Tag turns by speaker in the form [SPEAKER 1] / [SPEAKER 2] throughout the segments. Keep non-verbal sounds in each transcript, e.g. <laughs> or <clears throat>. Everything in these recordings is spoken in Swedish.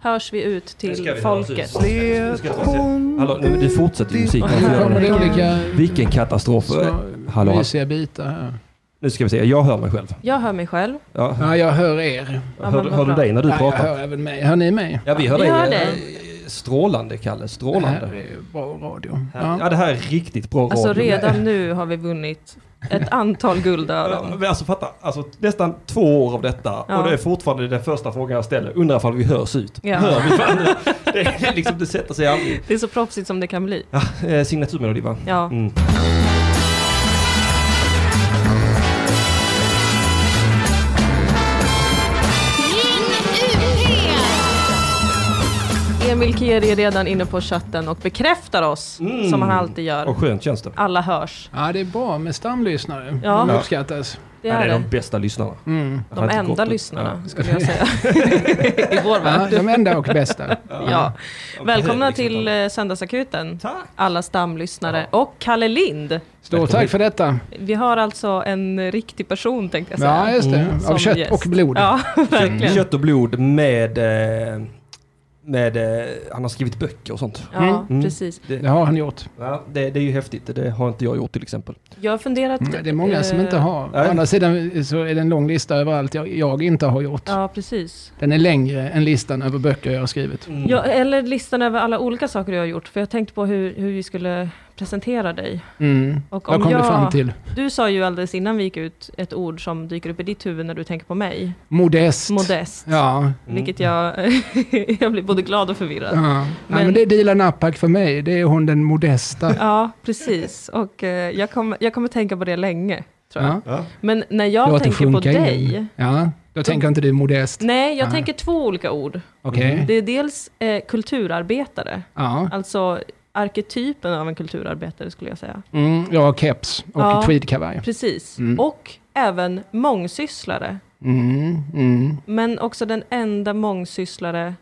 [SPEAKER 1] hörs vi ut
[SPEAKER 2] Nu ska
[SPEAKER 1] till
[SPEAKER 2] vi höra oss
[SPEAKER 1] folket.
[SPEAKER 2] ut. Nu ska vi ta oss ut.
[SPEAKER 3] Hallå, nu, du fortsätter ju musiken.
[SPEAKER 4] Här kommer det olika
[SPEAKER 3] Vilken katastrof.
[SPEAKER 4] små
[SPEAKER 3] Hallå, hallå.
[SPEAKER 4] mysiga bitar här.
[SPEAKER 3] Nu ska vi se, jag hör mig själv.
[SPEAKER 1] Jag hör mig själv.
[SPEAKER 3] Ja.
[SPEAKER 4] Ja, jag hör er.
[SPEAKER 1] Ja,
[SPEAKER 3] hör,
[SPEAKER 1] men
[SPEAKER 3] hör du
[SPEAKER 1] bra.
[SPEAKER 3] dig när du
[SPEAKER 4] Ja, jag
[SPEAKER 3] pratar?
[SPEAKER 4] hör även mig. Hör ni mig?
[SPEAKER 3] Ja, vi hör
[SPEAKER 1] Vi
[SPEAKER 3] dig.
[SPEAKER 1] hör
[SPEAKER 3] Eh,
[SPEAKER 1] dig.
[SPEAKER 3] Strålande, Kalle.
[SPEAKER 4] Det här
[SPEAKER 3] Strålande.
[SPEAKER 4] är ju bra radio.
[SPEAKER 3] Ja.
[SPEAKER 4] Ja.
[SPEAKER 3] det här är riktigt bra
[SPEAKER 1] Alltså
[SPEAKER 3] radio.
[SPEAKER 1] redan nu har vi vunnit ett antal
[SPEAKER 3] Ja,
[SPEAKER 1] guldöron.
[SPEAKER 3] Men alltså fatta, alltså, nästan två år av detta
[SPEAKER 1] Ja.
[SPEAKER 3] och det är fortfarande den första frågan jag ställer. Undrar ifall vi hörs ut.
[SPEAKER 1] Ja.
[SPEAKER 3] Hör vi fan det? Det, är liksom, det sätter sig aldrig.
[SPEAKER 1] Det är så proffsigt som det kan bli.
[SPEAKER 3] Ja, eh, signaturmelodi va?
[SPEAKER 1] Ja.
[SPEAKER 3] Mm.
[SPEAKER 1] Emil Keri är redan inne på chatten och bekräftar oss,
[SPEAKER 3] Mm.
[SPEAKER 1] som han alltid gör.
[SPEAKER 3] Och skönt känns det.
[SPEAKER 1] Alla hörs.
[SPEAKER 4] ja, det är bra med stamlyssnare.
[SPEAKER 1] Ja.
[SPEAKER 4] De uppskattas.
[SPEAKER 1] Det är
[SPEAKER 3] de
[SPEAKER 1] det.
[SPEAKER 3] bästa lyssnarna.
[SPEAKER 4] Mm.
[SPEAKER 3] Det här
[SPEAKER 1] De
[SPEAKER 3] är
[SPEAKER 1] enda
[SPEAKER 3] gott.
[SPEAKER 1] lyssnarna,
[SPEAKER 3] Ja.
[SPEAKER 1] skulle jag säga. I vår
[SPEAKER 4] Ja,
[SPEAKER 1] värld.
[SPEAKER 4] de enda och bästa.
[SPEAKER 1] Ja. Välkomna
[SPEAKER 3] Liksom.
[SPEAKER 1] till eh, Söndagsakuten,
[SPEAKER 3] Tack!
[SPEAKER 1] alla stamlyssnare och Kalle Lind.
[SPEAKER 4] Stort tack för detta.
[SPEAKER 1] Vi har alltså en riktig person tänkte jag säga.
[SPEAKER 4] Ja, just det.
[SPEAKER 1] som
[SPEAKER 4] Av kött
[SPEAKER 1] gäst.
[SPEAKER 4] och blod.
[SPEAKER 1] Ja, <laughs> verkligen.
[SPEAKER 3] Kött och blod med... eh, Med... eh, Han har skrivit böcker och sånt.
[SPEAKER 1] Ja,
[SPEAKER 3] Mm.
[SPEAKER 1] precis.
[SPEAKER 4] Det har han gjort.
[SPEAKER 3] Ja, det, det är ju häftigt. Det har inte jag gjort till exempel.
[SPEAKER 1] Jag har funderat...
[SPEAKER 4] Mm, Det är många som
[SPEAKER 1] eh,
[SPEAKER 4] inte har. Å
[SPEAKER 3] nej.
[SPEAKER 4] andra sidan så är det en lång lista över allt jag, jag inte har gjort.
[SPEAKER 1] Ja, precis.
[SPEAKER 4] Den är längre än listan över böcker jag har skrivit.
[SPEAKER 1] Mm. Ja, eller listan över alla olika saker du har gjort. För jag tänkte på hur, hur vi skulle presentera dig.
[SPEAKER 4] Mm.
[SPEAKER 1] Och
[SPEAKER 4] Vad
[SPEAKER 1] om
[SPEAKER 4] kom du
[SPEAKER 1] jag-
[SPEAKER 4] fram till?
[SPEAKER 1] Du sa ju alldeles innan vi gick ut ett ord som dyker upp i ditt huvud när du tänker på mig.
[SPEAKER 4] Modest.
[SPEAKER 1] Modest.
[SPEAKER 4] Ja. Mm.
[SPEAKER 3] Mm.
[SPEAKER 1] Vilket jag... <laughs> jag blir både glad och förvirrad.
[SPEAKER 4] ja. Men...
[SPEAKER 1] Men-
[SPEAKER 4] Ja, men det är Dilan Napak för mig. Det är hon den modesta.
[SPEAKER 1] Ja, precis. Och eh, jag, kommer jag kommer tänka på det länge, tror jag.
[SPEAKER 4] Ja.
[SPEAKER 3] Ja.
[SPEAKER 1] Men när jag
[SPEAKER 4] Låt det
[SPEAKER 1] tänker på
[SPEAKER 4] sjunka in.
[SPEAKER 1] dig...
[SPEAKER 4] Ja, då tänker inte du modest.
[SPEAKER 1] Nej, jag
[SPEAKER 4] Ah.
[SPEAKER 1] tänker två olika ord.
[SPEAKER 4] Okej.
[SPEAKER 3] Mm.
[SPEAKER 1] Det är dels eh, kulturarbetare,
[SPEAKER 4] Ja.
[SPEAKER 1] alltså arketypen av en kulturarbetare skulle jag säga.
[SPEAKER 4] Mm, jag har keps och
[SPEAKER 1] Ja.
[SPEAKER 4] tweedkavaj.
[SPEAKER 1] Precis.
[SPEAKER 4] Mm.
[SPEAKER 1] Och även mångsysslare,
[SPEAKER 4] Mm, mm.
[SPEAKER 1] men också den enda mångsysslare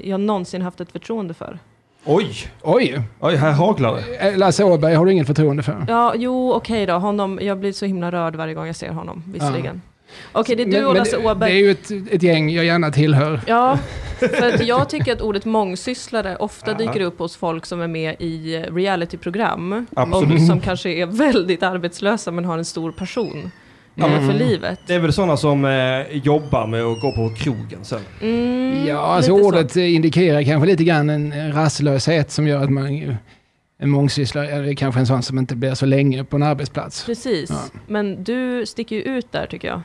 [SPEAKER 1] jag någonsin haft ett förtroende för.
[SPEAKER 3] Oj!
[SPEAKER 4] Oj!
[SPEAKER 3] Oj, här haglar det.
[SPEAKER 4] Eh, Lasse Åberg har du inget förtroende för?
[SPEAKER 1] Ja, jo, okej då. Honom, jag blir så himla rörd varje gång jag ser honom, visserligen. Okej, det är du
[SPEAKER 4] Men-
[SPEAKER 1] och
[SPEAKER 4] men
[SPEAKER 1] Lasse Åberg.
[SPEAKER 4] Det är ju ett, ett gäng jag gärna tillhör.
[SPEAKER 1] Ja, för att jag tycker att ordet mångsysslare ofta dyker upp hos folk som är med i realityprogram. Och
[SPEAKER 3] Absolut.
[SPEAKER 1] som kanske är väldigt arbetslösa men har en stor passion
[SPEAKER 3] Ja, men-
[SPEAKER 4] Mm.
[SPEAKER 1] för livet.
[SPEAKER 3] Det är väl sådana som eh, jobbar med att gå på krogen sen.
[SPEAKER 1] Mm,
[SPEAKER 4] Ja, alltså
[SPEAKER 1] lite så.
[SPEAKER 4] ordet eh, indikerar kanske lite grann en en rastlöshet som gör att man ju- en mångsysslare är kanske en sån som inte blir så länge på en arbetsplats.
[SPEAKER 1] Precis,
[SPEAKER 4] Ja.
[SPEAKER 1] men du sticker ju ut där tycker jag.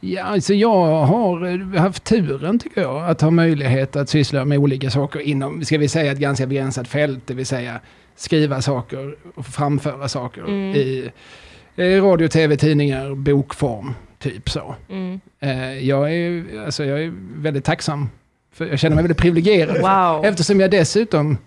[SPEAKER 4] Ja, alltså jag har eh, haft turen tycker jag att ha möjlighet att syssla med olika saker inom, ska vi säga ett ganska begränsat fält, det vill säga skriva saker och framföra saker
[SPEAKER 1] Mm.
[SPEAKER 4] i eh, radio, tv, tidningar, bokform, typ så.
[SPEAKER 1] Mm.
[SPEAKER 4] Eh, Jag är, alltså, jag är väldigt tacksam, för jag känner mig väldigt privilegierad.
[SPEAKER 1] Wow.
[SPEAKER 4] Eftersom jag dessutom,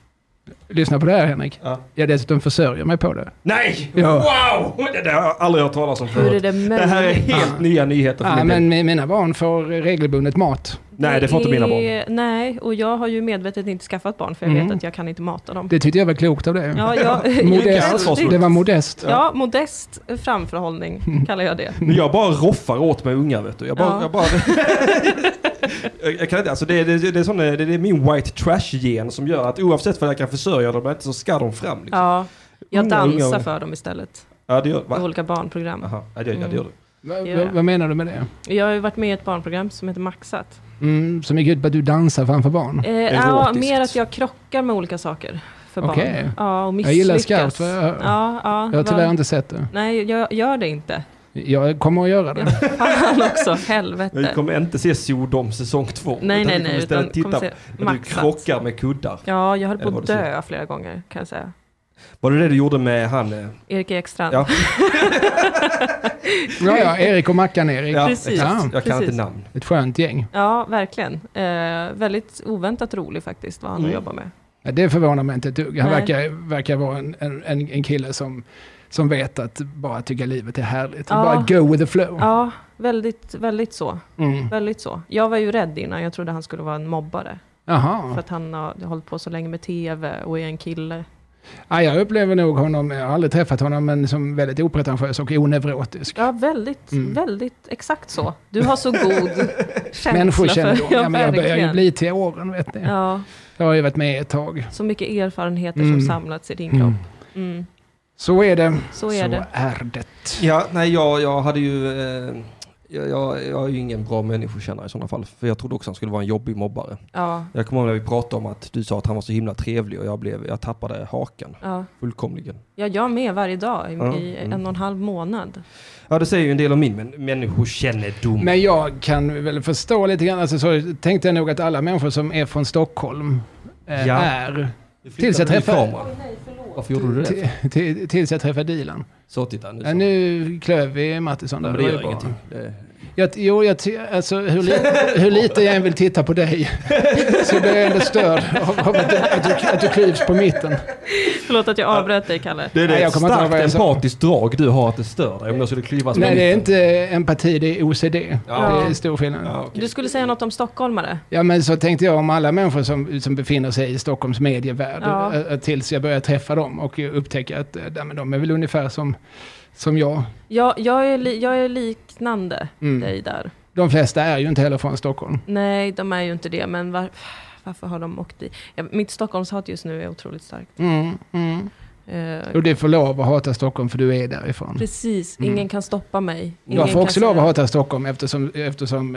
[SPEAKER 4] lyssna på det här Henrik,
[SPEAKER 3] Ja.
[SPEAKER 4] jag dessutom försörjer mig på det.
[SPEAKER 3] Nej!
[SPEAKER 4] Ja.
[SPEAKER 3] Wow! Det där har jag aldrig hört talas om
[SPEAKER 1] Hur är
[SPEAKER 3] förut.
[SPEAKER 1] det
[SPEAKER 3] Det här är
[SPEAKER 1] möjligt?
[SPEAKER 3] helt nya nyheter för
[SPEAKER 4] Ja,
[SPEAKER 3] min
[SPEAKER 4] men
[SPEAKER 3] del.
[SPEAKER 4] mi- mina barn får regelbundet mat.
[SPEAKER 3] Nej, det får inte mina barn.
[SPEAKER 1] är- Nej, och jag har ju medvetet inte skaffat barn för jag
[SPEAKER 4] Mm.
[SPEAKER 1] vet att jag kan inte mata dem.
[SPEAKER 4] Det tyckte jag var klokt av dig.
[SPEAKER 1] Ja, jag,
[SPEAKER 3] Mycket
[SPEAKER 4] <laughs> modest.
[SPEAKER 3] ansvarsfullt.
[SPEAKER 4] Det var modest.
[SPEAKER 1] Ja, modest framförhållning kallar jag det.
[SPEAKER 4] <laughs>
[SPEAKER 3] Men jag bara roffar åt mig unga vet du. Jag bara...
[SPEAKER 1] Ja. <laughs>
[SPEAKER 3] Jag, bara jag, jag kan inte, alltså det, är- det, är- det, är sån, det, det är min white trash-gen som gör att oavsett vad jag kan försörja dem inte så ska de fram. Liksom.
[SPEAKER 1] Ja, jag
[SPEAKER 3] Unga, unga,
[SPEAKER 1] dansar
[SPEAKER 3] unga.
[SPEAKER 1] för dem istället.
[SPEAKER 3] Ja, det gör
[SPEAKER 1] I
[SPEAKER 3] va?
[SPEAKER 1] olika barnprogram.
[SPEAKER 3] Aha, ja, det, ja, det gör du.
[SPEAKER 4] Va- va-
[SPEAKER 1] Ja.
[SPEAKER 4] Vad menar du med det?
[SPEAKER 1] Jag har ju varit med i ett barnprogram som heter Maxat.
[SPEAKER 4] Mm, som gick ut på att du dansar framför barn.
[SPEAKER 1] Eh, ja,
[SPEAKER 3] Erotiskt.
[SPEAKER 1] mer att jag krockar med olika saker för barn.
[SPEAKER 4] Okej.
[SPEAKER 1] Ja, och
[SPEAKER 4] Jag gillar
[SPEAKER 1] misslyckas.
[SPEAKER 4] skarpt vad jag hör.
[SPEAKER 1] Ja, ja,
[SPEAKER 4] Jag har tyvärr
[SPEAKER 1] vad-
[SPEAKER 4] inte sett det.
[SPEAKER 1] Nej, jag gör det inte.
[SPEAKER 4] Jag kommer att göra det.
[SPEAKER 1] Fan
[SPEAKER 3] <laughs>
[SPEAKER 1] också,
[SPEAKER 3] Jag
[SPEAKER 1] helvete.
[SPEAKER 3] kommer inte se Sodom säsong två.
[SPEAKER 1] Mm. Nej,
[SPEAKER 3] utan
[SPEAKER 1] nej,
[SPEAKER 3] vi kommer
[SPEAKER 1] nej.
[SPEAKER 3] istället
[SPEAKER 1] Utan kommer se
[SPEAKER 3] Men Du
[SPEAKER 1] Maxat.
[SPEAKER 3] krockar med kuddar.
[SPEAKER 1] Ja, jag höll
[SPEAKER 3] Eller
[SPEAKER 1] på
[SPEAKER 3] vad
[SPEAKER 1] att
[SPEAKER 3] du
[SPEAKER 1] dö flera gånger kan jag säga.
[SPEAKER 3] Var det det du gjorde med han? eh?
[SPEAKER 1] Erik Ekstrand.
[SPEAKER 3] Ja,
[SPEAKER 4] <laughs> Ja, ja, Erik och Mackan-Erik.
[SPEAKER 3] ja
[SPEAKER 1] Precis.
[SPEAKER 3] exakt. Jag kan
[SPEAKER 1] Precis.
[SPEAKER 3] inte namn.
[SPEAKER 4] Ett skönt gäng.
[SPEAKER 1] Ja, verkligen. Eh, väldigt oväntat rolig faktiskt, vad han nu
[SPEAKER 3] Mm.
[SPEAKER 1] jobbar med.
[SPEAKER 4] Ja, det förvånar mig inte ett dugg. Han
[SPEAKER 1] Nej.
[SPEAKER 4] verkar, verkar vara en, en, en en kille som, som vet att bara tycka livet är härligt.
[SPEAKER 1] Ja.
[SPEAKER 4] Bara go with the flow.
[SPEAKER 1] Ja, väldigt, väldigt så.
[SPEAKER 4] Mm.
[SPEAKER 1] Väldigt så. Jag var ju rädd innan, jag trodde han skulle vara en mobbare.
[SPEAKER 4] Jaha.
[SPEAKER 1] För att han har hållit på så länge med tv och är en kille.
[SPEAKER 4] Ja, jag upplever nog honom, jag har aldrig träffat honom, men som väldigt opretentiös och onevrotisk.
[SPEAKER 1] Ja, väldigt,
[SPEAKER 4] Mm.
[SPEAKER 1] väldigt exakt så. Du har så
[SPEAKER 4] <laughs>
[SPEAKER 1] god känsla för...
[SPEAKER 4] Människokännedom.
[SPEAKER 1] <laughs>
[SPEAKER 4] Ja, men jag börjar ju
[SPEAKER 1] verkligen.
[SPEAKER 4] bli till åren, vet ni.
[SPEAKER 1] Ja,
[SPEAKER 4] Jag har ju varit med ett tag.
[SPEAKER 1] så mycket erfarenheter
[SPEAKER 4] Mm.
[SPEAKER 1] som samlats i din
[SPEAKER 4] Mm.
[SPEAKER 1] kropp. Mm.
[SPEAKER 4] Så är det.
[SPEAKER 1] Så är det.
[SPEAKER 4] är det.
[SPEAKER 3] Ja, nej, jag, jag hade ju... Eh, jag, jag, jag är ju ingen bra människokännare i sådana fall. För jag trodde också han skulle vara en jobbig mobbare.
[SPEAKER 1] Ja,
[SPEAKER 3] Jag kommer ihåg när vi pratade om att du sa att han var så himla trevlig och jag, blev, jag tappade hakan
[SPEAKER 1] ja.
[SPEAKER 3] fullkomligen.
[SPEAKER 1] ja, jag med varje dag i,
[SPEAKER 3] Ja,
[SPEAKER 1] i
[SPEAKER 3] mm.
[SPEAKER 1] en och en halv månad.
[SPEAKER 3] Ja, det säger ju en del om min män- människokännedom.
[SPEAKER 4] Men jag kan väl förstå lite grann, alltså, så tänkte jag nog att alla människor som är från Stockholm eh,
[SPEAKER 3] Ja.
[SPEAKER 4] är,
[SPEAKER 3] Du flyttade
[SPEAKER 4] tills jag
[SPEAKER 3] din
[SPEAKER 4] träffade-
[SPEAKER 3] kamera. Varför gjorde du det?
[SPEAKER 4] till- till- tills jag träffade Dilan.
[SPEAKER 3] Så titta nu.
[SPEAKER 4] Ja,
[SPEAKER 3] Så.
[SPEAKER 4] nu klöv vi Mattisson där.
[SPEAKER 3] Men
[SPEAKER 4] Det
[SPEAKER 3] det
[SPEAKER 4] var ju
[SPEAKER 3] gör
[SPEAKER 4] bra.
[SPEAKER 3] ingenting. Det,
[SPEAKER 4] Jag, jo, jag, ty- alltså, hur, li- hur lite jag än vill titta
[SPEAKER 3] <laughs>
[SPEAKER 4] på dig så blir jag ändå störd av, av att, du, att, du, att du klyvs på mitten.
[SPEAKER 3] Alltså,
[SPEAKER 1] Förlåt att jag avbröt dig, Kalle.
[SPEAKER 3] det är
[SPEAKER 4] Nej,
[SPEAKER 3] det
[SPEAKER 4] jag kommer inte ihåg
[SPEAKER 3] starkt
[SPEAKER 4] vad jag sa.
[SPEAKER 3] empatiskt drag du har att det stör dig om jag skulle klyvas
[SPEAKER 4] Nej,
[SPEAKER 3] med
[SPEAKER 4] det är
[SPEAKER 3] mitten.
[SPEAKER 4] inte empati, det är OCD.
[SPEAKER 3] Ja.
[SPEAKER 4] Det är stor skillnad.
[SPEAKER 3] Ja, okej.
[SPEAKER 1] Du skulle säga något om stockholmare?
[SPEAKER 4] Ja, men så tänkte jag om alla människor som, som befinner sig i Stockholms medievärld.
[SPEAKER 1] Ja.
[SPEAKER 4] eh, eh, Tills jag började träffa dem och upptäcka att eh, nej, men de är väl ungefär som, som jag.
[SPEAKER 1] Ja, jag, är li- jag är liknande
[SPEAKER 4] Mm.
[SPEAKER 1] dig där.
[SPEAKER 4] De flesta är ju inte heller från Stockholm.
[SPEAKER 1] Nej, de är ju inte det, men var- varför har de åkt dit? Ja, mitt Stockholmshat just nu är otroligt starkt.
[SPEAKER 4] Mm, mm.
[SPEAKER 1] Eh,
[SPEAKER 4] Och du får lov att hata Stockholm för du är därifrån.
[SPEAKER 1] Precis,
[SPEAKER 4] Mm.
[SPEAKER 1] ingen kan stoppa mig. Ingen
[SPEAKER 4] Jag får
[SPEAKER 1] kan
[SPEAKER 4] också lov
[SPEAKER 1] säga-
[SPEAKER 4] att hata Stockholm eftersom, eftersom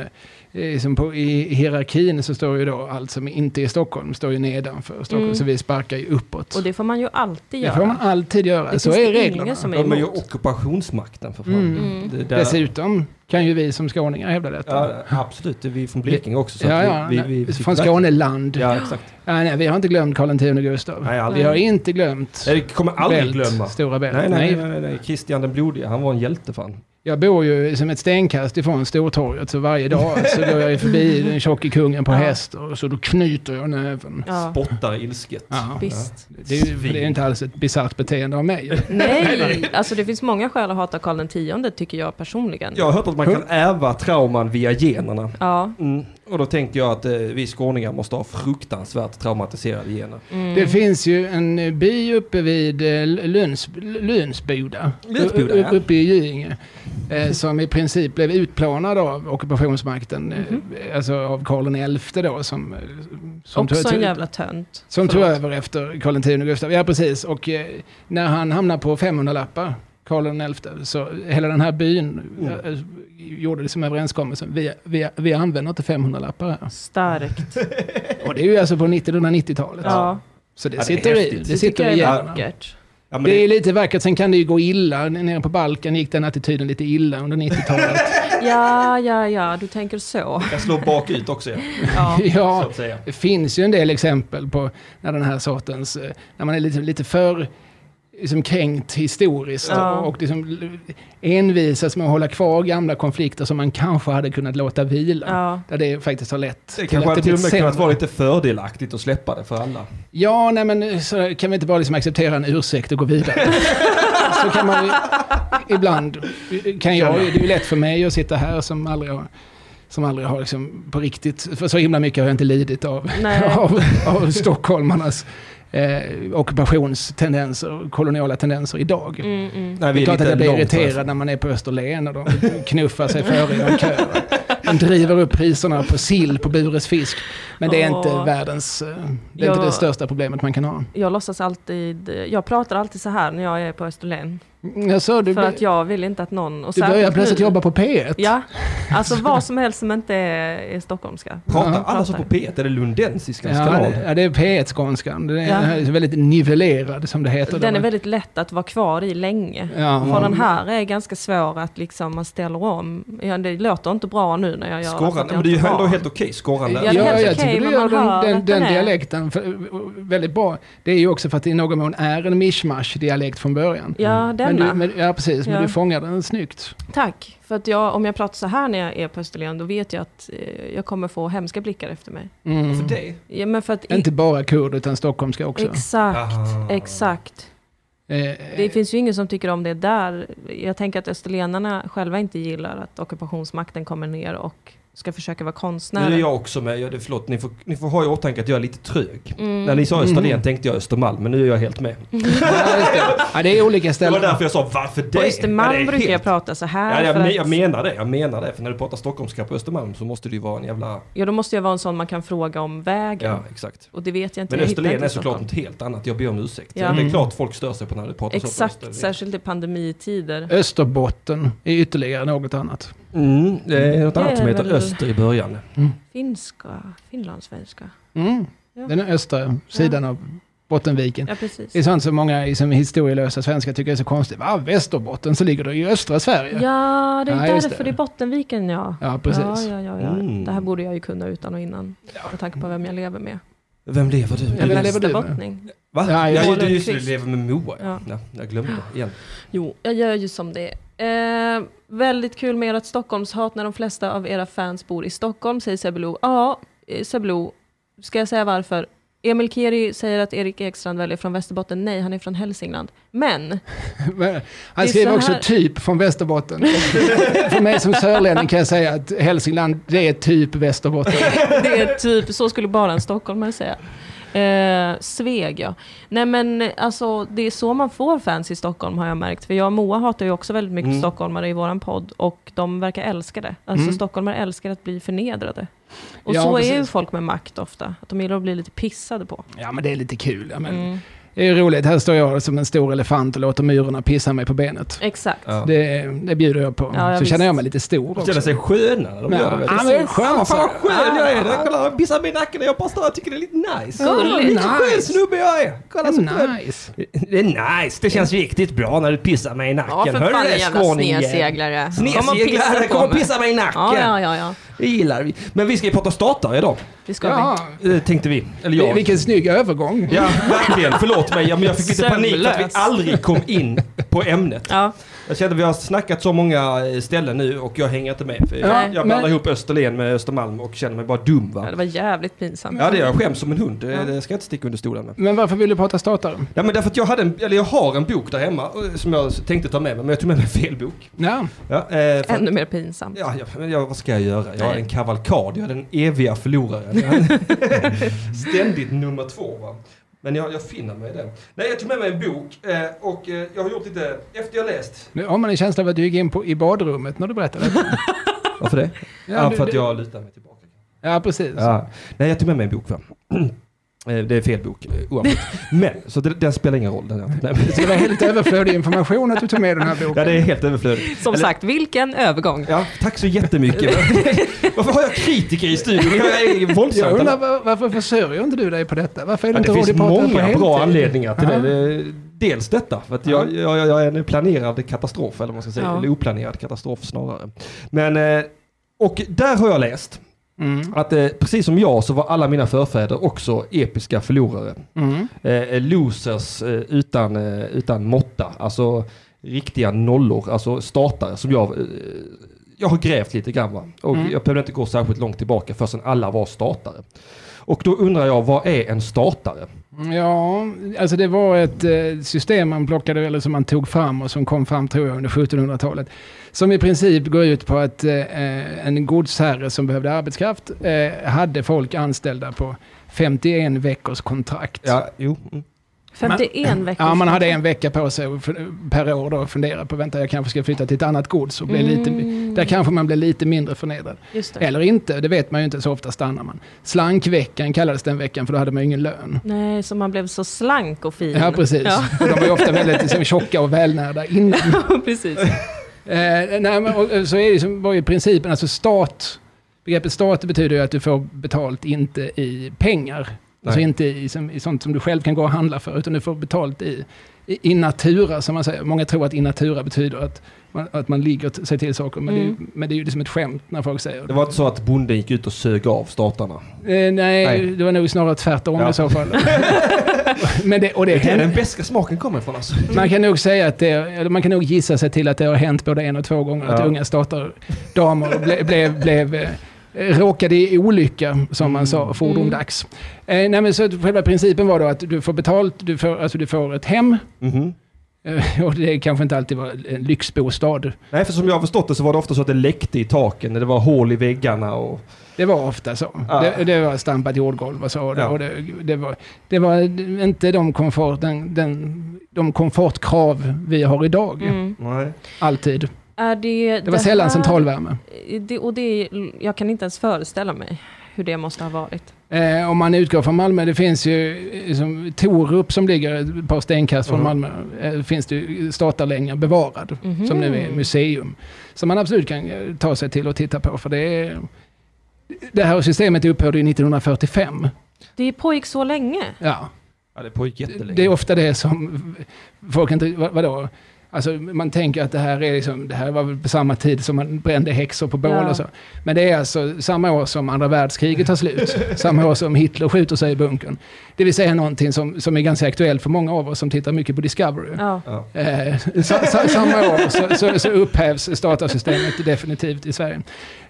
[SPEAKER 4] eh, som på, i hierarkin så står ju då allt som inte är Stockholm står ju nedanför Stockholm.
[SPEAKER 1] Mm.
[SPEAKER 4] Så vi sparkar ju uppåt.
[SPEAKER 1] Och det får man ju alltid
[SPEAKER 4] det
[SPEAKER 1] göra.
[SPEAKER 4] får man alltid göra.
[SPEAKER 1] Det
[SPEAKER 4] så
[SPEAKER 1] finns
[SPEAKER 4] är
[SPEAKER 1] det
[SPEAKER 4] reglerna.
[SPEAKER 1] ingen som är
[SPEAKER 3] De är ju
[SPEAKER 1] emot.
[SPEAKER 3] ockupationsmakten för fan.
[SPEAKER 4] Mm.
[SPEAKER 1] Mm.
[SPEAKER 3] Det, där,
[SPEAKER 4] Dessutom kan ju vi som skåningar hävda detta.
[SPEAKER 3] ja, absolut, vi är från Blekinge också. Så
[SPEAKER 4] Ja,
[SPEAKER 3] att
[SPEAKER 4] ja,
[SPEAKER 3] vi,
[SPEAKER 4] nej,
[SPEAKER 3] vi, vi
[SPEAKER 4] från Skåneland.
[SPEAKER 3] Ja, exakt.
[SPEAKER 4] Nej, nej, vi har inte glömt Karl X Gustav.
[SPEAKER 3] Nej,
[SPEAKER 4] Vi
[SPEAKER 3] aldrig.
[SPEAKER 4] har inte glömt
[SPEAKER 3] Nej, det kommer jag aldrig
[SPEAKER 4] Bält,
[SPEAKER 3] glömma.
[SPEAKER 4] Stora Bält.
[SPEAKER 3] Nej, nej, nej, nej, nej. Kristian den blodige, han var en hjälte fan.
[SPEAKER 4] Jag bor ju som ett stenkast ifrån Stortorget, så varje dag så går jag
[SPEAKER 3] <laughs>
[SPEAKER 4] ju förbi den tjocke kungen på
[SPEAKER 1] Ja.
[SPEAKER 4] häst, och så då knyter jag näven.
[SPEAKER 1] Ja,
[SPEAKER 3] Spottar ilsket.
[SPEAKER 4] Ja.
[SPEAKER 1] visst.
[SPEAKER 4] Det är, ju, för det är ju inte alls ett bisarrt beteende av mig.
[SPEAKER 1] Nej, alltså det finns många skäl att hata Karl X tycker jag personligen.
[SPEAKER 3] Jag har hört att man kan ärva trauman via generna.
[SPEAKER 1] Ja,
[SPEAKER 3] Mm. Och då tänker jag att eh, vi skåningar måste ha fruktansvärt traumatiserade gener.
[SPEAKER 1] mm.
[SPEAKER 4] Det finns ju en eh, by uppe vid eh, Luns, Lunsboda,
[SPEAKER 3] Lunsboda,
[SPEAKER 4] U- u-
[SPEAKER 3] ja.
[SPEAKER 4] uppe i Gyinge,
[SPEAKER 1] Mm.
[SPEAKER 4] eh, som i princip blev utplanad av ockupationsmakten, eh,
[SPEAKER 1] Mhm.
[SPEAKER 4] alltså av Karl XI då, som, eh, som
[SPEAKER 1] Också
[SPEAKER 4] tog-
[SPEAKER 1] en jävla tönt.
[SPEAKER 4] Som tog
[SPEAKER 1] Förlåt.
[SPEAKER 4] över efter Karl X Gustav. Ja, precis. Och eh, när han hamnar på 500-lappar, Karl XI, så hela den här byn
[SPEAKER 1] Mm.
[SPEAKER 4] eh, eh, gjorde det som överenskommelse. Vi, vi, vi använder inte 500-lappar här.
[SPEAKER 1] Starkt.
[SPEAKER 4] Och det är ju alltså på 1990-talet.
[SPEAKER 1] Ja,
[SPEAKER 4] Så det,
[SPEAKER 3] Ja, det är
[SPEAKER 4] sitter, i,
[SPEAKER 3] häftigt.
[SPEAKER 4] det
[SPEAKER 1] det tycker
[SPEAKER 4] sitter i
[SPEAKER 1] jag är
[SPEAKER 4] hjärnan.
[SPEAKER 1] vackert.
[SPEAKER 3] Ja, men
[SPEAKER 4] Det
[SPEAKER 3] det,
[SPEAKER 4] är lite vackert, sen kan det ju gå illa. Nere på Balkan gick den attityden lite illa under 90-talet.
[SPEAKER 1] Ja, ja, ja, du tänker
[SPEAKER 4] <laughs>
[SPEAKER 1] så.
[SPEAKER 3] jag slår bakut också, <laughs> ja,
[SPEAKER 1] Ja.
[SPEAKER 4] ja,
[SPEAKER 3] så att säga.
[SPEAKER 4] Det finns ju en del exempel på när den här sortens, eh, när man är lite, lite för liksom kränkt historiskt
[SPEAKER 1] Ja.
[SPEAKER 4] och liksom l- envisas med att hålla kvar gamla konflikter som man kanske hade kunnat låta vila.
[SPEAKER 1] Ja.
[SPEAKER 4] Där det faktiskt har lett
[SPEAKER 3] Det kanske hade till
[SPEAKER 4] blir
[SPEAKER 3] och med kunnat
[SPEAKER 4] sämre.
[SPEAKER 3] vara lite fördelaktigt att släppa det för alla.
[SPEAKER 4] Ja, nej men så kan vi inte bara liksom acceptera en ursäkt och gå vidare. så kan man ju, ibland, kan jag, det är ju lätt för mig att sitta här som aldrig har, som aldrig har liksom på riktigt, för så himla mycket har jag inte lidit av,
[SPEAKER 1] Nej.
[SPEAKER 4] <laughs> av, av stockholmarnas eh, ockupationstendenser, koloniala tendenser idag.
[SPEAKER 1] Mm, mm.
[SPEAKER 3] Nej,
[SPEAKER 4] Det är klart att jag blir
[SPEAKER 3] långt
[SPEAKER 4] irriterad när man är på Österlen och de knuffar sig före i någon kö. De driver upp priserna på sill på Bures fisk. Men det är inte
[SPEAKER 1] Åh.
[SPEAKER 4] världens, eh, det är inte
[SPEAKER 1] Ja.
[SPEAKER 4] det största problemet man kan ha.
[SPEAKER 1] Jag låtsas alltid, jag pratar alltid så här när jag är på Österlen.
[SPEAKER 4] Jag sa, du,
[SPEAKER 1] För
[SPEAKER 4] bli-
[SPEAKER 1] att jag vill inte att någon... Och
[SPEAKER 4] du börjar
[SPEAKER 1] särskilt
[SPEAKER 4] plötsligt
[SPEAKER 1] nu.
[SPEAKER 4] jobba på P1.
[SPEAKER 1] Ja, alltså vad som helst som inte är, är stockholmska.
[SPEAKER 3] Pratar
[SPEAKER 4] Ja.
[SPEAKER 3] alla så på P1? Är det lundensiskans
[SPEAKER 4] Ja,
[SPEAKER 3] kanal?
[SPEAKER 4] det, ja, det är P1-skånskan. Den
[SPEAKER 1] Ja.
[SPEAKER 4] är väldigt nivellerad som det Mm. heter.
[SPEAKER 1] Den är väldigt lätt att vara kvar i länge.
[SPEAKER 4] Ja.
[SPEAKER 1] För den här är ganska svår att liksom man ställer om. Ja, det låter inte bra nu när jag gör
[SPEAKER 3] Skorran,
[SPEAKER 1] för att
[SPEAKER 3] men
[SPEAKER 1] jag
[SPEAKER 3] det är ju
[SPEAKER 1] inte
[SPEAKER 3] ändå
[SPEAKER 1] har.
[SPEAKER 3] helt okej. Skorran
[SPEAKER 4] Ja,
[SPEAKER 1] Ja, det är
[SPEAKER 3] lär
[SPEAKER 1] helt
[SPEAKER 3] sig.
[SPEAKER 4] jag
[SPEAKER 1] okej,
[SPEAKER 4] tycker du
[SPEAKER 1] men
[SPEAKER 4] gör
[SPEAKER 1] man
[SPEAKER 4] den,
[SPEAKER 1] hör
[SPEAKER 4] den,
[SPEAKER 1] att den
[SPEAKER 4] den
[SPEAKER 1] är-
[SPEAKER 4] dialekten för, väldigt bra. Det är ju också för att det i någon mån är en mishmash-dialekt från början.
[SPEAKER 1] Ja,
[SPEAKER 4] Mm. Men
[SPEAKER 1] denna.
[SPEAKER 4] du, men, ja, precis. Men
[SPEAKER 1] Ja.
[SPEAKER 4] du fångar den snyggt.
[SPEAKER 1] Tack. För att jag, om jag pratar så här när jag är på Österlen, då vet jag att eh, jag kommer få hemska blickar efter mig.
[SPEAKER 4] Mm.
[SPEAKER 3] För dig?
[SPEAKER 1] Ja, men för att... i-
[SPEAKER 4] Inte bara kurd, utan stockholmska också.
[SPEAKER 3] Mm.
[SPEAKER 1] Exakt,
[SPEAKER 3] Aha.
[SPEAKER 1] exakt.
[SPEAKER 4] Eh,
[SPEAKER 1] Det finns ju ingen som tycker om det där. Jag tänker att österlenarna själva inte gillar att ockupationsmakten kommer ner och ska försöka vara
[SPEAKER 3] Nu är
[SPEAKER 1] konstnärer.
[SPEAKER 3] jag också med, ja, det, förlåt, ni får, ni får ha i åtanke att jag är lite trög.
[SPEAKER 1] Mm.
[SPEAKER 3] När ni sa
[SPEAKER 4] Mm.
[SPEAKER 3] Österlen tänkte jag Östermalm, men nu är jag helt med.
[SPEAKER 4] Ja, just det. ja, det är olika
[SPEAKER 3] Det var
[SPEAKER 4] ställen.
[SPEAKER 3] därför jag sa varför det?
[SPEAKER 1] På
[SPEAKER 3] Ja, det
[SPEAKER 1] Östermalm
[SPEAKER 3] är
[SPEAKER 1] brukar jag
[SPEAKER 3] helt-
[SPEAKER 1] prata så här.
[SPEAKER 3] Ja, jag,
[SPEAKER 1] för
[SPEAKER 3] men,
[SPEAKER 1] att-
[SPEAKER 3] jag menar det, jag menar det. För när du pratar stockholmska på Östermalm så måste det ju vara en jävla...
[SPEAKER 1] ja, då måste jag vara en sån man kan fråga om vägen.
[SPEAKER 3] Ja, exakt.
[SPEAKER 1] Och det vet jag inte.
[SPEAKER 3] Men
[SPEAKER 1] jag hittar
[SPEAKER 3] Österlen
[SPEAKER 1] inte
[SPEAKER 3] är
[SPEAKER 1] i Stockholm.
[SPEAKER 3] såklart något helt annat, jag ber om ursäkt.
[SPEAKER 1] Ja.
[SPEAKER 3] Det är
[SPEAKER 4] Mm.
[SPEAKER 3] klart folk stör sig på när det pratas om
[SPEAKER 1] Exakt,
[SPEAKER 3] Österlen.
[SPEAKER 1] särskilt i pandemitider.
[SPEAKER 4] Österbotten är ytterligare något annat.
[SPEAKER 3] Mm, det är något annat som
[SPEAKER 1] Det är
[SPEAKER 3] heter
[SPEAKER 1] väl-
[SPEAKER 3] Öster i början.
[SPEAKER 1] Finska, finlandssvenska.
[SPEAKER 4] Mm.
[SPEAKER 1] Ja.
[SPEAKER 4] Den östra sidan av Bottenviken.
[SPEAKER 1] Ja, precis.
[SPEAKER 4] Det är sånt som många som är historielösa svenskar tycker är så konstigt. Va, Västerbotten så ligger det i östra Sverige.
[SPEAKER 1] Ja, det är
[SPEAKER 4] Ja, just
[SPEAKER 1] därför det.
[SPEAKER 4] det.
[SPEAKER 1] är Bottenviken ja.
[SPEAKER 4] Ja, precis.
[SPEAKER 1] Ja, ja, ja, ja.
[SPEAKER 3] Mm.
[SPEAKER 1] Det här borde jag ju kunna utan och innan. Med tanke på vem jag lever med.
[SPEAKER 3] Vem lever du
[SPEAKER 4] Ja,
[SPEAKER 3] med?
[SPEAKER 4] vem
[SPEAKER 1] Jag är
[SPEAKER 4] lever du med?
[SPEAKER 1] västerbottning.
[SPEAKER 3] Va? Ja,
[SPEAKER 4] Ja, jag-
[SPEAKER 3] ju- just det, du
[SPEAKER 1] Lundqvist.
[SPEAKER 3] lever med Moa. Ja.
[SPEAKER 1] Ja.
[SPEAKER 3] Ja, jag glömde det igen.
[SPEAKER 1] Jo, jag gör ju som det är. Eh, väldigt kul med ert Stockholmshat när de flesta av era fans bor i Stockholm, säger Sebelo. Ja, eh, Sebelo, ska jag säga varför? Emil Keri säger att Erik Ekstrand väljer från Västerbotten. Nej, han är från Hälsingland. Men,
[SPEAKER 4] <laughs> Men
[SPEAKER 1] Det är
[SPEAKER 4] Han skriver
[SPEAKER 1] så
[SPEAKER 4] också
[SPEAKER 1] här-
[SPEAKER 4] typ från Västerbotten. Och För mig som sörlänning kan jag säga att Hälsingland, det är typ Västerbotten.
[SPEAKER 1] Det är typ, så skulle bara en stockholmare säga. Eh, Sveg ja. Nej men alltså det är så man får fans i Stockholm har jag märkt. För jag och Moa hatar ju också väldigt mycket
[SPEAKER 3] Mm.
[SPEAKER 1] stockholmare i våran podd. Och de verkar älska det. Alltså
[SPEAKER 4] Mm.
[SPEAKER 1] stockholmare älskar att bli förnedrade. Och
[SPEAKER 4] Ja,
[SPEAKER 1] så är ju
[SPEAKER 4] precis.
[SPEAKER 1] folk med makt ofta. Att de gillar att bli lite pissade på.
[SPEAKER 4] Ja, men det är lite kul. Ja, men
[SPEAKER 1] Mm.
[SPEAKER 4] Det är ju roligt. Här står jag som en stor elefant och låter myrorna pissa mig på benet.
[SPEAKER 1] Exakt.
[SPEAKER 3] Ja.
[SPEAKER 4] Det, det bjuder jag på.
[SPEAKER 1] Ja, ja,
[SPEAKER 4] så
[SPEAKER 1] visst.
[SPEAKER 4] känner jag mig lite stor
[SPEAKER 3] De
[SPEAKER 4] också.
[SPEAKER 3] känner sig sköna när de
[SPEAKER 4] Ja,
[SPEAKER 3] gör det. väl?
[SPEAKER 4] ja, men det är skönt.
[SPEAKER 3] Fan vad skön jag är! Jag Kolla, han pissar mig i nacken när jag bara står och tycker det är lite nice.
[SPEAKER 1] Gulligt.
[SPEAKER 3] Kolla, Vilken skön
[SPEAKER 4] Nice.
[SPEAKER 3] snubbe jag är! Kolla så skön!
[SPEAKER 4] Nice.
[SPEAKER 3] Det är nice, det känns riktigt bra när du pissar mig i nacken. Hör du det, skåningen?
[SPEAKER 1] Kom och pissa
[SPEAKER 3] Sneseglare,
[SPEAKER 1] på
[SPEAKER 3] kom och
[SPEAKER 1] mig.
[SPEAKER 3] pissa mig i nacken!
[SPEAKER 1] Ja, ja, ja, ja.
[SPEAKER 3] Det gillar vi. Men vi ska ju prata statare idag,
[SPEAKER 1] Det ska vi.
[SPEAKER 4] Ja,
[SPEAKER 3] eh, tänkte vi. Eller
[SPEAKER 4] vil-
[SPEAKER 3] jag.
[SPEAKER 4] vilken snygg övergång.
[SPEAKER 3] Ja, verkligen. Förlåt mig, ja, men jag fick lite panik för att vi
[SPEAKER 1] Sömnlös.
[SPEAKER 3] aldrig kom in på ämnet.
[SPEAKER 1] Ja.
[SPEAKER 3] Jag kände vi har snackat så många eh, ställen nu och jag hänger inte med. För
[SPEAKER 1] Nej,
[SPEAKER 3] jag jag
[SPEAKER 4] men-
[SPEAKER 3] blandar ihop Österlen med Östermalm och känner mig bara dum va.
[SPEAKER 1] ja, det var jävligt pinsamt.
[SPEAKER 3] Ja det är jag, skäms som en hund. Det,
[SPEAKER 1] Ja.
[SPEAKER 3] det ska jag inte sticka under stolen med.
[SPEAKER 4] Men varför vill du prata statare?
[SPEAKER 3] Ja men därför att jag hade en, eller jag har en bok där hemma eh, som jag tänkte ta med mig men jag tog med mig <laughs> fel bok.
[SPEAKER 4] Ja.
[SPEAKER 3] Ja, eh, för,
[SPEAKER 1] Ännu mer pinsamt.
[SPEAKER 3] ja, ja, men jag, vad ska jag göra? Jag är
[SPEAKER 1] Nej.
[SPEAKER 3] en kavalkad, jag är den
[SPEAKER 1] <laughs>
[SPEAKER 3] eviga förloraren. Jag är Ständigt nummer två va. Men jag, jag finner mig i den. Nej jag tog med mig en bok eh, och eh, jag har gjort lite, efter jag läst.
[SPEAKER 4] Nu har man en känsla av att du gick in på, i badrummet när du berättade.
[SPEAKER 3] Varför det? <laughs> Ja,
[SPEAKER 4] du-
[SPEAKER 3] för att
[SPEAKER 4] du-
[SPEAKER 3] jag lutar mig tillbaka.
[SPEAKER 4] ja precis.
[SPEAKER 3] Ja. Nej, jag tog med mig en bok. Va? <clears throat> Eh, Det är fel bok, eh,
[SPEAKER 1] <laughs>
[SPEAKER 3] oavsett. Men, så det, den spelar ingen roll. Den jag, nej, men-
[SPEAKER 4] Så det var helt överflödig information att du tog med den här
[SPEAKER 3] ja,
[SPEAKER 4] boken.
[SPEAKER 3] det är helt överflödigt.
[SPEAKER 1] Som
[SPEAKER 3] Eller-
[SPEAKER 1] sagt, vilken övergång.
[SPEAKER 3] Ja, tack så <laughs> jättemycket. Varför har jag kritiker i studion? Jag <laughs> är våldsam.
[SPEAKER 4] Jag undrar var- varför försörjer inte du dig på detta? Varför är du
[SPEAKER 3] Ja,
[SPEAKER 4] inte
[SPEAKER 3] det finns
[SPEAKER 4] radiopartner på
[SPEAKER 3] många
[SPEAKER 4] heltid?
[SPEAKER 3] bra anledningar till
[SPEAKER 4] Ja.
[SPEAKER 3] det. det. är Dels detta, för att jag, jag, jag är en planerad katastrof, eller vad man ska säga.
[SPEAKER 1] Ja.
[SPEAKER 3] Eller oplanerad katastrof snarare. Men, eh, och där har jag läst
[SPEAKER 4] Mm.
[SPEAKER 3] att eh, precis som jag så var alla mina förfäder också episka förlorare.
[SPEAKER 4] Mm.
[SPEAKER 3] eh, losers eh, utan, eh, utan måtta. Alltså riktiga nollor, alltså startare som jag... Eh, jag har grävt lite grann va? och
[SPEAKER 4] Mm.
[SPEAKER 3] jag behöver inte gå särskilt långt tillbaka förrän alla var startare. Och då undrar jag, vad är en startare?
[SPEAKER 4] Ja, alltså det var ett eh, system man plockade, eller som man tog fram och som kom fram tror jag under 1700-talet. Som i princip går ut på att eh, en godsherre som behövde arbetskraft eh, hade folk anställda på 51 veckors kontrakt.
[SPEAKER 3] Ja, jo. Mm.
[SPEAKER 1] 51 veckor.
[SPEAKER 4] Ja, man hade en vecka på sig för- per år då att fundera på, vänta jag kanske ska flytta till ett annat gods och bli lite,
[SPEAKER 1] Mm.
[SPEAKER 4] där kanske man blir lite mindre förnedrad.
[SPEAKER 1] Just det.
[SPEAKER 4] Eller inte, det vet man ju inte, så ofta stannar man. Slankveckan kallades den veckan för då hade man ju ingen lön.
[SPEAKER 1] Nej, så man blev så slank och fin.
[SPEAKER 4] Ja, precis.
[SPEAKER 1] Ja, <laughs>
[SPEAKER 4] Och de var ju ofta väldigt liksom, tjocka och välnärda innan.
[SPEAKER 1] precis.
[SPEAKER 4] Eh, nej, men, och, eh, så är det, som- var ju principen, alltså stat, begreppet stat betyder ju att du får betalt inte i pengar, alltså
[SPEAKER 3] Nej.
[SPEAKER 4] inte i, som, i sånt som du själv kan gå och handla för, utan du får betalt i, i in natura, som man säger. Många tror att in natura betyder att man, att man ligger t- sig till saker, men, det, är ju-
[SPEAKER 1] Mm.
[SPEAKER 4] men det är ju liksom ett skämt när folk säger
[SPEAKER 3] Det var inte så att bonden gick ut och sög av startarna.
[SPEAKER 4] Eh, nej,
[SPEAKER 3] Nej.
[SPEAKER 4] det var nog snarare tvärtom
[SPEAKER 3] Ja.
[SPEAKER 4] i
[SPEAKER 3] <laughs>
[SPEAKER 4] så fall. men det, och det
[SPEAKER 3] Det är
[SPEAKER 4] kan,
[SPEAKER 3] den bästa smaken kommer ifrån alltså.
[SPEAKER 4] man kan nog säga att det, eller man kan nog gissa sig till att det har hänt både en och två gånger
[SPEAKER 3] Ja.
[SPEAKER 4] att unga statardamer blev, blev, blev eh, råkade i olycka, som man sa, fordomdags. Eh, nej, men så att själva principen var då att du får betalt, du får, alltså du får ett hem,
[SPEAKER 3] Mhm.
[SPEAKER 4] eh, Eh, Och det kanske inte alltid var en lyxbostad.
[SPEAKER 2] Nej, för som jag har förstått det så var det ofta så att det läckte i taken, det var hål i väggarna och...
[SPEAKER 4] Det var ofta så.
[SPEAKER 2] Ja.
[SPEAKER 4] Det, det var stampat jordgolv och så. Och det-
[SPEAKER 2] Ja.
[SPEAKER 4] Och det, det, var, det var inte de, komfort, den, den, de komfortkrav vi har idag.
[SPEAKER 1] Mm.
[SPEAKER 2] Nej.
[SPEAKER 4] Alltid.
[SPEAKER 1] Är det,
[SPEAKER 4] Det var sällan
[SPEAKER 1] här-
[SPEAKER 4] centralvärme.
[SPEAKER 1] Det, och det, är- jag kan inte ens föreställa mig hur det måste ha varit.
[SPEAKER 4] Eh, om man utgår från Malmö, det finns ju eh, som Torup som ligger ett par stenkast från
[SPEAKER 2] Mhm.
[SPEAKER 4] Malmö. Eh, finns det ju statarlänga bevarad,
[SPEAKER 1] Mhm.
[SPEAKER 4] som nu är museum. Som man absolut kan eh, ta sig till och titta på. För det, är, det här systemet upphörde ju 1945.
[SPEAKER 1] Det pågick så länge.
[SPEAKER 4] Ja.
[SPEAKER 2] Ja, det pågick jättelänge.
[SPEAKER 4] Det är ofta det som folk inte, vad- vadå? Alltså man tänker att det här är liksom, det här var väl på samma tid som man brände häxor på bål
[SPEAKER 1] Ja.
[SPEAKER 4] och så. Men det är alltså samma år som andra världskriget tar slut. samma år som Hitler skjuter sig i bunkern. Det vill säga någonting som, som är ganska aktuellt för många av oss som tittar mycket på Discovery.
[SPEAKER 1] Ja.
[SPEAKER 2] Ja.
[SPEAKER 4] Eh, sa, sa, samma år så, så, så upphävs statarsystemet definitivt i Sverige.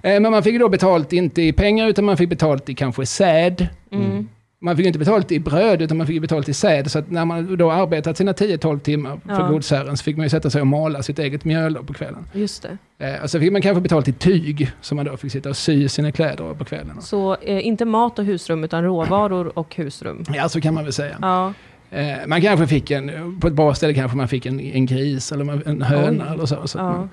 [SPEAKER 4] Eh, men man fick ju då betalt inte i pengar utan man fick betalt i kanske säd.
[SPEAKER 1] Mm.
[SPEAKER 4] Man fick ju inte betalt i bröd utan man fick ju betalt i säd. Så att när man då arbetat sina 10-12 timmar för
[SPEAKER 1] Ja.
[SPEAKER 4] godsherren så fick man ju sätta sig och mala sitt eget mjöl då på kvällen.
[SPEAKER 1] Just det.
[SPEAKER 4] Eh, och så fick man kanske betalt i tyg som man då fick sitta och sy sina kläder av på kvällen.
[SPEAKER 1] Så eh, inte mat och husrum, utan råvaror och husrum.
[SPEAKER 4] Ja, så kan man väl säga.
[SPEAKER 1] Ja.
[SPEAKER 4] Eh, man kanske fick en, på ett bra ställe kanske man fick en, en gris eller man- en höna
[SPEAKER 1] Oj.
[SPEAKER 4] eller så. så mm. att
[SPEAKER 1] Ja.
[SPEAKER 4] man,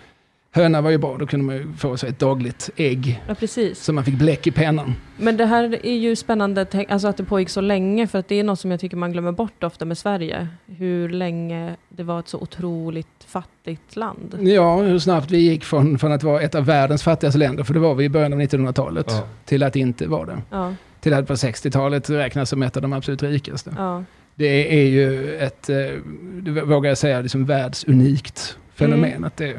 [SPEAKER 4] höna var ju bra, då kunde man ju få sig ett dagligt ägg.
[SPEAKER 1] ja, precis.
[SPEAKER 4] Så man fick bläck i pennan.
[SPEAKER 1] Men det här är ju spännande, tänk- alltså att det pågick så länge, för att det är något som jag tycker man glömmer bort ofta med Sverige. Hur länge det var ett så otroligt fattigt land.
[SPEAKER 4] Ja, hur snabbt vi gick från, från att vara ett av världens fattigaste länder, för det var vi i början av 1900-talet,
[SPEAKER 2] Ja.
[SPEAKER 4] till att inte vara det.
[SPEAKER 1] Ja,
[SPEAKER 4] till att på 60-talet räknas som ett av de absolut rikaste.
[SPEAKER 1] ja.
[SPEAKER 4] Det är ju ett, eh, det vågar jag säga, liksom världsunikt fenomen.
[SPEAKER 1] Mm.
[SPEAKER 4] Att, det,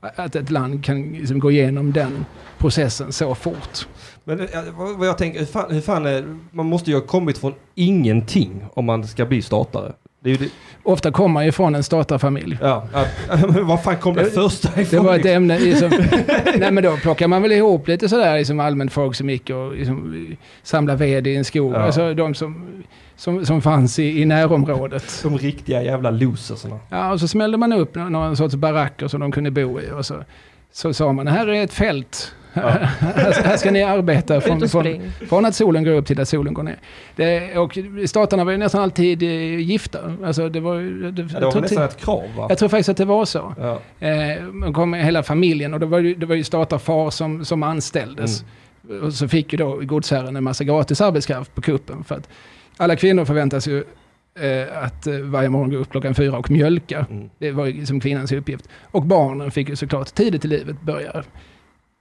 [SPEAKER 4] att ett land kan liksom gå igenom den processen så fort.
[SPEAKER 2] Men eh, vad vad jag tänker, hur fan, hur fan är, man måste ju ha kommit från ingenting om man ska bli statare. Det är ju det,
[SPEAKER 4] Ofta kommer man ju från en statarfamilj.
[SPEAKER 2] ja, <laughs> att, men vad fan kom det första
[SPEAKER 4] Det
[SPEAKER 2] ifrån?
[SPEAKER 4] var ett
[SPEAKER 2] liksom?
[SPEAKER 1] <laughs>
[SPEAKER 4] ämne, liksom, nej men då plockar man väl ihop lite sådär, liksom allmänt folk som gick och liksom, samlade ved i en skog.
[SPEAKER 2] Ja.
[SPEAKER 4] Alltså de som, som, som fanns i, i närområdet.
[SPEAKER 2] De riktiga jävla losersarna.
[SPEAKER 4] Ja, och så smällde man upp nå- någon sorts baracker som de kunde bo i. Och så, så sa man, här är ett fält. här, <laughs> här ska
[SPEAKER 2] <laughs>
[SPEAKER 4] ni arbeta
[SPEAKER 1] Ut
[SPEAKER 4] från,
[SPEAKER 1] och
[SPEAKER 4] från,
[SPEAKER 1] spring.
[SPEAKER 4] från att solen går upp till att solen går ner. Det, och staterna var ju nästan alltid eh, gifta. Alltså, det var, ju- det,
[SPEAKER 2] Ja, det var
[SPEAKER 4] jag,
[SPEAKER 2] väl
[SPEAKER 4] tror
[SPEAKER 2] nästan
[SPEAKER 4] till,
[SPEAKER 2] ett krav va?
[SPEAKER 4] jag tror faktiskt att det var så.
[SPEAKER 2] Ja.
[SPEAKER 4] Eh, man kom med hela familjen och det var ju, det var ju statarfar som, som anställdes.
[SPEAKER 2] Mm.
[SPEAKER 4] Och så fick ju då godsherren en massa gratis arbetskraft på kuppen. För att alla kvinnor förväntas ju eh, att eh, varje morgon gå upp klockan fyra och mjölka.
[SPEAKER 2] Mm.
[SPEAKER 4] Det var ju som kvinnans uppgift. Och barnen fick ju såklart tidigt i livet börja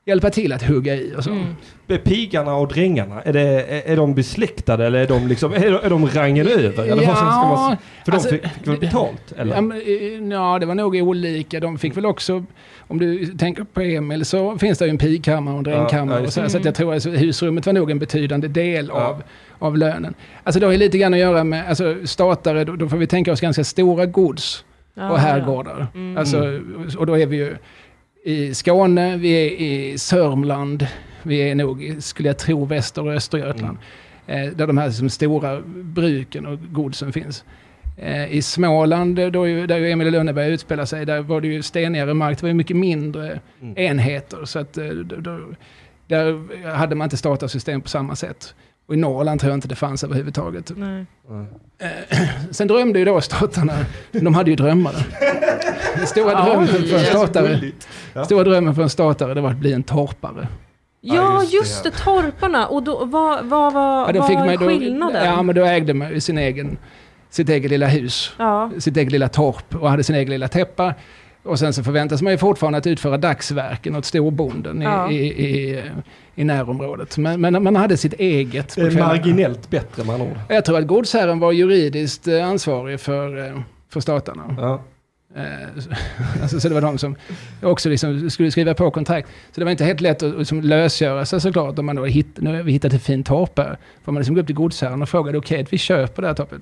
[SPEAKER 4] hjälpa till att hugga i alltså, och så.
[SPEAKER 1] Mm.
[SPEAKER 2] Be- Pigarna och drängarna, är, det, är, är de besläktade eller är de, liksom, är, de- är de rangen över? Eller vad ska ska man,
[SPEAKER 4] Ja,
[SPEAKER 2] för de
[SPEAKER 4] alltså,
[SPEAKER 2] fick, fick väl betalt? Eller?
[SPEAKER 4] ja, men, eh, ja, det var nog olika. De fick väl också, om du tänker på Emil, så finns det ju en pigkammare och en
[SPEAKER 2] Ja,
[SPEAKER 4] drängkammare.
[SPEAKER 2] ja,
[SPEAKER 4] och så,
[SPEAKER 1] just det.
[SPEAKER 4] så att jag tror att husrummet var nog en betydande del
[SPEAKER 2] Ja.
[SPEAKER 4] av, av lönen. Alltså det har ju lite grann att göra med, alltså statare, då, då får vi tänka oss ganska stora gods
[SPEAKER 1] Ja,
[SPEAKER 4] och
[SPEAKER 1] ja.
[SPEAKER 4] herrgårdar.
[SPEAKER 1] Mm.
[SPEAKER 4] Alltså, och då är vi ju i Skåne, vi är i Sörmland, vi är nog, i, skulle jag tro, Väster och Östergötland. Eh, där de här liksom, stora bruken och godsen finns. Eh, I Småland, då ju, där ju Emil i Lönneberga utspelar sig, där var det ju stenigare mark, det var ju mycket mindre
[SPEAKER 2] Mm.
[SPEAKER 4] enheter. Så att, eh, då, då, där hade man inte statarsystem på samma sätt. Och i Norrland tror jag inte det fanns överhuvudtaget.
[SPEAKER 1] Nej.
[SPEAKER 2] Nej.
[SPEAKER 4] Eh, <clears throat> Sen drömde ju då statarna, de hade ju drömmar. Den stora,
[SPEAKER 1] Ja,
[SPEAKER 4] drömmen för en
[SPEAKER 1] det är så
[SPEAKER 4] statare,
[SPEAKER 2] gulligt.
[SPEAKER 4] stora drömmen för en statare det var att bli en torpare.
[SPEAKER 1] Ja,
[SPEAKER 2] just det,
[SPEAKER 1] just det, torparna. Och då, vad, vad var,
[SPEAKER 4] då
[SPEAKER 1] vad
[SPEAKER 4] fick man
[SPEAKER 1] är
[SPEAKER 4] ju då-
[SPEAKER 1] skillnaden?
[SPEAKER 4] Ja, men då ägde man ju sin egen, sitt eget lilla hus,
[SPEAKER 1] Ja.
[SPEAKER 4] sitt eget lilla torp och hade sin egen lilla täppa. Och sen så förväntas man ju fortfarande att utföra dagsverken åt storbonden i,
[SPEAKER 1] Ja.
[SPEAKER 4] i, i, i närområdet. Men, men man hade sitt eget. på
[SPEAKER 2] Det är
[SPEAKER 4] kvällarna.
[SPEAKER 2] marginellt bättre med andra ord.
[SPEAKER 4] Jag tror att godsherren var juridiskt eh, ansvarig för, eh, för statarna.
[SPEAKER 2] Ja.
[SPEAKER 4] Eh, <laughs> så- alltså, så det var de som också liksom skulle skriva på kontrakt. Så det var inte helt lätt att liksom lösgöra sig såklart. Om man då hitt, nu har vi hittat ett fint torp här. Får man liksom gå upp till godsherren och fråga, "Är det okej att vi köper det här torpet?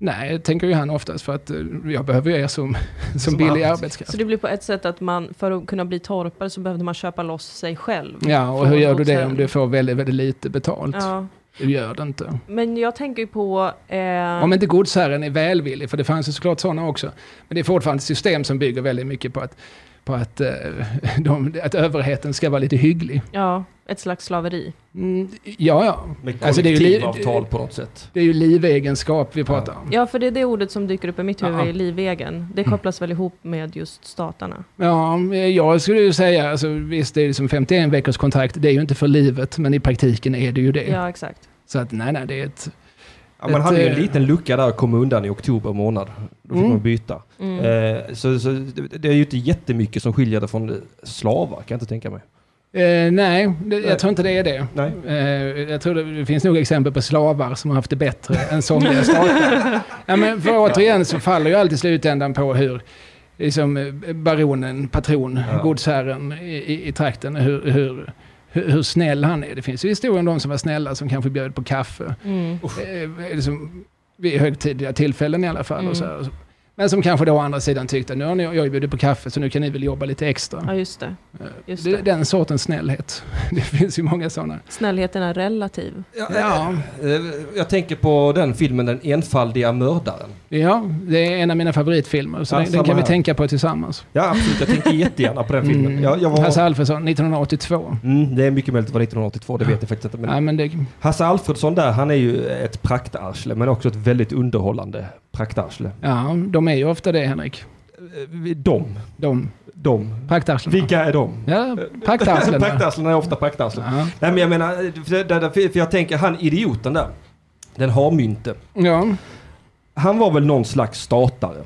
[SPEAKER 4] Nej, tänker ju han oftast, för att eh, jag behöver ju er som, <laughs> som,
[SPEAKER 2] Som
[SPEAKER 4] billig
[SPEAKER 2] arbets-
[SPEAKER 4] arbetskraft.
[SPEAKER 1] Så det blir på ett sätt att man, för att kunna bli torpare så behövde man köpa loss sig själv.
[SPEAKER 4] Ja, och
[SPEAKER 1] Från
[SPEAKER 4] hur gör du det
[SPEAKER 1] godsherren.
[SPEAKER 4] om du får väldigt, väldigt lite betalt?
[SPEAKER 1] Ja.
[SPEAKER 4] Du gör det inte.
[SPEAKER 1] Men jag tänker ju på... Eh,
[SPEAKER 4] Om inte godsherren är välvillig, för det fanns ju såklart sådana också. Men det är fortfarande ett system som bygger väldigt mycket på att, på att, eh, <laughs> de, att överheten ska vara lite hygglig.
[SPEAKER 1] Ja, ett slags slaveri.
[SPEAKER 4] Mm, ja, ja.
[SPEAKER 3] Med
[SPEAKER 4] Alltså, det är ju li-
[SPEAKER 3] kollektivavtal på något sätt.
[SPEAKER 4] Det är ju livegenskap vi pratar om.
[SPEAKER 1] Ja, för det är det ordet som dyker upp i mitt huvud,
[SPEAKER 4] Ja.
[SPEAKER 1] i livegen. Det kopplas väl ihop med just statarna.
[SPEAKER 4] Ja, eh, jag skulle ju säga, alltså, visst det är ju som 51 veckors kontrakt, det är ju inte för livet, men i praktiken är det ju det.
[SPEAKER 1] Ja, exakt.
[SPEAKER 4] Så att nej, nej, det är ett...
[SPEAKER 3] Ja, man
[SPEAKER 4] Ett,
[SPEAKER 3] hade ju en
[SPEAKER 4] eh,
[SPEAKER 3] liten lucka där och kom undan i oktober månad. Då fick
[SPEAKER 4] Mm.
[SPEAKER 3] man byta.
[SPEAKER 1] Mm.
[SPEAKER 3] Eh, så, så det det är ju inte jättemycket som skiljer det från slavar, kan jag inte tänka mig.
[SPEAKER 4] Eh, nej, det, jag tror inte det är det.
[SPEAKER 3] Nej.
[SPEAKER 4] Eh, jag tror det, det finns nog exempel på slavar som har haft det bättre än somliga stater. ja, men för återigen så faller ju alltid i slutändan på hur liksom, eh, baronen, patron,
[SPEAKER 3] Ja.
[SPEAKER 4] godsherren i, i, i trakten, hur, hur, hur, hur snäll han är. Det finns ju historier om de som var snälla som kanske bjöd på kaffe.
[SPEAKER 1] Mm.
[SPEAKER 4] eh, liksom, vid högtidliga tillfällen i alla fall.
[SPEAKER 1] Mm.
[SPEAKER 4] Och så här. Men som kanske då å andra sidan tyckte, nu har ni, jag bjudit på kaffe så nu kan ni väl jobba lite extra.
[SPEAKER 1] Ja, just det. Just
[SPEAKER 4] det,
[SPEAKER 1] det.
[SPEAKER 4] är Den sortens snällhet. <laughs> Det finns ju många sådana.
[SPEAKER 1] Snällheten är relativ.
[SPEAKER 3] Ja,
[SPEAKER 4] Ja,
[SPEAKER 3] eh, Jag tänker på den filmen Den enfaldiga mördaren.
[SPEAKER 4] ja, det är en av mina favoritfilmer. Så
[SPEAKER 3] Ja,
[SPEAKER 4] den, den
[SPEAKER 3] samma
[SPEAKER 4] kan vi
[SPEAKER 3] här.
[SPEAKER 4] tänka på tillsammans.
[SPEAKER 3] Ja, absolut. Jag tänker jättegärna på den filmen.
[SPEAKER 4] Mm.
[SPEAKER 3] Jag, jag var...
[SPEAKER 4] Hasse Alfredson, 1982.
[SPEAKER 3] Mm, det är mycket möjligt att det var 1982, det vet jag faktiskt inte. Men
[SPEAKER 4] Ja, men det,
[SPEAKER 3] Hasse Alfredsson där, han är ju ett praktarsle, men också ett väldigt underhållande praktarsle.
[SPEAKER 4] ja, de är ju ofta det, Henrik.
[SPEAKER 3] Eh, De,
[SPEAKER 4] De
[SPEAKER 3] de.
[SPEAKER 4] praktarslena.
[SPEAKER 3] Vilka är de?
[SPEAKER 4] Ja,
[SPEAKER 3] <laughs>
[SPEAKER 4] praktarslena.
[SPEAKER 3] Praktarslena är ofta praktarslen.
[SPEAKER 4] Ja.
[SPEAKER 3] Nej men jag menar, för, det- det- för jag tänker han idioten där, den har mynte.
[SPEAKER 4] ja.
[SPEAKER 3] Han var väl någon slags statare?
[SPEAKER 4] Eh.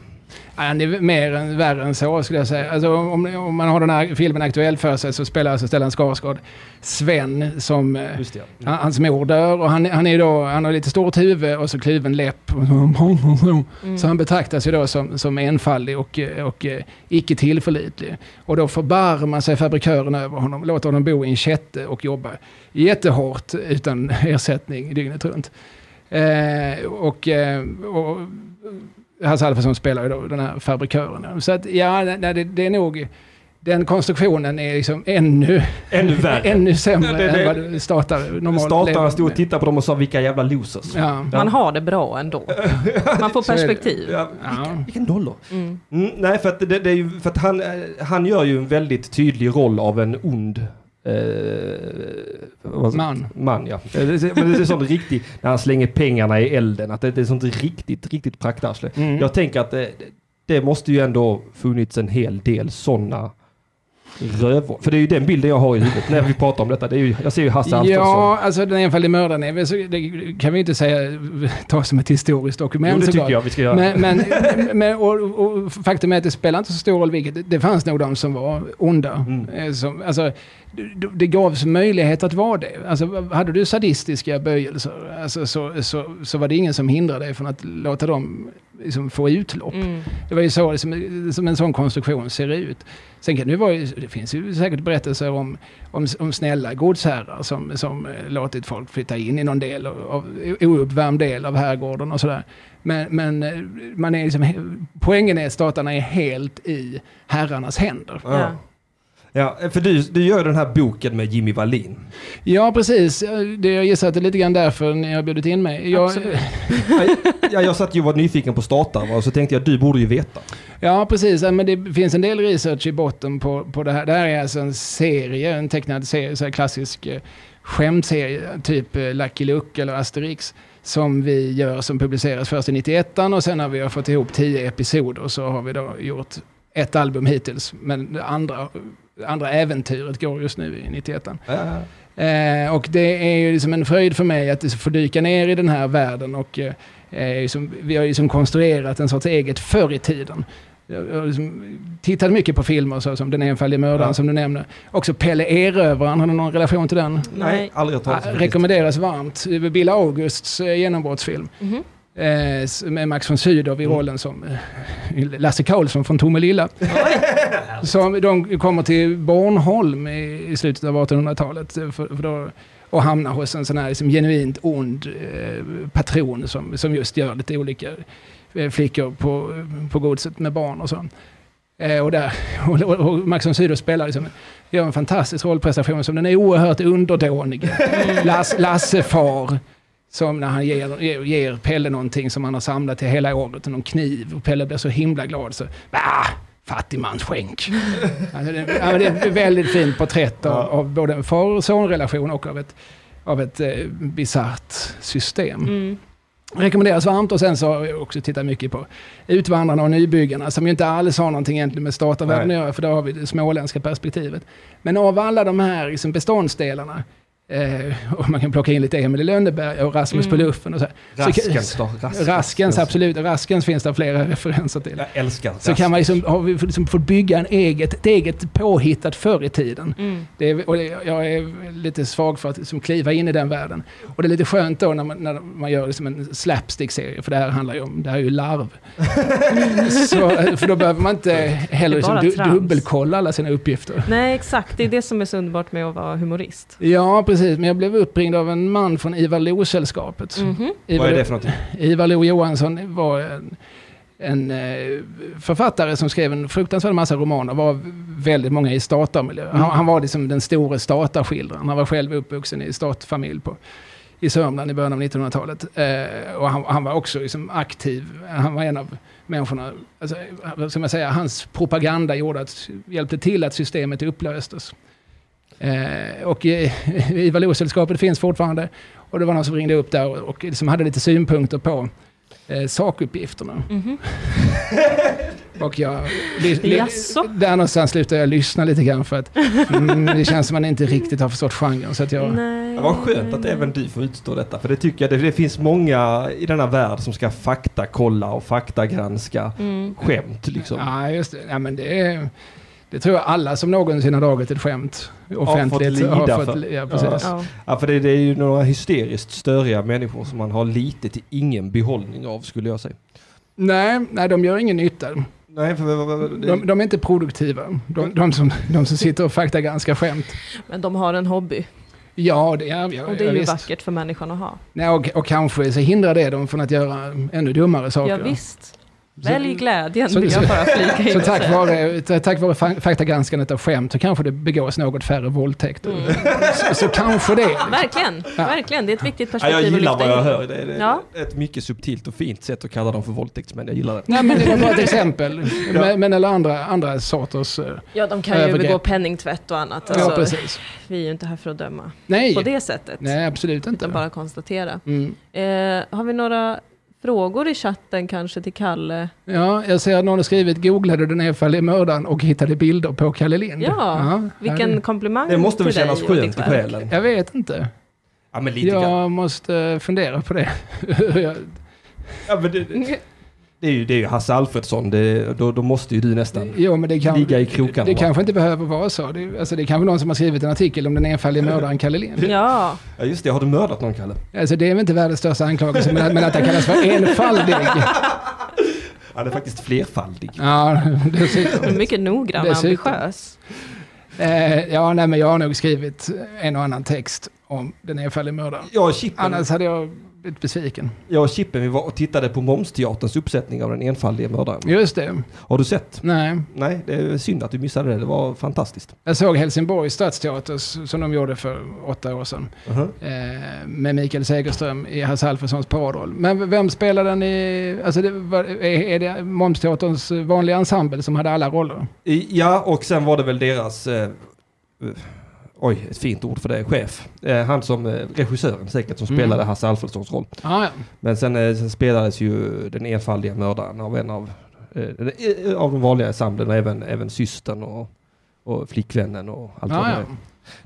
[SPEAKER 4] Ja, Han är mer än, värre än så skulle jag säga. Alltså, om, om man har den här filmen aktuell för sig så spelar alltså Stellan Skarsgård Sven som... eh,
[SPEAKER 3] Just det. ja.
[SPEAKER 4] han- Hans mor dör och han, han, är ju då, han har lite stort huvud och så kluven läpp. Och
[SPEAKER 3] <laughs>
[SPEAKER 4] så-
[SPEAKER 1] Mm.
[SPEAKER 4] Så han betraktas ju då som, som enfaldig och, eh, och eh, icke tillförlitlig. Och då förbarmar sig fabrikören över honom, låter honom bo i en kätte och jobba jättehårt utan <laughs> ersättning dygnet runt. Eh, och, eh, och Hasse Alfredson spelar ju då den här fabrikören. Så att ja, nej, det, det är nog... Den konstruktionen är liksom ännu,
[SPEAKER 3] Ännu värre.
[SPEAKER 4] <laughs> ännu sämre
[SPEAKER 3] Ja, det- det-
[SPEAKER 4] än vad du startar normalt. lever
[SPEAKER 3] Stataren stod och
[SPEAKER 4] med.
[SPEAKER 3] tittade på dem och sa vilka jävla losers.
[SPEAKER 4] Ja.
[SPEAKER 1] Man har det bra ändå. Man får
[SPEAKER 4] Så är det.
[SPEAKER 1] perspektiv.
[SPEAKER 3] Ja,
[SPEAKER 4] Ja.
[SPEAKER 3] vilken nollor.
[SPEAKER 1] Mm.
[SPEAKER 3] Mm, nej, för, att, det, det är ju, för att han, eh, han gör ju en väldigt tydlig roll av en ond eh, vad-
[SPEAKER 4] Man.
[SPEAKER 3] man. Ja. Eh, Det, är- men det är sånt riktigt, när han slänger pengarna i elden, att det, det är sånt riktigt, riktigt praktarsle.
[SPEAKER 4] Mm.
[SPEAKER 3] Jag tänker att det, det måste ju ändå funnits en hel del sådana rövor. För det är ju den bilden jag har i huvudet när vi pratar om detta. Det är ju, jag ser ju Hasse Alfredsson.
[SPEAKER 4] Ja, alltså den enfaldige mördaren, är väl så- det kan vi ju inte säga ta som ett historiskt
[SPEAKER 3] jo,
[SPEAKER 4] dokument
[SPEAKER 3] det tycker
[SPEAKER 4] såklart.
[SPEAKER 3] jag vi ska göra.
[SPEAKER 4] Men, men, <laughs> men och, och faktum är att det spelar inte så stor roll vilket. Det- Det fanns nog de som var onda.
[SPEAKER 3] Mm.
[SPEAKER 4] Eh, Som, alltså, det, det gavs möjlighet att vara det. Alltså, hade du sadistiska böjelser alltså, så, så, så var det ingen som hindrade dig från att låta dem liksom, få utlopp.
[SPEAKER 1] Mm.
[SPEAKER 4] Det var ju så som, som en sån konstruktion ser ut. Sen kan det, ju vara, det finns ju säkert berättelser om, om, om snälla godsherrar som, som eh, låtit folk flytta in i någon del av, av, ouppvärmd del av herrgården och sådär. Men, men eh, man är liksom, he- poängen är att statarna är helt i herrarnas händer.
[SPEAKER 3] Ja.
[SPEAKER 1] Ja.
[SPEAKER 3] Ja, för du, du gör den här boken med Jimmy Wallin.
[SPEAKER 4] Ja, precis. Eh, Det, jag gissar att det är lite grann därför ni har bjudit in mig. Jag,
[SPEAKER 1] Absolut.
[SPEAKER 3] Ja, jag satt ju och var nyfiken på startar va, och så tänkte jag du borde ju veta.
[SPEAKER 4] Ja, precis. Ja, Men det finns en del research i botten på, på det här. Det här är alltså en serie, en tecknad serie, så här klassisk eh, skämtserie, typ eh, Lucky Luke eller Asterix, som vi gör, som publiceras först i 91 och sen när vi har fått ihop 10 episoder så har vi då gjort ett album hittills, men det andra, andra äventyret går just nu i 91
[SPEAKER 3] Ja,
[SPEAKER 4] Eh, och det är ju liksom en fröjd för mig att få dyka ner i den här världen. Och, eh, eh, liksom, vi har ju liksom konstruerat en sorts eget förr i tiden. Jag jag har liksom tittat mycket på filmer så, som Den enfaldige mördaren
[SPEAKER 3] Ja.
[SPEAKER 4] som du nämner. Också Pelle Erövraren, har du någon relation till den?
[SPEAKER 3] Nej,
[SPEAKER 1] Nej.
[SPEAKER 3] aldrig hört talas om.
[SPEAKER 4] Ah, rekommenderas varmt. Det är Bill Augusts eh, genombrottsfilm.
[SPEAKER 1] Mhm.
[SPEAKER 4] Eh, s- med Max von Sydow i rollen som eh, Lasse Karlsson från Tomelilla. som de kommer till Bornholm i, i slutet av 1800-talet. eh, För, för då, och hamnar hos en sån här liksom, genuint ond eh, patron som, som just gör lite olika eh, flickor på, på godset med barn och så. Eh, och, där, <laughs> och, och, och Max von Sydow spelar liksom, gör en fantastisk rollprestation som den är oerhört underdånige. Lass, Lassefar Som när han ger, ger, ger Pelle någonting som han har samlat till hela året, någon kniv. Och Pelle blir så himla glad så, bah, fattigmansskänk. alltså, det, ja, men det är ett väldigt fint porträtt av,
[SPEAKER 3] Ja.
[SPEAKER 4] av både en far och sonrelation och av ett, av ett eh, bisarrt system.
[SPEAKER 1] Mm.
[SPEAKER 4] Rekommenderas varmt och sen så har jag också tittat mycket på Utvandrarna och Nybyggarna som ju inte alls har någonting egentligen med statarvärlden att göra för där har vi det småländska perspektivet. Men av alla de här liksom beståndsdelarna, eh, och man kan plocka in lite Emil i Lönneberg och Rasmus
[SPEAKER 1] Mm.
[SPEAKER 4] på luffen och så. här.
[SPEAKER 5] Raskens då?
[SPEAKER 4] Raskens, absolut, Raskens finns det flera referenser till.
[SPEAKER 3] Jag älskar
[SPEAKER 4] Så kan man liksom, har vi liksom fått bygga en eget, ett eget påhittat förr i tiden.
[SPEAKER 1] Mm.
[SPEAKER 4] Det är, och det, jag är lite svag för att liksom kliva in i den världen. Och det är lite skönt då när man, när man gör liksom en slapstick-serie, för det här handlar ju om, det här är
[SPEAKER 1] <laughs>
[SPEAKER 4] ju larv. så, för då behöver man inte heller
[SPEAKER 1] Det är
[SPEAKER 4] liksom
[SPEAKER 1] bara
[SPEAKER 4] du,
[SPEAKER 1] trams.
[SPEAKER 4] dubbelkolla alla sina uppgifter.
[SPEAKER 1] Nej, exakt. Det är det som är så underbart med att vara humorist.
[SPEAKER 4] Ja, precis. Men jag blev uppringd av en man från Ivar Lo-sällskapet.
[SPEAKER 1] Mhm.
[SPEAKER 4] Ivar
[SPEAKER 3] Vad är
[SPEAKER 4] Lo-
[SPEAKER 3] det för någonting?
[SPEAKER 4] Ivar Lo-Johansson var en, en eh, författare som skrev en fruktansvärd massa romaner, var väldigt många i statarmiljö. Han, han var liksom den store statarskildraren, han var själv uppvuxen i statfamilj på i Sörmland i början av 1900-talet. Eh, och han, han var också liksom aktiv, han var en av människorna, alltså, vad ska man säga, hans propaganda gjorde att, hjälpte till att systemet upplöstes. Eh, och <laughs> eh, Ivar Lo-sällskapet finns fortfarande. Och det var någon som ringde upp där och, och liksom hade lite synpunkter på eh, sakuppgifterna.
[SPEAKER 1] Mhm.
[SPEAKER 4] Och jag... li- li-
[SPEAKER 1] Jaså?
[SPEAKER 4] Där någonstans slutade jag lyssna lite grann för att mm, det känns som man inte riktigt har förstått genren. Så att jag...
[SPEAKER 1] Nej.
[SPEAKER 3] Det var skönt
[SPEAKER 1] Mm.
[SPEAKER 3] att även du får utstå detta, för det tycker jag, det, det finns många i denna värld som ska faktakolla och faktagranska
[SPEAKER 1] Mm.
[SPEAKER 3] skämt liksom.
[SPEAKER 4] Ja, just det. Ja, men det, är- det tror jag alla som någonsin har dragit ett skämt offentligt
[SPEAKER 3] lida
[SPEAKER 4] har
[SPEAKER 3] för.
[SPEAKER 4] fått... ja, precis.
[SPEAKER 1] Ja.
[SPEAKER 3] Ja, för det, det är ju några hysteriskt störiga människor som man har lite till ingen behållning av skulle jag säga.
[SPEAKER 4] Nej, nej, de gör ingen nytta.
[SPEAKER 3] Nej, för,
[SPEAKER 4] De, de är inte produktiva. De, de, som, de som sitter och faktagranskar skämt.
[SPEAKER 1] Men de har en hobby
[SPEAKER 4] Ja, det är, ja,
[SPEAKER 1] och det är
[SPEAKER 4] ja,
[SPEAKER 1] ju
[SPEAKER 4] visst.
[SPEAKER 1] vackert för människan att ha.
[SPEAKER 4] Nej, och, och kanske så hindrar det dem från att göra ännu dummare saker.
[SPEAKER 1] Ja, visst. Välj glädjen
[SPEAKER 4] så-
[SPEAKER 1] vill
[SPEAKER 4] så-
[SPEAKER 1] jag bara flika in
[SPEAKER 4] Så
[SPEAKER 1] och
[SPEAKER 4] tack
[SPEAKER 1] säga.
[SPEAKER 4] vare, ta- tack vare fa- faktagranskandet av skämt så kanske det begås något färre våldtäkter.
[SPEAKER 1] Mm.
[SPEAKER 4] Så, så kanske det.
[SPEAKER 1] Verkligen,
[SPEAKER 4] liksom. Ja.
[SPEAKER 1] verkligen. Det är ett viktigt
[SPEAKER 3] ja,
[SPEAKER 1] perspektiv
[SPEAKER 3] jag gillar vad
[SPEAKER 1] in.
[SPEAKER 3] jag hör. Det är, det är
[SPEAKER 1] Ja.
[SPEAKER 3] ett mycket subtilt och fint sätt att kalla dem för våldtäktsmän. Jag gillar det.
[SPEAKER 4] Nej, men det var bara
[SPEAKER 1] <laughs>
[SPEAKER 4] ett exempel. Men, men eller andra, andra sorters... eh,
[SPEAKER 1] Ja, de kan ju
[SPEAKER 4] Övergrepp.
[SPEAKER 1] begå penningtvätt och annat.
[SPEAKER 4] ja,
[SPEAKER 1] Alltså,
[SPEAKER 4] precis.
[SPEAKER 1] vi är ju inte här för att döma på
[SPEAKER 4] Nej,
[SPEAKER 1] det sättet.
[SPEAKER 4] nej, absolut inte.
[SPEAKER 1] Utan bara konstatera.
[SPEAKER 4] Mm.
[SPEAKER 1] Eh, har vi några frågor i chatten kanske till Kalle?
[SPEAKER 4] Ja, jag ser att någon har skrivit googlade den nedfall mördaren och hittade bilder på Kalle Lind.
[SPEAKER 1] Ja,
[SPEAKER 4] ja,
[SPEAKER 1] Vilken
[SPEAKER 4] det-
[SPEAKER 1] komplimang
[SPEAKER 3] Det måste väl
[SPEAKER 1] till dig
[SPEAKER 3] kännas
[SPEAKER 1] och ditt
[SPEAKER 3] skönt i
[SPEAKER 1] verk.
[SPEAKER 3] själen? <laughs>
[SPEAKER 4] Jag vet inte.
[SPEAKER 3] Ja, men lite grann.
[SPEAKER 4] Jag måste fundera på det. <laughs> Hur jag-
[SPEAKER 3] Ja, men det, det, är ju, det är ju Hasse Alfredsson, det, då, då måste ju du nästan...
[SPEAKER 4] Jo, men det kan,
[SPEAKER 3] Ligga i krokarna,
[SPEAKER 4] Det
[SPEAKER 3] va?
[SPEAKER 4] kanske inte behöver vara så. Det, alltså, det är kanske någon som har skrivit en artikel om den enfaldige mördaren Kalle Lind.
[SPEAKER 3] <laughs>
[SPEAKER 1] Ja,
[SPEAKER 3] Ja just det, har du mördat någon Kalle?
[SPEAKER 4] Alltså, det är väl inte världens största anklagelse, men att, men att han kallas
[SPEAKER 3] <laughs>
[SPEAKER 4] för enfaldig.
[SPEAKER 3] Ja, det är faktiskt flerfaldig.
[SPEAKER 4] Ja, dessutom.
[SPEAKER 1] mycket noggrann och
[SPEAKER 4] Dessutom.
[SPEAKER 1] ambitiös.
[SPEAKER 4] Eh, ja, nej, men jag har nog skrivit en och annan text om den enfaldige mördaren.
[SPEAKER 3] Jag och, Chippen,
[SPEAKER 4] Annars hade jag blivit besviken.
[SPEAKER 3] jag och Chippen, vi var och tittade på Momsteaterns uppsättning av Den enfaldige mördaren.
[SPEAKER 4] Just det.
[SPEAKER 3] Har du sett?
[SPEAKER 4] Nej.
[SPEAKER 3] Nej, det är synd att du missade det. Det var fantastiskt.
[SPEAKER 4] Jag såg Helsingborgs stadsteater s- som de gjorde för åtta år sedan. Eh, med Mikael Segerström i Hasse Alfredsons paradroll. Men v- vem spelade den i... Alltså det var, är, är det Momsteaterns vanliga ensemble som hade alla roller?
[SPEAKER 3] I, ja, och sen var det väl deras... Eh, eh, oj, ett fint ord för det. Chef. Eh, han som eh, regissören säkert som
[SPEAKER 4] Mm.
[SPEAKER 3] spelade Hasse Alfredsons roll.
[SPEAKER 4] Ah, ja.
[SPEAKER 3] Men sen, eh, sen spelades ju den enfaldiga mördaren av en av, eh, den- eh, av de vanliga ensemblen och även, även systern och, och flickvännen och allt vad
[SPEAKER 4] Ah,
[SPEAKER 3] det
[SPEAKER 4] ja.
[SPEAKER 3] är.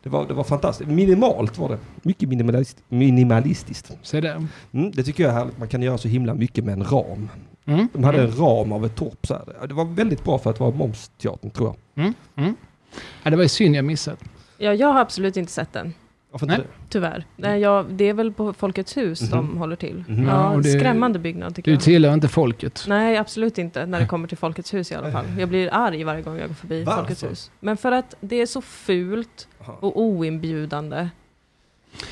[SPEAKER 3] Det var, det var fantastiskt. Minimalt var det. Mycket minimalist, minimalistiskt.
[SPEAKER 4] Se där.
[SPEAKER 3] Mm, det tycker jag är härligt. Man kan göra så himla mycket med en ram.
[SPEAKER 4] Mm.
[SPEAKER 3] De hade en ram av ett torp. Så här. Ja, Det var väldigt bra för att vara Momsteatern tror jag.
[SPEAKER 4] Mm. Mm. Ja, det var ju synd jag missade.
[SPEAKER 1] Ja, jag har absolut inte sett den,
[SPEAKER 3] Varför inte
[SPEAKER 4] Nej.
[SPEAKER 1] tyvärr. Nej, jag, det är väl på Folkets hus de
[SPEAKER 3] Mhm.
[SPEAKER 1] håller till.
[SPEAKER 3] Mhm.
[SPEAKER 4] Ja,
[SPEAKER 1] Ja,
[SPEAKER 4] och det-
[SPEAKER 1] skrämmande byggnad tycker
[SPEAKER 4] Du
[SPEAKER 1] jag.
[SPEAKER 4] tillhör inte folket.
[SPEAKER 1] Nej, absolut inte när det kommer till Folkets hus i alla fall. Jag blir arg varje gång jag går förbi
[SPEAKER 3] Varför?
[SPEAKER 1] Folkets hus. Men för att det är så fult
[SPEAKER 3] Aha.
[SPEAKER 1] och oinbjudande.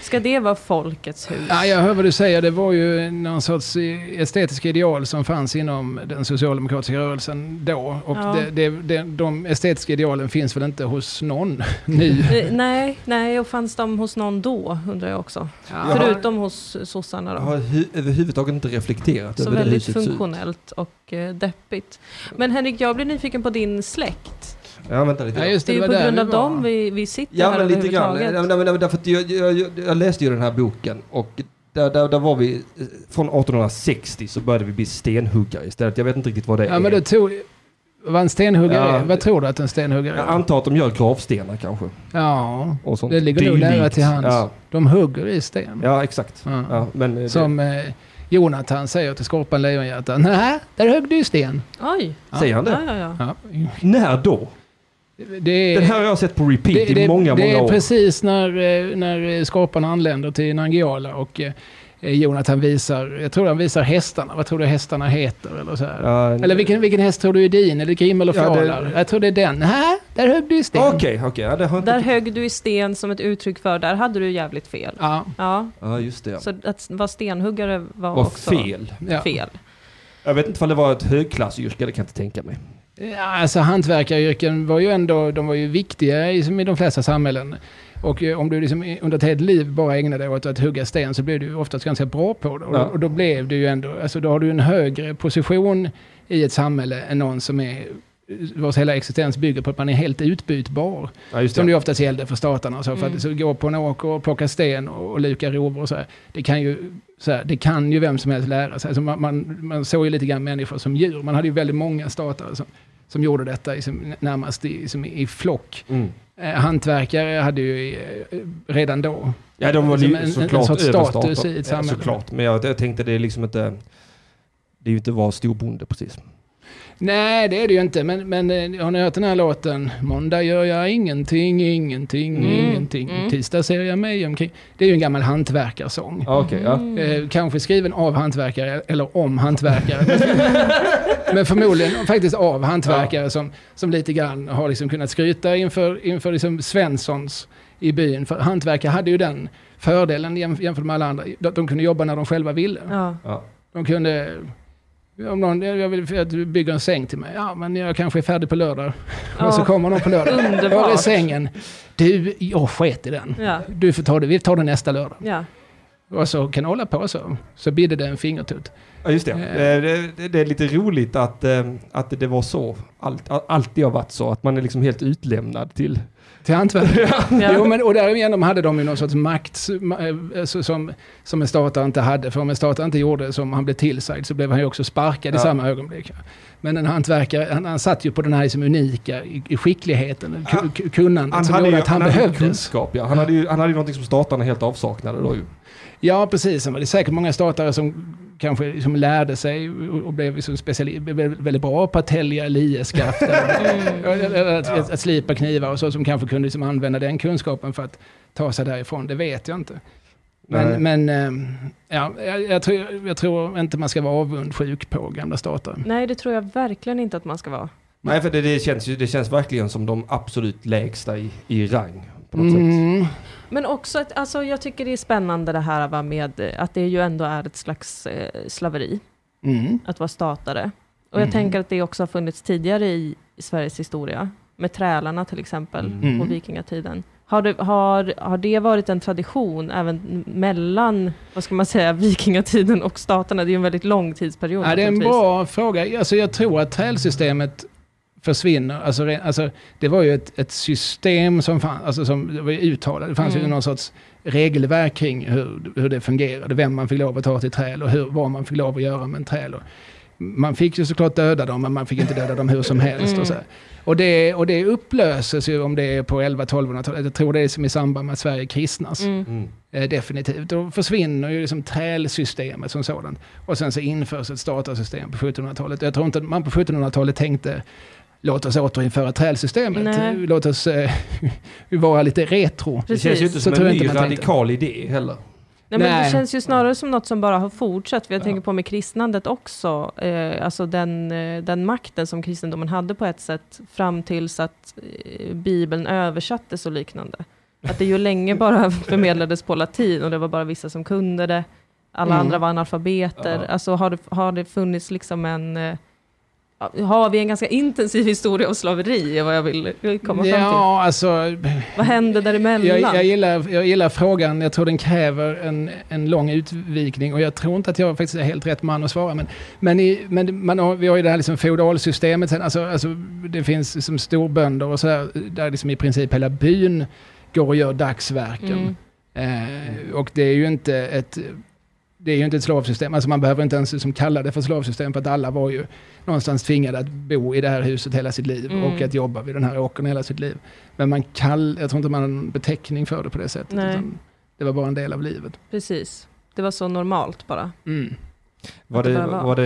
[SPEAKER 1] Ska det vara folkets hus?
[SPEAKER 4] Ja, jag hör vad du säger. Det var ju någon sorts estetiska ideal som fanns inom den socialdemokratiska rörelsen då. Och
[SPEAKER 1] Ja.
[SPEAKER 4] det, det, det, de estetiska idealen finns väl inte hos någon <laughs> nu.
[SPEAKER 1] Eh, Nej, nej, och fanns de hos någon då undrar jag också.
[SPEAKER 3] har-
[SPEAKER 1] Förutom hos sossarna
[SPEAKER 3] Jag
[SPEAKER 1] då.
[SPEAKER 3] har hu- överhuvudtaget inte reflekterat
[SPEAKER 1] Så
[SPEAKER 3] över det
[SPEAKER 1] väldigt
[SPEAKER 3] huset ser ut.
[SPEAKER 1] funktionellt och eh, deppigt. Men Henrik, jag blir nyfiken på din släkt.
[SPEAKER 3] Ja, vänta lite.
[SPEAKER 4] Ja, just
[SPEAKER 1] Det är ju
[SPEAKER 4] det, det
[SPEAKER 1] på
[SPEAKER 4] var där
[SPEAKER 1] grund av
[SPEAKER 4] vi var.
[SPEAKER 1] dem vi, vi sitter
[SPEAKER 3] Ja,
[SPEAKER 1] här
[SPEAKER 3] men lite grann.
[SPEAKER 1] överhuvudtaget.
[SPEAKER 3] Nej, men- nej, men därför att jag, jag, jag- jag läste ju den här boken och där, där, där var vi, eh, från 1860 så började vi bli stenhuggare istället. Jag vet inte riktigt vad det
[SPEAKER 4] Ja,
[SPEAKER 3] är.
[SPEAKER 4] men det tog... Vad en stenhuggare
[SPEAKER 3] Ja.
[SPEAKER 4] är? Vad tror du att en stenhuggare
[SPEAKER 3] Jag
[SPEAKER 4] är?
[SPEAKER 3] antar att de gör gravstenar kanske.
[SPEAKER 4] Ja,
[SPEAKER 3] Och sånt.
[SPEAKER 4] det ligger nog
[SPEAKER 3] Dylikt.
[SPEAKER 4] nära till hands.
[SPEAKER 3] Ja,
[SPEAKER 4] De hugger i sten.
[SPEAKER 3] ja exakt.
[SPEAKER 4] Ja.
[SPEAKER 3] Ja, men, eh,
[SPEAKER 4] Som eh, Jonathan säger till Skorpan Lejonhjärta. Nej, där högg du ju sten.
[SPEAKER 1] Oj,
[SPEAKER 3] det, säger han det?
[SPEAKER 1] ja, ja, ja.
[SPEAKER 4] Ja.
[SPEAKER 3] När då?
[SPEAKER 4] Det är,
[SPEAKER 3] Den här har jag sett på repeat
[SPEAKER 4] det,
[SPEAKER 3] i
[SPEAKER 4] det,
[SPEAKER 3] många,
[SPEAKER 4] det
[SPEAKER 3] många
[SPEAKER 4] är
[SPEAKER 3] år.
[SPEAKER 4] precis när, eh, när Skorpan anländer till Nangijala och eh, Jonathan visar, jag tror han visar hästarna. Vad tror du hästarna heter? Eller, så här.
[SPEAKER 3] Ja, en-
[SPEAKER 4] eller vilken, vilken häst tror du är din? Är det Grim eller
[SPEAKER 3] Ja, det-
[SPEAKER 4] Fjalar? Jag tror det är den. Nej, där högg du ju sten.
[SPEAKER 3] Okej, okej. ja, det har inte...
[SPEAKER 1] Där högg du i sten som ett uttryck för, där hade du jävligt fel.
[SPEAKER 4] Ja,
[SPEAKER 1] Ja,
[SPEAKER 3] Ja, just det.
[SPEAKER 1] så att vara stenhuggare var,
[SPEAKER 3] Vad
[SPEAKER 1] också
[SPEAKER 3] fel.
[SPEAKER 4] ja.
[SPEAKER 1] fel.
[SPEAKER 3] Jag vet inte om det var ett högklassyrke, det kan jag inte tänka mig.
[SPEAKER 4] Ja, alltså hantverkaryrken var ju ändå, de var ju viktiga i, som i de flesta samhällen. Och eh, om du liksom i- under ett helt liv bara ägnade dig åt att hugga sten så blev du ju oftast ganska bra på det. Och,
[SPEAKER 3] Ja.
[SPEAKER 4] och då blev du ju ändå, alltså då har du en högre position i ett samhälle än någon som är vars hela existens bygger på att man är helt utbytbar.
[SPEAKER 3] Ja, just
[SPEAKER 4] Som
[SPEAKER 3] det.
[SPEAKER 4] det ju oftast gällde för statarna. och Så, för
[SPEAKER 1] Mm.
[SPEAKER 4] att så gå på en åker och plocka sten och, och luka rovor och så här. Det kan ju, så här, det kan ju vem som helst lära sig. Alltså man, man, man såg ju lite grann människor som djur. Man hade ju väldigt många statare som, som gjorde detta i, sin- närmast i, som i flock.
[SPEAKER 3] Mm.
[SPEAKER 4] Eh, hantverkare hade ju eh, redan då.
[SPEAKER 3] Ja, de var
[SPEAKER 4] Som
[SPEAKER 3] ju
[SPEAKER 4] en- en- en
[SPEAKER 3] såklart
[SPEAKER 4] sorts
[SPEAKER 3] överstater.
[SPEAKER 4] status i ett
[SPEAKER 3] Ja,
[SPEAKER 4] samhälle.
[SPEAKER 3] Såklart, men jag, jag tänkte det är liksom inte... Det är ju inte att vara storbonde precis.
[SPEAKER 4] Mm. Nej, det är det ju inte. Men, men eh, har ni hört den här låten? Måndag gör jag ingenting, ingenting,
[SPEAKER 1] Mm.
[SPEAKER 4] ingenting.
[SPEAKER 1] Mm.
[SPEAKER 4] Tisdag ser jag mig omkring. Det är ju en gammal hantverkarsång.
[SPEAKER 3] Ja, Okej, ja.
[SPEAKER 1] Mm.
[SPEAKER 4] Eh, kanske skriven av hantverkare eller om hantverkare. Men för- Men förmodligen faktiskt av hantverkare som, som lite grann har liksom kunnat skryta inför, inför liksom Svenssons i byn. För hantverkare hade ju den fördelen jäm- jämfört med alla andra. De, de kunde jobba när de själva ville.
[SPEAKER 1] Ja.
[SPEAKER 4] De kunde... Om någon, jag vill att du bygger en säng till mig. Ja, men jag kanske är färdig på lördag.
[SPEAKER 1] Ja.
[SPEAKER 4] <laughs> Och så kommer någon på lördag.
[SPEAKER 1] Underbart.
[SPEAKER 4] Var är sängen? Du, jag sket i den.
[SPEAKER 1] Ja.
[SPEAKER 4] Du får ta det, vi tar det nästa lördag.
[SPEAKER 1] Ja.
[SPEAKER 4] Och så kan jag hålla på så. Så bidde det en fingertutt.
[SPEAKER 3] ja just det.
[SPEAKER 4] Eh.
[SPEAKER 3] Eh, Det, det. Det är lite roligt att, eh, att det var så. Allt, all- alltid har varit så, att man är liksom helt utlämnad till... <laughs>
[SPEAKER 4] Till hantverk. <laughs> Jo,
[SPEAKER 1] Ja.
[SPEAKER 4] men, och därigenom hade de ju någon sorts makt ma- eh, så- som, som en statare inte hade. För om en statare inte gjorde som han blev tillsagd så blev han ju också sparkad
[SPEAKER 3] Ja.
[SPEAKER 4] i samma ögonblick. Men en hantverkare, han, han satt ju på den här liksom unika i, i skickligheten, ku- ku- kunnandet som gjorde att han,
[SPEAKER 3] hade ju
[SPEAKER 4] behövdes.
[SPEAKER 3] kunskap, ja. Han hade ju, han hade ju någonting som statarna helt avsaknade då ju.
[SPEAKER 4] Ja, precis. Det är säkert många statare som kanske liksom lärde sig och och blev liksom speciali- blev väldigt bra på att
[SPEAKER 3] <laughs>
[SPEAKER 4] tälja lieskaft
[SPEAKER 3] Mm.
[SPEAKER 4] eller- eller eller att, att, att slipa knivar och så, som kanske kunde liksom använda den kunskapen för att ta sig därifrån. Det vet jag inte.
[SPEAKER 3] Nej.
[SPEAKER 4] Men, men eh, ja, jag, jag, tror, jag tror inte man ska vara avundsjuk på gamla statare.
[SPEAKER 1] Nej, det tror jag verkligen inte att man ska vara.
[SPEAKER 3] Nej, för det, det, känns ju, det känns verkligen som de absolut lägsta i, i rang. På något sätt.
[SPEAKER 4] Mm.
[SPEAKER 1] Men också, att, alltså, jag tycker det är spännande det här va, med eh, att det ju ändå är ett slags eh, slaveri,
[SPEAKER 4] Mm.
[SPEAKER 1] att vara statare. Och jag
[SPEAKER 4] Mm.
[SPEAKER 1] tänker att det också har funnits tidigare i Sveriges historia, med trälarna till exempel,
[SPEAKER 4] Mm.
[SPEAKER 1] på vikingatiden. Har det, har, har det varit en tradition även mellan, vad ska man säga, <laughs> vikingatiden och staterna? Det är ju en väldigt lång tidsperiod.
[SPEAKER 4] Ja, det är en
[SPEAKER 1] naturligtvis.
[SPEAKER 4] bra fråga. Alltså, jag tror att trälsystemet försvinner. Alltså, re- alltså, det var ju ett, ett system som fanns, alltså, som det var ju uttalat. Det fanns ju
[SPEAKER 1] Mm.
[SPEAKER 4] någon sorts regelverk kring hur, hur det fungerade, vem man fick lov att ta till träl och hur, vad man fick lov att göra med en träl. Och Man fick ju såklart döda dem, men man fick inte döda dem hur som helst.
[SPEAKER 1] Mm.
[SPEAKER 4] Och, så här. och, det, och det upplöses ju om det är på 11-1200-talet. Jag tror det är som i samband med att Sverige kristnas.
[SPEAKER 1] Mm.
[SPEAKER 3] Mm.
[SPEAKER 4] Eh, definitivt. Då försvinner ju liksom trälsystemet som sådant. Och sen så införs ett statarsystem på 1700-talet. Jag tror inte att man på 1700-talet tänkte låt oss återinföra trälsystemet.
[SPEAKER 1] Nej.
[SPEAKER 4] Låt oss eh, <laughs> vara lite retro.
[SPEAKER 3] Det
[SPEAKER 1] Precis.
[SPEAKER 3] känns ju inte
[SPEAKER 4] Så
[SPEAKER 3] som
[SPEAKER 4] tror
[SPEAKER 3] en
[SPEAKER 4] jag
[SPEAKER 3] ny
[SPEAKER 4] inte man tänkte.
[SPEAKER 3] radikal idé heller.
[SPEAKER 1] Nej, men det
[SPEAKER 4] Nej.
[SPEAKER 1] känns ju snarare som något som bara har fortsatt. Jag
[SPEAKER 4] Ja.
[SPEAKER 1] tänker på med kristnandet också. Eh, alltså den, eh, den makten som kristendomen hade på ett sätt fram tills att eh, Bibeln översattes och liknande. Att det ju länge bara <laughs> förmedlades på latin och det var bara vissa som kunde det. Alla
[SPEAKER 4] Mm.
[SPEAKER 1] andra var analfabeter.
[SPEAKER 2] Ja.
[SPEAKER 1] Alltså har det, har det funnits liksom en... eh, Har vi en ganska intensiv historia av slaveri, är vad jag vill komma fram
[SPEAKER 4] Ja, alltså,
[SPEAKER 1] till. Vad hände däremellan?
[SPEAKER 4] jag, jag, gillar, jag gillar frågan. Jag tror den kräver en, en lång utvikning och jag tror inte att jag faktiskt är helt rätt man att svara. Men, men, i, men man har, vi har ju det här liksom feodalsystemet sen. Alltså, alltså, det finns liksom storbönder och sådär, där liksom i princip hela byn går och gör dagsverken.
[SPEAKER 1] Mm.
[SPEAKER 4] Eh, och det är ju inte ett det är ju inte ett slavsystem, alltså man behöver inte ens liksom kalla det för slavsystem för att alla var ju någonstans tvingade att bo i det här huset hela sitt liv
[SPEAKER 1] Mm.
[SPEAKER 4] och att jobba vid den här åkern hela sitt liv. Men man kall, jag tror inte man har en beteckning för det på det sättet.
[SPEAKER 1] Nej.
[SPEAKER 4] Utan det var bara en del av livet.
[SPEAKER 1] Precis. Det var så normalt bara.
[SPEAKER 4] Mm.
[SPEAKER 3] Var
[SPEAKER 1] Att det
[SPEAKER 3] det,
[SPEAKER 1] bara var.
[SPEAKER 3] var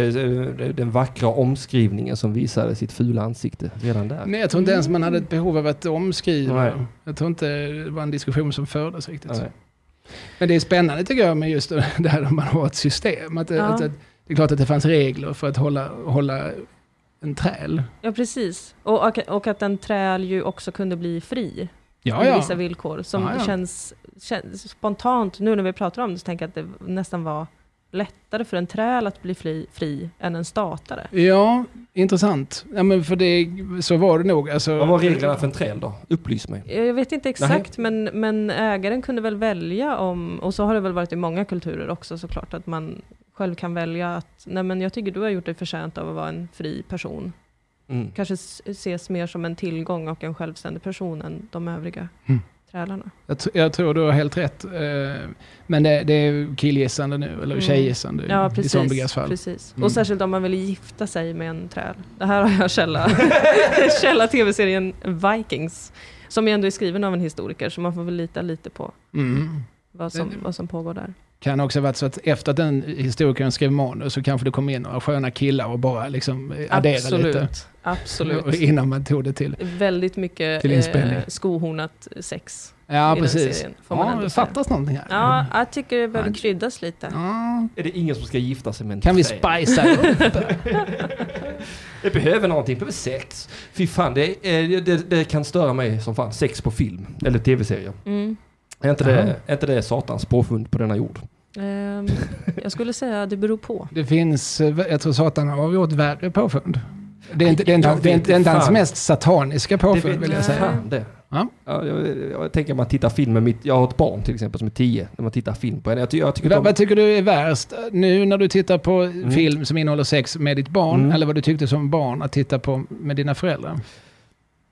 [SPEAKER 3] det eh, den vackra omskrivningen som visade sitt fula ansikte redan där?
[SPEAKER 4] Men jag tror inte ens man hade ett
[SPEAKER 1] Mm.
[SPEAKER 4] behov av att omskriva.
[SPEAKER 3] Nej.
[SPEAKER 4] Jag tror inte det var en diskussion som fördes riktigt.
[SPEAKER 3] Nej.
[SPEAKER 4] Men det är spännande tycker jag med just <laughs> det här om man har ett system. Att, det-
[SPEAKER 1] Ja.
[SPEAKER 4] att, att, det är klart att det fanns regler för att hålla, hålla en träl.
[SPEAKER 1] Ja, precis. Och, och, och att en träl ju också kunde bli fri
[SPEAKER 4] Ja,
[SPEAKER 1] under
[SPEAKER 4] ja.
[SPEAKER 1] vissa villkor. Som
[SPEAKER 4] Ja, ja.
[SPEAKER 1] Känns, känns spontant, nu när vi pratar om det, så tänker jag att det nästan var lättare för en träl att bli fri, fri än en statare.
[SPEAKER 4] Ja, intressant. Ja, men för det, så var det nog. Alltså,
[SPEAKER 3] Vad var reglerna för en träl då? Upplys mig.
[SPEAKER 1] Jag vet inte exakt, men, men ägaren kunde väl välja om, och så har det väl varit i många kulturer också såklart, att man själv kan välja att, nej men jag tycker du har gjort dig förtjänt av att vara en fri person.
[SPEAKER 3] Mm.
[SPEAKER 1] Kanske s- ses mer som en tillgång och en självständig person än de övriga
[SPEAKER 4] Mm.
[SPEAKER 1] trälarna.
[SPEAKER 4] jag, tr- jag tror du har helt rätt. Eh, Men det, det är killgissande nu, eller
[SPEAKER 1] Mm.
[SPEAKER 4] tjejgissande
[SPEAKER 1] Ja,
[SPEAKER 4] i
[SPEAKER 1] precis.
[SPEAKER 4] somligas fall.
[SPEAKER 1] precis.
[SPEAKER 4] Mm.
[SPEAKER 1] Och särskilt om man vill gifta sig med en träl. Det här har jag
[SPEAKER 4] <laughs>
[SPEAKER 1] källa, källa tv-serien Vikings, som ju ändå är skriven av en historiker, så man får väl lita lite på
[SPEAKER 4] Mm.
[SPEAKER 1] vad som, vad som pågår där.
[SPEAKER 4] Kan också ha varit så att efter att den historikern skrev manus så kanske det kom in några sköna killar och bara liksom eh, adderade lite.
[SPEAKER 1] Absolut. Absolut.
[SPEAKER 4] Och <laughs> Innan man tog det till.
[SPEAKER 1] Väldigt mycket
[SPEAKER 4] Till inspelning.
[SPEAKER 1] eh, skohornat sex
[SPEAKER 4] Ja,
[SPEAKER 1] i den
[SPEAKER 4] precis.
[SPEAKER 1] serien. Får man
[SPEAKER 4] Ja,
[SPEAKER 1] ändå
[SPEAKER 4] det
[SPEAKER 1] säga.
[SPEAKER 4] fattas någonting här.
[SPEAKER 1] Ja, jag tycker det behöver
[SPEAKER 4] Ja.
[SPEAKER 1] kryddas lite.
[SPEAKER 4] Ja.
[SPEAKER 3] Är det ingen som ska gifta sig med en
[SPEAKER 4] Kan vi
[SPEAKER 3] träl?
[SPEAKER 4] spicea upp?
[SPEAKER 3] <laughs>
[SPEAKER 1] <laughs>
[SPEAKER 3] Det behöver någonting, det behöver sex. Fy fan, det, är- det, det kan störa mig som fan. Sex på film eller tv-serier.
[SPEAKER 1] Mm.
[SPEAKER 3] Är inte, det, är inte det satans påfund på denna jord?
[SPEAKER 1] Ehm, jag skulle säga det beror på.
[SPEAKER 4] Det finns, eh, jag tror Satan har gjort värre påfund. Det är inte, det är inte,
[SPEAKER 3] Jag vet
[SPEAKER 4] det är inte, det är inte hans
[SPEAKER 3] fan.
[SPEAKER 4] mest sataniska påfund
[SPEAKER 3] vet
[SPEAKER 4] vill jag
[SPEAKER 1] jag.
[SPEAKER 4] säga.
[SPEAKER 3] Fan det.
[SPEAKER 4] Ja.
[SPEAKER 3] jag, jag tänker man tittar film med mitt, jag har ett barn till exempel som är tio, när man tittar film på henne. Jag, ty- jag tycker
[SPEAKER 4] Vad,
[SPEAKER 3] att de,
[SPEAKER 4] vad tycker du är värst nu när du tittar på
[SPEAKER 1] Mm.
[SPEAKER 4] film som innehåller sex med ditt barn?
[SPEAKER 3] Mm.
[SPEAKER 4] Eller vad du tyckte som barn att titta på med dina föräldrar?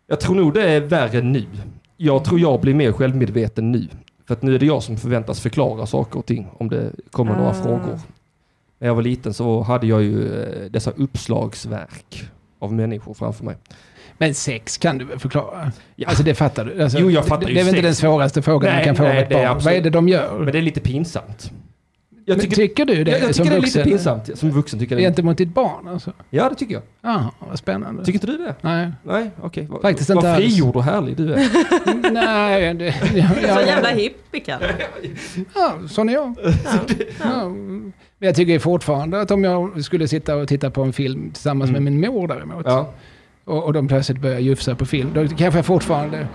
[SPEAKER 3] jag tror nog det är värre nu. Jag tror jag blir mer självmedveten nu. För att nu är det jag som förväntas förklara saker och ting om det kommer några
[SPEAKER 1] Ah.
[SPEAKER 3] frågor. När jag var liten så hade jag ju eh, dessa uppslagsverk av människor framför mig.
[SPEAKER 4] Men sex kan du väl förklara?
[SPEAKER 3] Ja.
[SPEAKER 4] <laughs> Alltså det fattar du? Alltså,
[SPEAKER 3] Jo, jag fattar
[SPEAKER 4] det,
[SPEAKER 3] ju
[SPEAKER 4] det är väl
[SPEAKER 3] sex.
[SPEAKER 4] inte den svåraste frågan man
[SPEAKER 3] Nej,
[SPEAKER 4] kan få av
[SPEAKER 3] nej,
[SPEAKER 4] ett
[SPEAKER 3] det är
[SPEAKER 4] barn? Vad är
[SPEAKER 3] absolut-
[SPEAKER 4] det de gör?
[SPEAKER 3] Men det är lite pinsamt. Jag
[SPEAKER 4] Men
[SPEAKER 3] tycker,
[SPEAKER 4] tycker, du det
[SPEAKER 3] jag, jag
[SPEAKER 4] som
[SPEAKER 3] tycker det är lite
[SPEAKER 4] vuxen?
[SPEAKER 3] pinsamt. Som vuxen tycker jag det.
[SPEAKER 4] Gentemot ditt barn alltså?
[SPEAKER 3] Ja, det tycker jag.
[SPEAKER 4] Jaha, vad spännande.
[SPEAKER 3] Tycker inte du det?
[SPEAKER 4] Nej.
[SPEAKER 3] Nej, okej. Okay.
[SPEAKER 4] Faktiskt
[SPEAKER 3] Vad
[SPEAKER 4] inte alls.
[SPEAKER 3] frigjord och härlig
[SPEAKER 4] <laughs>
[SPEAKER 3] du är.
[SPEAKER 4] Nej, det, <laughs> jag,
[SPEAKER 1] Så jävla hippie Kalle.
[SPEAKER 4] Ja, sån är jag. Ja. Men jag tycker fortfarande att om jag skulle sitta och titta på en film tillsammans
[SPEAKER 3] Mm.
[SPEAKER 4] med min mor däremot,
[SPEAKER 3] Ja.
[SPEAKER 4] och, och de plötsligt börjar jufsa på film, då kanske jag fortfarande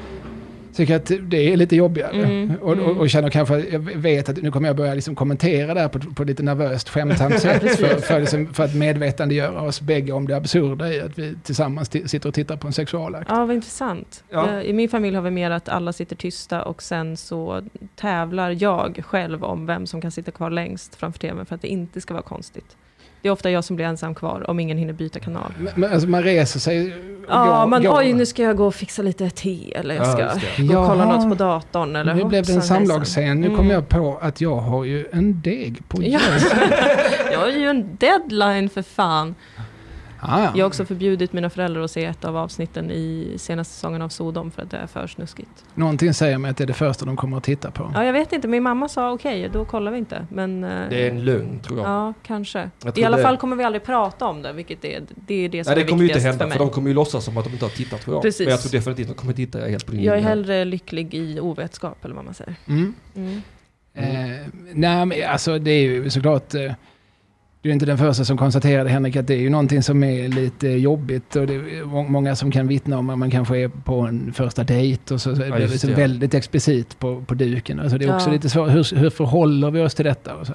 [SPEAKER 4] tycker att det är lite jobbigare.
[SPEAKER 1] Mm,
[SPEAKER 4] Och, och,
[SPEAKER 1] mm.
[SPEAKER 4] och känner kanske, jag vet att nu kommer jag börja liksom kommentera det här på, på lite
[SPEAKER 1] <laughs>
[SPEAKER 4] nervöst skämtsamt sätt, för, för, liksom, för att medvetandegöra oss bägge om det absurda i att vi tillsammans t- sitter och tittar på en sexualakt.
[SPEAKER 1] Ja, vad intressant.
[SPEAKER 3] Ja.
[SPEAKER 1] Eh, I min familj har vi mer att alla sitter tysta och sen så tävlar jag själv om vem som kan sitta kvar längst framför tvn för att det inte ska vara konstigt. Det är ofta jag som blir ensam kvar om ingen hinner byta kanal.
[SPEAKER 4] Men- Men, alltså, man reser sig och
[SPEAKER 1] Ja,
[SPEAKER 4] går-
[SPEAKER 1] man,
[SPEAKER 4] går.
[SPEAKER 1] oj nu ska jag gå och fixa lite te eller jag
[SPEAKER 3] Ja,
[SPEAKER 1] ska
[SPEAKER 3] just
[SPEAKER 1] gå och kolla
[SPEAKER 4] Jaha.
[SPEAKER 1] något på datorn. Eller,
[SPEAKER 4] Nu blev det en
[SPEAKER 1] hoppsan, hejsan. <laughs>
[SPEAKER 4] samlagsscen. Nu
[SPEAKER 1] Mm.
[SPEAKER 4] kom jag på att jag har ju en deg på
[SPEAKER 1] Ja.
[SPEAKER 4] ja.
[SPEAKER 1] <laughs> Jag har ju en deadline för fan.
[SPEAKER 4] Ah,
[SPEAKER 1] Jag har också förbjudit mina föräldrar att se ett av avsnitten i senaste säsongen av Sodom för att det är för snuskigt.
[SPEAKER 4] Någonting säger mig att det är det första de kommer att titta på.
[SPEAKER 1] Ja, jag vet inte, min mamma sa okej, då kollar vi inte. Men, eh,
[SPEAKER 3] Det är en lögn tror jag.
[SPEAKER 1] Ja, kanske.
[SPEAKER 3] Jag tror
[SPEAKER 1] I alla
[SPEAKER 3] det-
[SPEAKER 1] fall kommer vi aldrig prata om det, vilket är det, är det som
[SPEAKER 3] Nej, det
[SPEAKER 1] är
[SPEAKER 3] kommer ju inte
[SPEAKER 1] viktigast
[SPEAKER 3] hända för,
[SPEAKER 1] för
[SPEAKER 3] de
[SPEAKER 1] mig.
[SPEAKER 3] kommer ju låtsas som att de inte har tittat tror jag.
[SPEAKER 1] Precis.
[SPEAKER 3] Men jag tror definitivt att de kommer titta helt på din
[SPEAKER 1] Jag är
[SPEAKER 3] linje.
[SPEAKER 1] hellre lycklig i ovetskap, eller vad man säger.
[SPEAKER 4] Mm.
[SPEAKER 1] Mm.
[SPEAKER 4] Eh, nej, men alltså det är ju såklart... Eh, Du är inte den första som konstaterade Henrik att det är ju någonting som är lite jobbigt och det är må- många som kan vittna om att man kanske är på en första dejt och så, så är det
[SPEAKER 3] just
[SPEAKER 4] så
[SPEAKER 3] det.
[SPEAKER 4] väldigt explicit på, på duken. Alltså det är också
[SPEAKER 1] Ja.
[SPEAKER 4] lite svårt, hur, hur förhåller vi oss till detta? Och så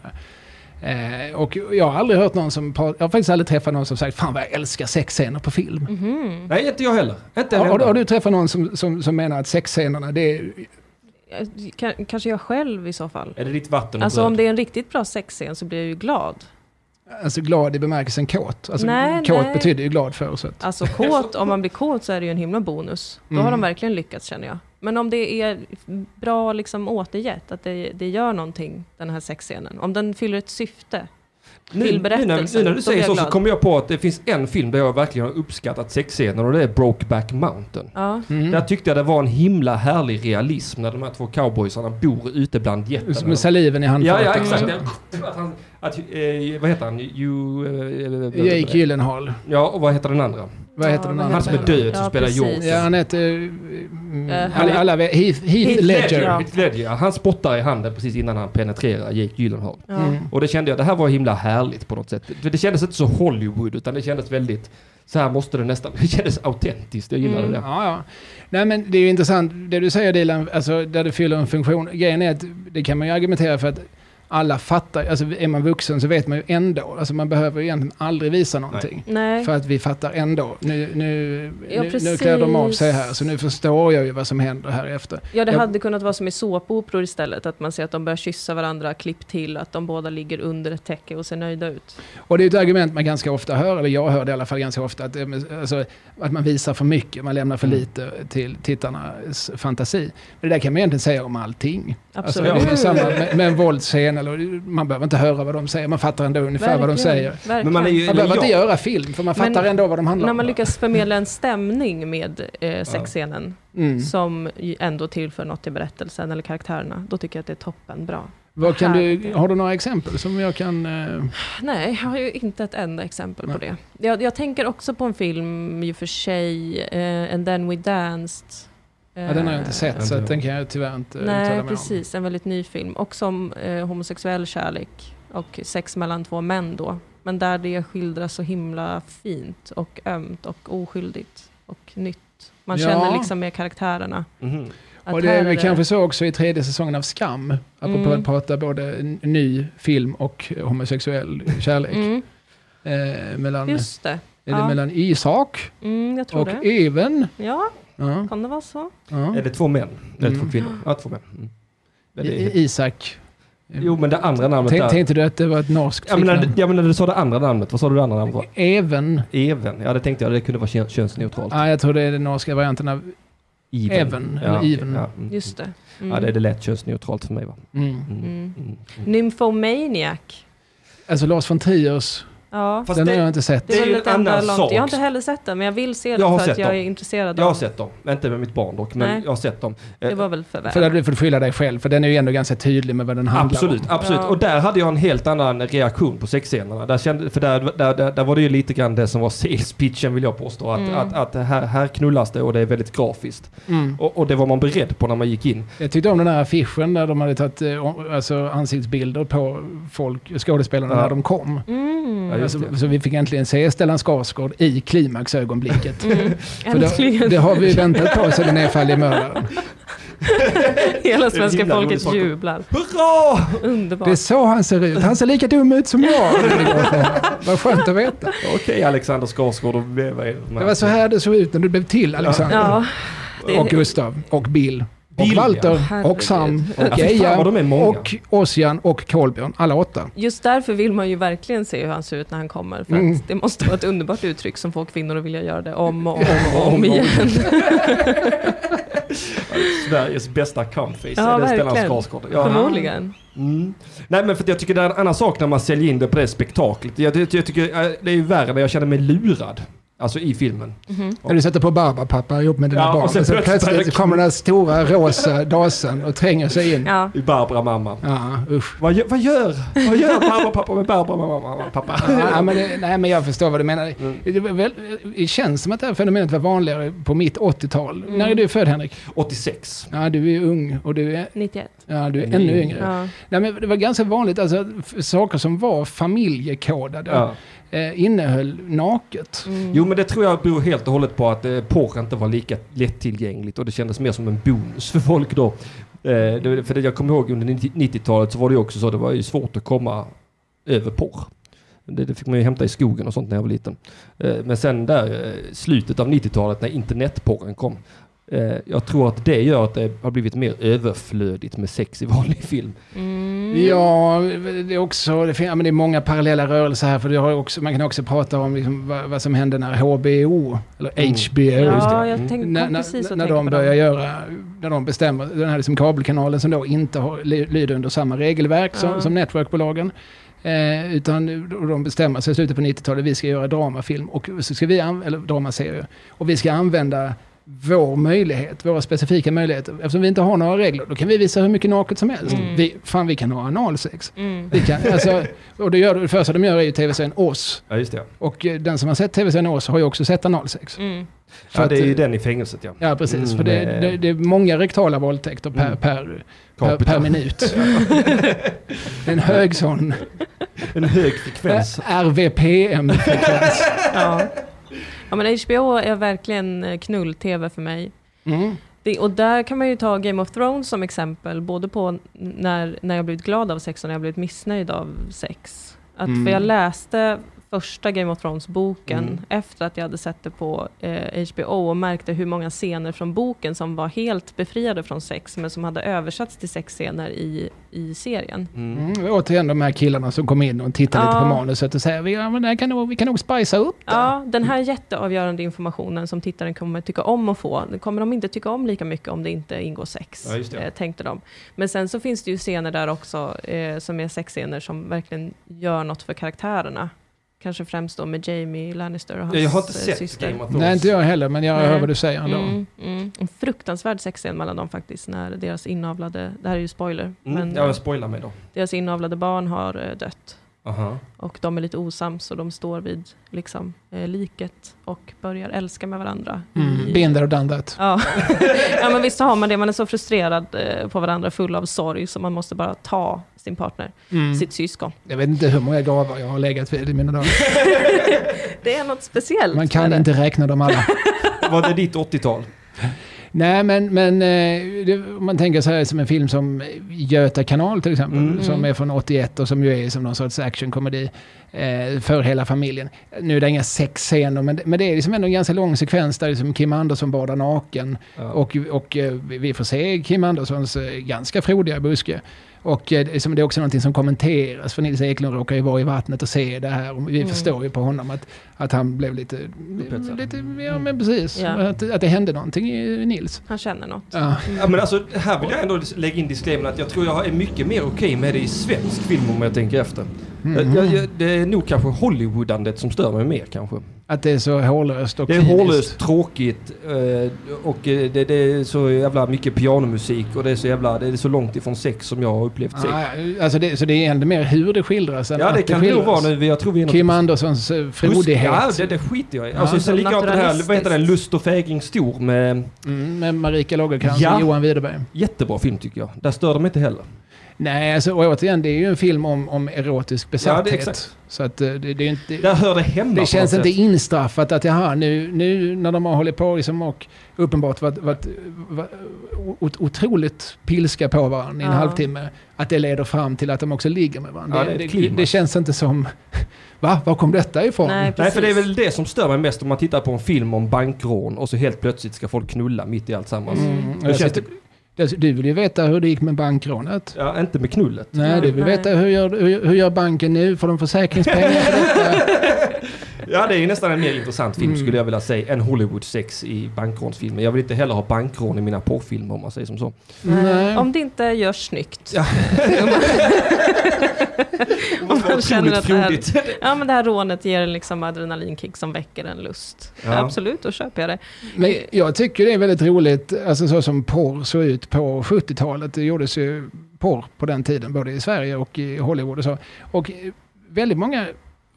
[SPEAKER 4] här. Eh, och jag har aldrig hört någon som, pra- jag har faktiskt aldrig träffat någon som sagt fan vad jag älskar sexscener på film.
[SPEAKER 1] Mhm.
[SPEAKER 2] Nej, inte jag heller. Inte en
[SPEAKER 4] Har, har, du-
[SPEAKER 2] enda.
[SPEAKER 4] har du träffat någon som, som, som menar att sexscenerna det är
[SPEAKER 1] Jag- ka- Kanske jag själv i så fall.
[SPEAKER 3] Är det ditt vatten och
[SPEAKER 1] Alltså
[SPEAKER 3] bröd?
[SPEAKER 1] om det är en riktigt bra sexscen så blir jag ju glad.
[SPEAKER 4] alltså, glad i bemärkelsen kåt? Alltså,
[SPEAKER 1] Nej,
[SPEAKER 4] kåt
[SPEAKER 1] nej.
[SPEAKER 4] betyder ju glad för. Så
[SPEAKER 3] <laughs>
[SPEAKER 4] att,
[SPEAKER 1] Alltså kåt, om man blir kåt så är det ju en himla bonus. Då har
[SPEAKER 4] Mm.
[SPEAKER 1] de verkligen lyckats känner jag. Men om det är bra liksom återgett, att det, det gör någonting, den här sexscenen. Om den fyller ett syfte.
[SPEAKER 3] Nu-
[SPEAKER 1] till
[SPEAKER 3] nu när-
[SPEAKER 1] berättelsen,
[SPEAKER 3] Nu när du
[SPEAKER 1] då blir
[SPEAKER 3] säger
[SPEAKER 1] jag
[SPEAKER 3] så, så
[SPEAKER 1] glad.
[SPEAKER 3] kommer jag på att det finns en film där jag verkligen har uppskattat sexscener och det är Brokeback Mountain.
[SPEAKER 1] Ja.
[SPEAKER 4] Mm.
[SPEAKER 3] Där tyckte jag det var en himla härlig realism när de här två cowboysarna bor ute bland jättarna.
[SPEAKER 4] Med saliven i handfatet.
[SPEAKER 3] Ja,
[SPEAKER 4] Mm.
[SPEAKER 3] ja, exakt. Typ
[SPEAKER 4] också.
[SPEAKER 3] Att han, att, eh, vad heter han? You, eh,
[SPEAKER 4] Jake Gyllenhaal.
[SPEAKER 3] Ja, och vad heter den andra?
[SPEAKER 4] Vad heter
[SPEAKER 1] Ja,
[SPEAKER 4] den
[SPEAKER 1] vad
[SPEAKER 4] andra?
[SPEAKER 3] Han som är död som
[SPEAKER 1] Ja,
[SPEAKER 3] spelar
[SPEAKER 1] precis.
[SPEAKER 3] George.
[SPEAKER 4] Ja, han heter... eh,
[SPEAKER 1] Eh,
[SPEAKER 4] mm,
[SPEAKER 1] han-
[SPEAKER 4] alla, alla, vet- Heath, Heath,
[SPEAKER 1] Heath
[SPEAKER 4] Ledger.
[SPEAKER 1] Ledger.
[SPEAKER 3] Heath Ledger, ja. Han spottar i handen precis innan han penetrerar Jake Gyllenhaal.
[SPEAKER 1] Ja.
[SPEAKER 4] Mm.
[SPEAKER 3] Och det kände jag, det här var himla härligt på något sätt. För det kändes inte så Hollywood, utan det kändes väldigt, så här måste det nästan, <laughs> det kändes autentiskt. Jag gillade
[SPEAKER 1] Mm.
[SPEAKER 3] det.
[SPEAKER 4] Ja, ja. Nej, men det är ju intressant det du säger Dilan, alltså där det fyller en funktion. Grejen är att det kan man ju argumentera för att alla fattar, alltså är man vuxen så vet man ju ändå. Alltså man behöver ju egentligen aldrig visa någonting.
[SPEAKER 1] Nej.
[SPEAKER 4] För att vi fattar ändå. Nu, nu,
[SPEAKER 1] Ja,
[SPEAKER 4] nu, nu klär de av sig här,
[SPEAKER 1] precis.
[SPEAKER 4] så nu förstår jag ju vad som händer här efter.
[SPEAKER 1] Ja, det
[SPEAKER 4] Jag-
[SPEAKER 1] hade kunnat vara som i såpoperor istället, att man ser att de börjar kyssa varandra, klipp till, att de båda ligger under ett täcke och ser nöjda ut.
[SPEAKER 4] Och det är ett argument man ganska ofta hör, eller jag hör det i alla fall ganska ofta, att, eh, men, alltså, att man visar för mycket, man lämnar
[SPEAKER 1] Mm.
[SPEAKER 4] för lite till tittarnas fantasi. Men det där kan man egentligen säga om allting. Alltså,
[SPEAKER 1] Absolut.
[SPEAKER 4] det är samma med, med en våldsscen, eller, man behöver inte höra vad de säger, man fattar ändå ungefär vad de säger.
[SPEAKER 1] Verkligen.
[SPEAKER 2] Men man är ju...
[SPEAKER 4] Man
[SPEAKER 2] eller
[SPEAKER 4] behöver inte
[SPEAKER 2] jag-
[SPEAKER 4] göra film, för man
[SPEAKER 1] Men
[SPEAKER 4] fattar ändå vad de handlar
[SPEAKER 1] När
[SPEAKER 4] om.
[SPEAKER 1] man lyckas förmedla en stämning med eh, sexscenen
[SPEAKER 4] Mm.
[SPEAKER 1] som ju ändå tillför något till berättelsen eller karaktärerna, då tycker jag att det är toppen bra.
[SPEAKER 4] Vad kan du,
[SPEAKER 1] Härligt.
[SPEAKER 4] har du några exempel som jag kan... eh,
[SPEAKER 1] Nej, jag har ju inte ett enda exempel
[SPEAKER 4] Nej.
[SPEAKER 1] på det. Jag, jag tänker också på en film i och för sig, eh, And then we danced.
[SPEAKER 4] ja, den har jag inte
[SPEAKER 1] Eh,
[SPEAKER 4] sett, så att den kan jag tyvärr inte uttala
[SPEAKER 1] Nej,
[SPEAKER 4] mig om.
[SPEAKER 1] precis. En väldigt ny film. Också om eh, homosexuell kärlek och sex mellan två män då. Men där det skildras så himla fint och ömt och oskyldigt och nytt. Man
[SPEAKER 4] Ja.
[SPEAKER 1] känner liksom med karaktärerna.
[SPEAKER 3] Mhm.
[SPEAKER 1] att
[SPEAKER 4] och det
[SPEAKER 1] här
[SPEAKER 4] är väl kanske så också i tredje säsongen av Skam, apropå
[SPEAKER 1] Mm.
[SPEAKER 4] att prata både n- ny film och homosexuell kärlek.
[SPEAKER 1] Mm,
[SPEAKER 4] Eh, mellan, är
[SPEAKER 1] just det.
[SPEAKER 4] det
[SPEAKER 1] ja.
[SPEAKER 4] mellan Isak
[SPEAKER 1] Mm, jag tror
[SPEAKER 4] och
[SPEAKER 1] det.
[SPEAKER 4] Even.
[SPEAKER 1] Ja,
[SPEAKER 4] Ja,
[SPEAKER 1] kan det vara så?
[SPEAKER 4] ja.
[SPEAKER 3] Är det två män? Eller
[SPEAKER 4] Mm.
[SPEAKER 3] två kvinnor? Ja, två män. Mm. Men
[SPEAKER 4] I-
[SPEAKER 3] det är-
[SPEAKER 4] I- Isak.
[SPEAKER 3] Jo, men det andra namnet
[SPEAKER 4] Tänk,
[SPEAKER 3] där.
[SPEAKER 4] tänkte du att det var ett norskt
[SPEAKER 3] Ja men, när,
[SPEAKER 4] flicknamn?
[SPEAKER 3] du- ja, men när du sa det andra namnet, vad sa du det andra namnet var?
[SPEAKER 4] Even.
[SPEAKER 3] Even. Ja, det tänkte jag, det kunde vara kön- könsneutralt.
[SPEAKER 4] Ja, jag tror det är den norska varianten av... Even, eller
[SPEAKER 3] Ja, okej,
[SPEAKER 4] even.
[SPEAKER 3] Ja, mm.
[SPEAKER 1] Just det. Mm.
[SPEAKER 3] ja, det, det lät könsneutralt för mig va?
[SPEAKER 4] Mm.
[SPEAKER 3] Mm.
[SPEAKER 1] Mm.
[SPEAKER 3] Mm.
[SPEAKER 1] Nymphomaniac.
[SPEAKER 4] Alltså Lars von Triers,
[SPEAKER 1] Ja.
[SPEAKER 3] Fast
[SPEAKER 4] den
[SPEAKER 3] det-
[SPEAKER 4] har jag inte sett.
[SPEAKER 1] Det är,
[SPEAKER 3] Det är
[SPEAKER 1] väl
[SPEAKER 3] ju
[SPEAKER 1] ett
[SPEAKER 3] en
[SPEAKER 1] enda
[SPEAKER 3] annan
[SPEAKER 1] långt. Jag har
[SPEAKER 3] sak.
[SPEAKER 1] inte heller sett den, men jag vill se
[SPEAKER 3] Jag har
[SPEAKER 1] den för att
[SPEAKER 3] sett
[SPEAKER 1] jag
[SPEAKER 3] dem.
[SPEAKER 1] är intresserad
[SPEAKER 3] Jag har
[SPEAKER 1] av
[SPEAKER 3] sett dem, inte med mitt barn dock, men
[SPEAKER 1] Nej.
[SPEAKER 3] jag har sett dem.
[SPEAKER 1] Det var väl för väl.
[SPEAKER 4] För där du får skylla dig själv, för den är ju ändå ganska tydlig med vad den handlar
[SPEAKER 3] Absolut,
[SPEAKER 4] om.
[SPEAKER 3] absolut.
[SPEAKER 1] Ja.
[SPEAKER 3] Och där hade jag en helt annan reaktion på sexscenerna. Där kände, för där, där, där, där var det ju lite grann det som var <laughs> sales-pitchen vill jag påstå. Att,
[SPEAKER 1] Mm.
[SPEAKER 3] att, att här, här knullas det och det är väldigt grafiskt.
[SPEAKER 4] Mm.
[SPEAKER 3] Och, och det var man beredd på när man gick in.
[SPEAKER 4] Jag tyckte om den här affischen där de hade tagit eh, om- alltså, ansiktsbilder på folk, skådespelarna
[SPEAKER 3] Ja.
[SPEAKER 4] när de kom.
[SPEAKER 1] Mm.
[SPEAKER 3] Ja, just
[SPEAKER 4] alltså,
[SPEAKER 3] det.
[SPEAKER 4] så vi fick äntligen se Stellan Skarsgård
[SPEAKER 1] <laughs>
[SPEAKER 4] i klimaxögonblicket.
[SPEAKER 1] Mm.
[SPEAKER 4] För det,
[SPEAKER 1] Äntligen.
[SPEAKER 4] det har vi väntat på sedan den är mördaren.
[SPEAKER 1] <laughs> Hela
[SPEAKER 3] Det är en
[SPEAKER 1] svenska
[SPEAKER 3] himla rolig
[SPEAKER 1] folket
[SPEAKER 3] sak.
[SPEAKER 1] jublar.
[SPEAKER 3] Hurra! <laughs>
[SPEAKER 1] Underbart.
[SPEAKER 4] Det är så han ser ut. Han ser lika dum ut som jag. Vad skönt att veta.
[SPEAKER 3] Okej Alexander Skarsgård och vad är det?
[SPEAKER 4] Det var så här det såg ut när du blev till Alexander.
[SPEAKER 1] Ja, det-
[SPEAKER 4] Och Gustav. Och Bill.
[SPEAKER 3] Bill,
[SPEAKER 4] och Walter.
[SPEAKER 1] ja.
[SPEAKER 4] Och Sam.
[SPEAKER 3] Ja,
[SPEAKER 4] Och
[SPEAKER 3] fy fan vad
[SPEAKER 4] Eja.
[SPEAKER 3] de är många. <laughs>
[SPEAKER 4] Och Ossian. Och Kolbjörn. Alla åtta.
[SPEAKER 1] just därför vill man ju verkligen se hur han ser ut när han kommer. För
[SPEAKER 4] Mm.
[SPEAKER 1] att det måste vara ett underbart uttryck som får kvinnor att vilja göra det om och om, och om igen. <laughs>
[SPEAKER 3] Sveriges bästa comeface.
[SPEAKER 1] Ja,
[SPEAKER 3] är det Stellan
[SPEAKER 1] verkligen.
[SPEAKER 3] Skarsgård? Ja.
[SPEAKER 1] Förmodligen.
[SPEAKER 3] Mm. Nej men för att jag tycker det är en annan sak när man säljer in det på det spektaklet. Jag, jag, jag tycker eh, det är ju värre när jag känner mig lurad. Alltså i filmen.
[SPEAKER 1] Mhm.
[SPEAKER 4] När du sätter på barbapapper ihop med dina
[SPEAKER 3] Ja, och
[SPEAKER 4] barn. Och
[SPEAKER 3] sen
[SPEAKER 4] sen,
[SPEAKER 3] plötsligt
[SPEAKER 4] plötsligt
[SPEAKER 3] börjar-
[SPEAKER 4] kommer den här stora rosa dasen och tränger sig in. Ja,
[SPEAKER 1] Ja.
[SPEAKER 3] I Barbara mamma.
[SPEAKER 4] usch.
[SPEAKER 3] Vad gör, vad gör, vad gör Barbara pappa med Barbara mamma, mamma pappa? Mm.
[SPEAKER 4] Ja, men det, nej, men jag förstår vad du menar. Det, var väl, det känns som att det här fenomenet var vanligare på mitt 80-tal. När är du född, Henrik?
[SPEAKER 3] 86.
[SPEAKER 4] Ja, du är ung och du är,
[SPEAKER 1] 91.
[SPEAKER 4] ja, du är
[SPEAKER 3] Ännu
[SPEAKER 4] ännu
[SPEAKER 3] yngre.
[SPEAKER 4] yngre.
[SPEAKER 1] Ja.
[SPEAKER 4] Nej, men det var ganska vanligt, alltså, att f- saker som var familjekodade
[SPEAKER 3] Ja.
[SPEAKER 4] eh, innehöll naket.
[SPEAKER 1] Mm.
[SPEAKER 3] Jo men det tror jag beror helt och hållet på att eh, porr inte var lika lättillgängligt och det kändes mer som en bonus för folk då. Eh, det, för det, jag kommer ihåg under 90- 90-talet så var det ju också så, det var ju svårt att komma över porr. Det, det fick man ju hämta i skogen och sånt när jag var liten. Eh, men sen där eh, slutet av 90-talet när internetporren kom. Eh, jag tror att det gör att det har blivit mer överflödigt med sex i vanlig film.
[SPEAKER 1] Mm.
[SPEAKER 4] Ja, det är också, det, fin- ja, men det är många parallella rörelser här, för du har ju också, man kan också prata om liksom, vad, vad som hände när HBO, eller
[SPEAKER 3] Mm.
[SPEAKER 4] HBO, just det.
[SPEAKER 1] Ja, jag
[SPEAKER 3] Mm.
[SPEAKER 1] tänkte
[SPEAKER 4] När,
[SPEAKER 1] kom precis
[SPEAKER 4] när,
[SPEAKER 1] att
[SPEAKER 4] när
[SPEAKER 1] tänka
[SPEAKER 4] de
[SPEAKER 1] på
[SPEAKER 4] börjar
[SPEAKER 1] dem.
[SPEAKER 4] göra, när de bestämmer, den här liksom kabelkanalen som då inte har, ly- lyder under samma regelverk
[SPEAKER 1] Ja.
[SPEAKER 4] som, som networkbolagen. Eh, utan och de bestämmer sig i slutet på 90-talet, vi ska göra dramafilm, och så ska vi an- eller dramaserie, och vi ska använda vår möjlighet, våra specifika möjligheter. Eftersom vi inte har några regler, då kan vi visa hur mycket naket som helst.
[SPEAKER 1] Mm.
[SPEAKER 4] Vi, fan, vi kan ha analsex.
[SPEAKER 1] Mm.
[SPEAKER 4] Vi kan, alltså, och det, gör, det första de gör är ju tv-serien Oss.
[SPEAKER 3] Ja just det.
[SPEAKER 4] Och eh, den som har sett tv-serien Oss har ju också sett analsex.
[SPEAKER 1] Mm.
[SPEAKER 4] För
[SPEAKER 3] Ja, det är
[SPEAKER 4] att,
[SPEAKER 3] ju
[SPEAKER 4] eh,
[SPEAKER 3] den i fängelset ja.
[SPEAKER 4] Ja, precis.
[SPEAKER 3] Mm,
[SPEAKER 4] för det,
[SPEAKER 3] eh.
[SPEAKER 4] det, det är många rektala våldtäkter per,
[SPEAKER 3] Mm.
[SPEAKER 4] per, per,
[SPEAKER 3] Capita. <laughs>
[SPEAKER 4] per minut. Det är en hög sån
[SPEAKER 3] En hög frekvens. <laughs>
[SPEAKER 4] RVPM.
[SPEAKER 1] Ja. ja, men HBO är verkligen eh, knull-tv för mig.
[SPEAKER 4] Mm.
[SPEAKER 1] Det, och där kan man ju ta Game of Thrones som exempel, både på n- när, när jag blivit glad av sex och när jag blivit missnöjd av sex. Att,
[SPEAKER 4] Mm.
[SPEAKER 1] För jag läste första Game of Thrones-boken
[SPEAKER 3] Mm.
[SPEAKER 1] efter att jag hade sett det på eh, HBO och märkte hur många scener från boken som var helt befriade från sex, men som hade översatts till sexscener i, i serien.
[SPEAKER 3] Mm.
[SPEAKER 4] Mm. och Återigen de här killarna som kom in och tittade lite
[SPEAKER 1] Ja.
[SPEAKER 4] på manuset och säger "Vi- ja, men det här kan nog, vi kan nog spicea upp det.
[SPEAKER 1] Ja,
[SPEAKER 3] Mm.
[SPEAKER 1] den här jätteavgörande informationen som tittaren kommer tycka om att få, den kommer de inte tycka om lika mycket om det inte ingår sex,
[SPEAKER 3] Ja, just det.
[SPEAKER 1] eh, tänkte de. Men sen så finns det ju scener där också, eh, som är sexscener som verkligen gör något för karaktärerna. Kanske främst då med Jamie Lannister och hans
[SPEAKER 3] Ja, jag har inte
[SPEAKER 1] eh,
[SPEAKER 3] sett
[SPEAKER 1] syster.
[SPEAKER 3] Game of Thrones.
[SPEAKER 4] Nej, inte jag heller, men jag
[SPEAKER 1] Nej.
[SPEAKER 4] hör vad du säger ändå.
[SPEAKER 1] Mm, mm. En fruktansvärd sexscen mellan dem faktiskt, när deras inavlade, det här är ju spoiler,
[SPEAKER 3] Mm.
[SPEAKER 1] men
[SPEAKER 3] Ja,
[SPEAKER 1] eh,
[SPEAKER 3] jag spoilar mig då.
[SPEAKER 1] deras inavlade barn har eh, dött.
[SPEAKER 3] Aha.
[SPEAKER 1] Och de är lite osams och de står vid liksom, eh, liket och börjar älska med varandra.
[SPEAKER 4] Mm.
[SPEAKER 1] i-
[SPEAKER 4] Been there och done that.
[SPEAKER 1] Ja. <laughs> ja, men visst har man det. Man är så frustrerad eh, på varandra, full av sorg, så man måste bara ta sin partner,
[SPEAKER 3] Mm.
[SPEAKER 1] sitt syskon.
[SPEAKER 4] Mm. Jag vet inte hur många gravar jag har legat vid i mina dagar.
[SPEAKER 1] Det är något speciellt.
[SPEAKER 4] Man kan
[SPEAKER 1] med det.
[SPEAKER 4] inte räkna dem alla.
[SPEAKER 3] Var det ditt 80-tal?
[SPEAKER 4] Nej, men, men eh, det, om man tänker så här som en film som Göta kanal till exempel,
[SPEAKER 3] Mm.
[SPEAKER 4] som
[SPEAKER 1] Mm.
[SPEAKER 4] är från 81 och som ju är som någon sorts actionkomedi eh, för hela familjen. Nu är det inga sexscener, men, men det är liksom ändå en ganska lång sekvens där liksom Kim Andersson badar naken
[SPEAKER 3] Ja.
[SPEAKER 4] och, och eh, vi får se Kim Anderssons eh, ganska frodiga buske. Och eh, det är som- det är också någonting som kommenteras, för Nils Eklund råkar ju vara i vattnet och se det här. Och vi
[SPEAKER 1] Mm.
[SPEAKER 4] förstår ju på honom att, att han blev lite...
[SPEAKER 3] Upphetsad.
[SPEAKER 4] lite ja, men precis.
[SPEAKER 1] Ja.
[SPEAKER 4] Att, att det hände någonting i Nils.
[SPEAKER 1] Han känner något.
[SPEAKER 4] Ja.
[SPEAKER 3] Ja, men alltså, här vill jag ändå lägga in disclaimer att jag tror jag är mycket mer okej med det i svensk film om jag tänker efter.
[SPEAKER 4] Mm.
[SPEAKER 3] Jag, jag, jag, det är nog kanske Hollywoodandet som stör mig mer kanske.
[SPEAKER 4] Att det är så hårlöst och
[SPEAKER 3] Det är
[SPEAKER 4] kliniskt.
[SPEAKER 3] hårlöst, tråkigt eh, och eh, det, det är så jävla mycket pianomusik och det är så jävla, det är så långt ifrån sex som jag har upplevt sex.
[SPEAKER 4] Ja, alltså det, så det är ändå mer hur det skildras än
[SPEAKER 3] Ja
[SPEAKER 4] att
[SPEAKER 3] det kan det nog
[SPEAKER 4] skildras.
[SPEAKER 3] vara nu, jag tror vi är något-
[SPEAKER 4] Kim Anderssons eh, frodighet
[SPEAKER 3] Ja det, det skiter jag i. Alltså,
[SPEAKER 4] Ja.
[SPEAKER 3] sen likadant den här, vad heter den,
[SPEAKER 1] Naturalistiskt.
[SPEAKER 3] Lust och fägring stor med
[SPEAKER 4] mm, med Marika Lagercrantz
[SPEAKER 3] Ja.
[SPEAKER 4] och Johan Widerberg.
[SPEAKER 3] jättebra film tycker jag. Där stör de inte heller.
[SPEAKER 4] Nej, alltså, och återigen, det är ju en film om, om erotisk besatthet.
[SPEAKER 3] exakt.
[SPEAKER 4] så att eh, det, det är ju inte...
[SPEAKER 3] Där hör det hemma på
[SPEAKER 4] det känns
[SPEAKER 3] något
[SPEAKER 4] inte
[SPEAKER 3] sätt.
[SPEAKER 4] instraffat att jaha, nu, nu när de har hållit på liksom och uppenbart varit, varit, varit ot- otroligt pilska på varandra i en
[SPEAKER 1] Ja.
[SPEAKER 4] halvtimme, att det leder fram till att de också ligger med varandra.
[SPEAKER 3] Ja, det är
[SPEAKER 4] det,
[SPEAKER 3] ett
[SPEAKER 4] det, det,
[SPEAKER 3] klimax.
[SPEAKER 4] känns inte som, <laughs> va, var kom detta ifrån?
[SPEAKER 1] Nej, precis.
[SPEAKER 3] Nej, för det är väl det som stör mig mest om man tittar på en film om bankrån och så helt plötsligt ska folk knulla mitt i alltsammans.
[SPEAKER 1] Mm.
[SPEAKER 3] Det känns
[SPEAKER 4] Alltså, du- Du vill ju veta hur det gick med bankrånet.
[SPEAKER 3] Ja, inte med knullet.
[SPEAKER 4] Nej, du vill
[SPEAKER 1] Nej. <laughs>
[SPEAKER 4] veta hur gör, hur, hur gör banken nu? Får de försäkringspengar för detta?
[SPEAKER 3] Ja, det är ju nästan en mer intressant
[SPEAKER 4] Mm.
[SPEAKER 3] film skulle jag vilja säga än Hollywood-sex i bankrånsfilmer. Jag vill inte heller ha bankrån i mina porrfilmer om man säger
[SPEAKER 4] <laughs>
[SPEAKER 3] som så.
[SPEAKER 4] Nej.
[SPEAKER 1] Om det inte görs snyggt.
[SPEAKER 3] Ja.
[SPEAKER 1] <laughs> Om man känner
[SPEAKER 3] Otroligt
[SPEAKER 1] att det här,
[SPEAKER 3] frodigt.
[SPEAKER 1] ja, men det här rånet ger en liksom adrenalinkick som väcker en lust.
[SPEAKER 3] Ja.
[SPEAKER 1] Absolut, då köper jag det.
[SPEAKER 4] Men jag tycker det är väldigt roligt, alltså så som porr såg ut på 70-talet. Det gjordes ju porr på den tiden, både i Sverige och i Hollywood och så. Och eh, väldigt många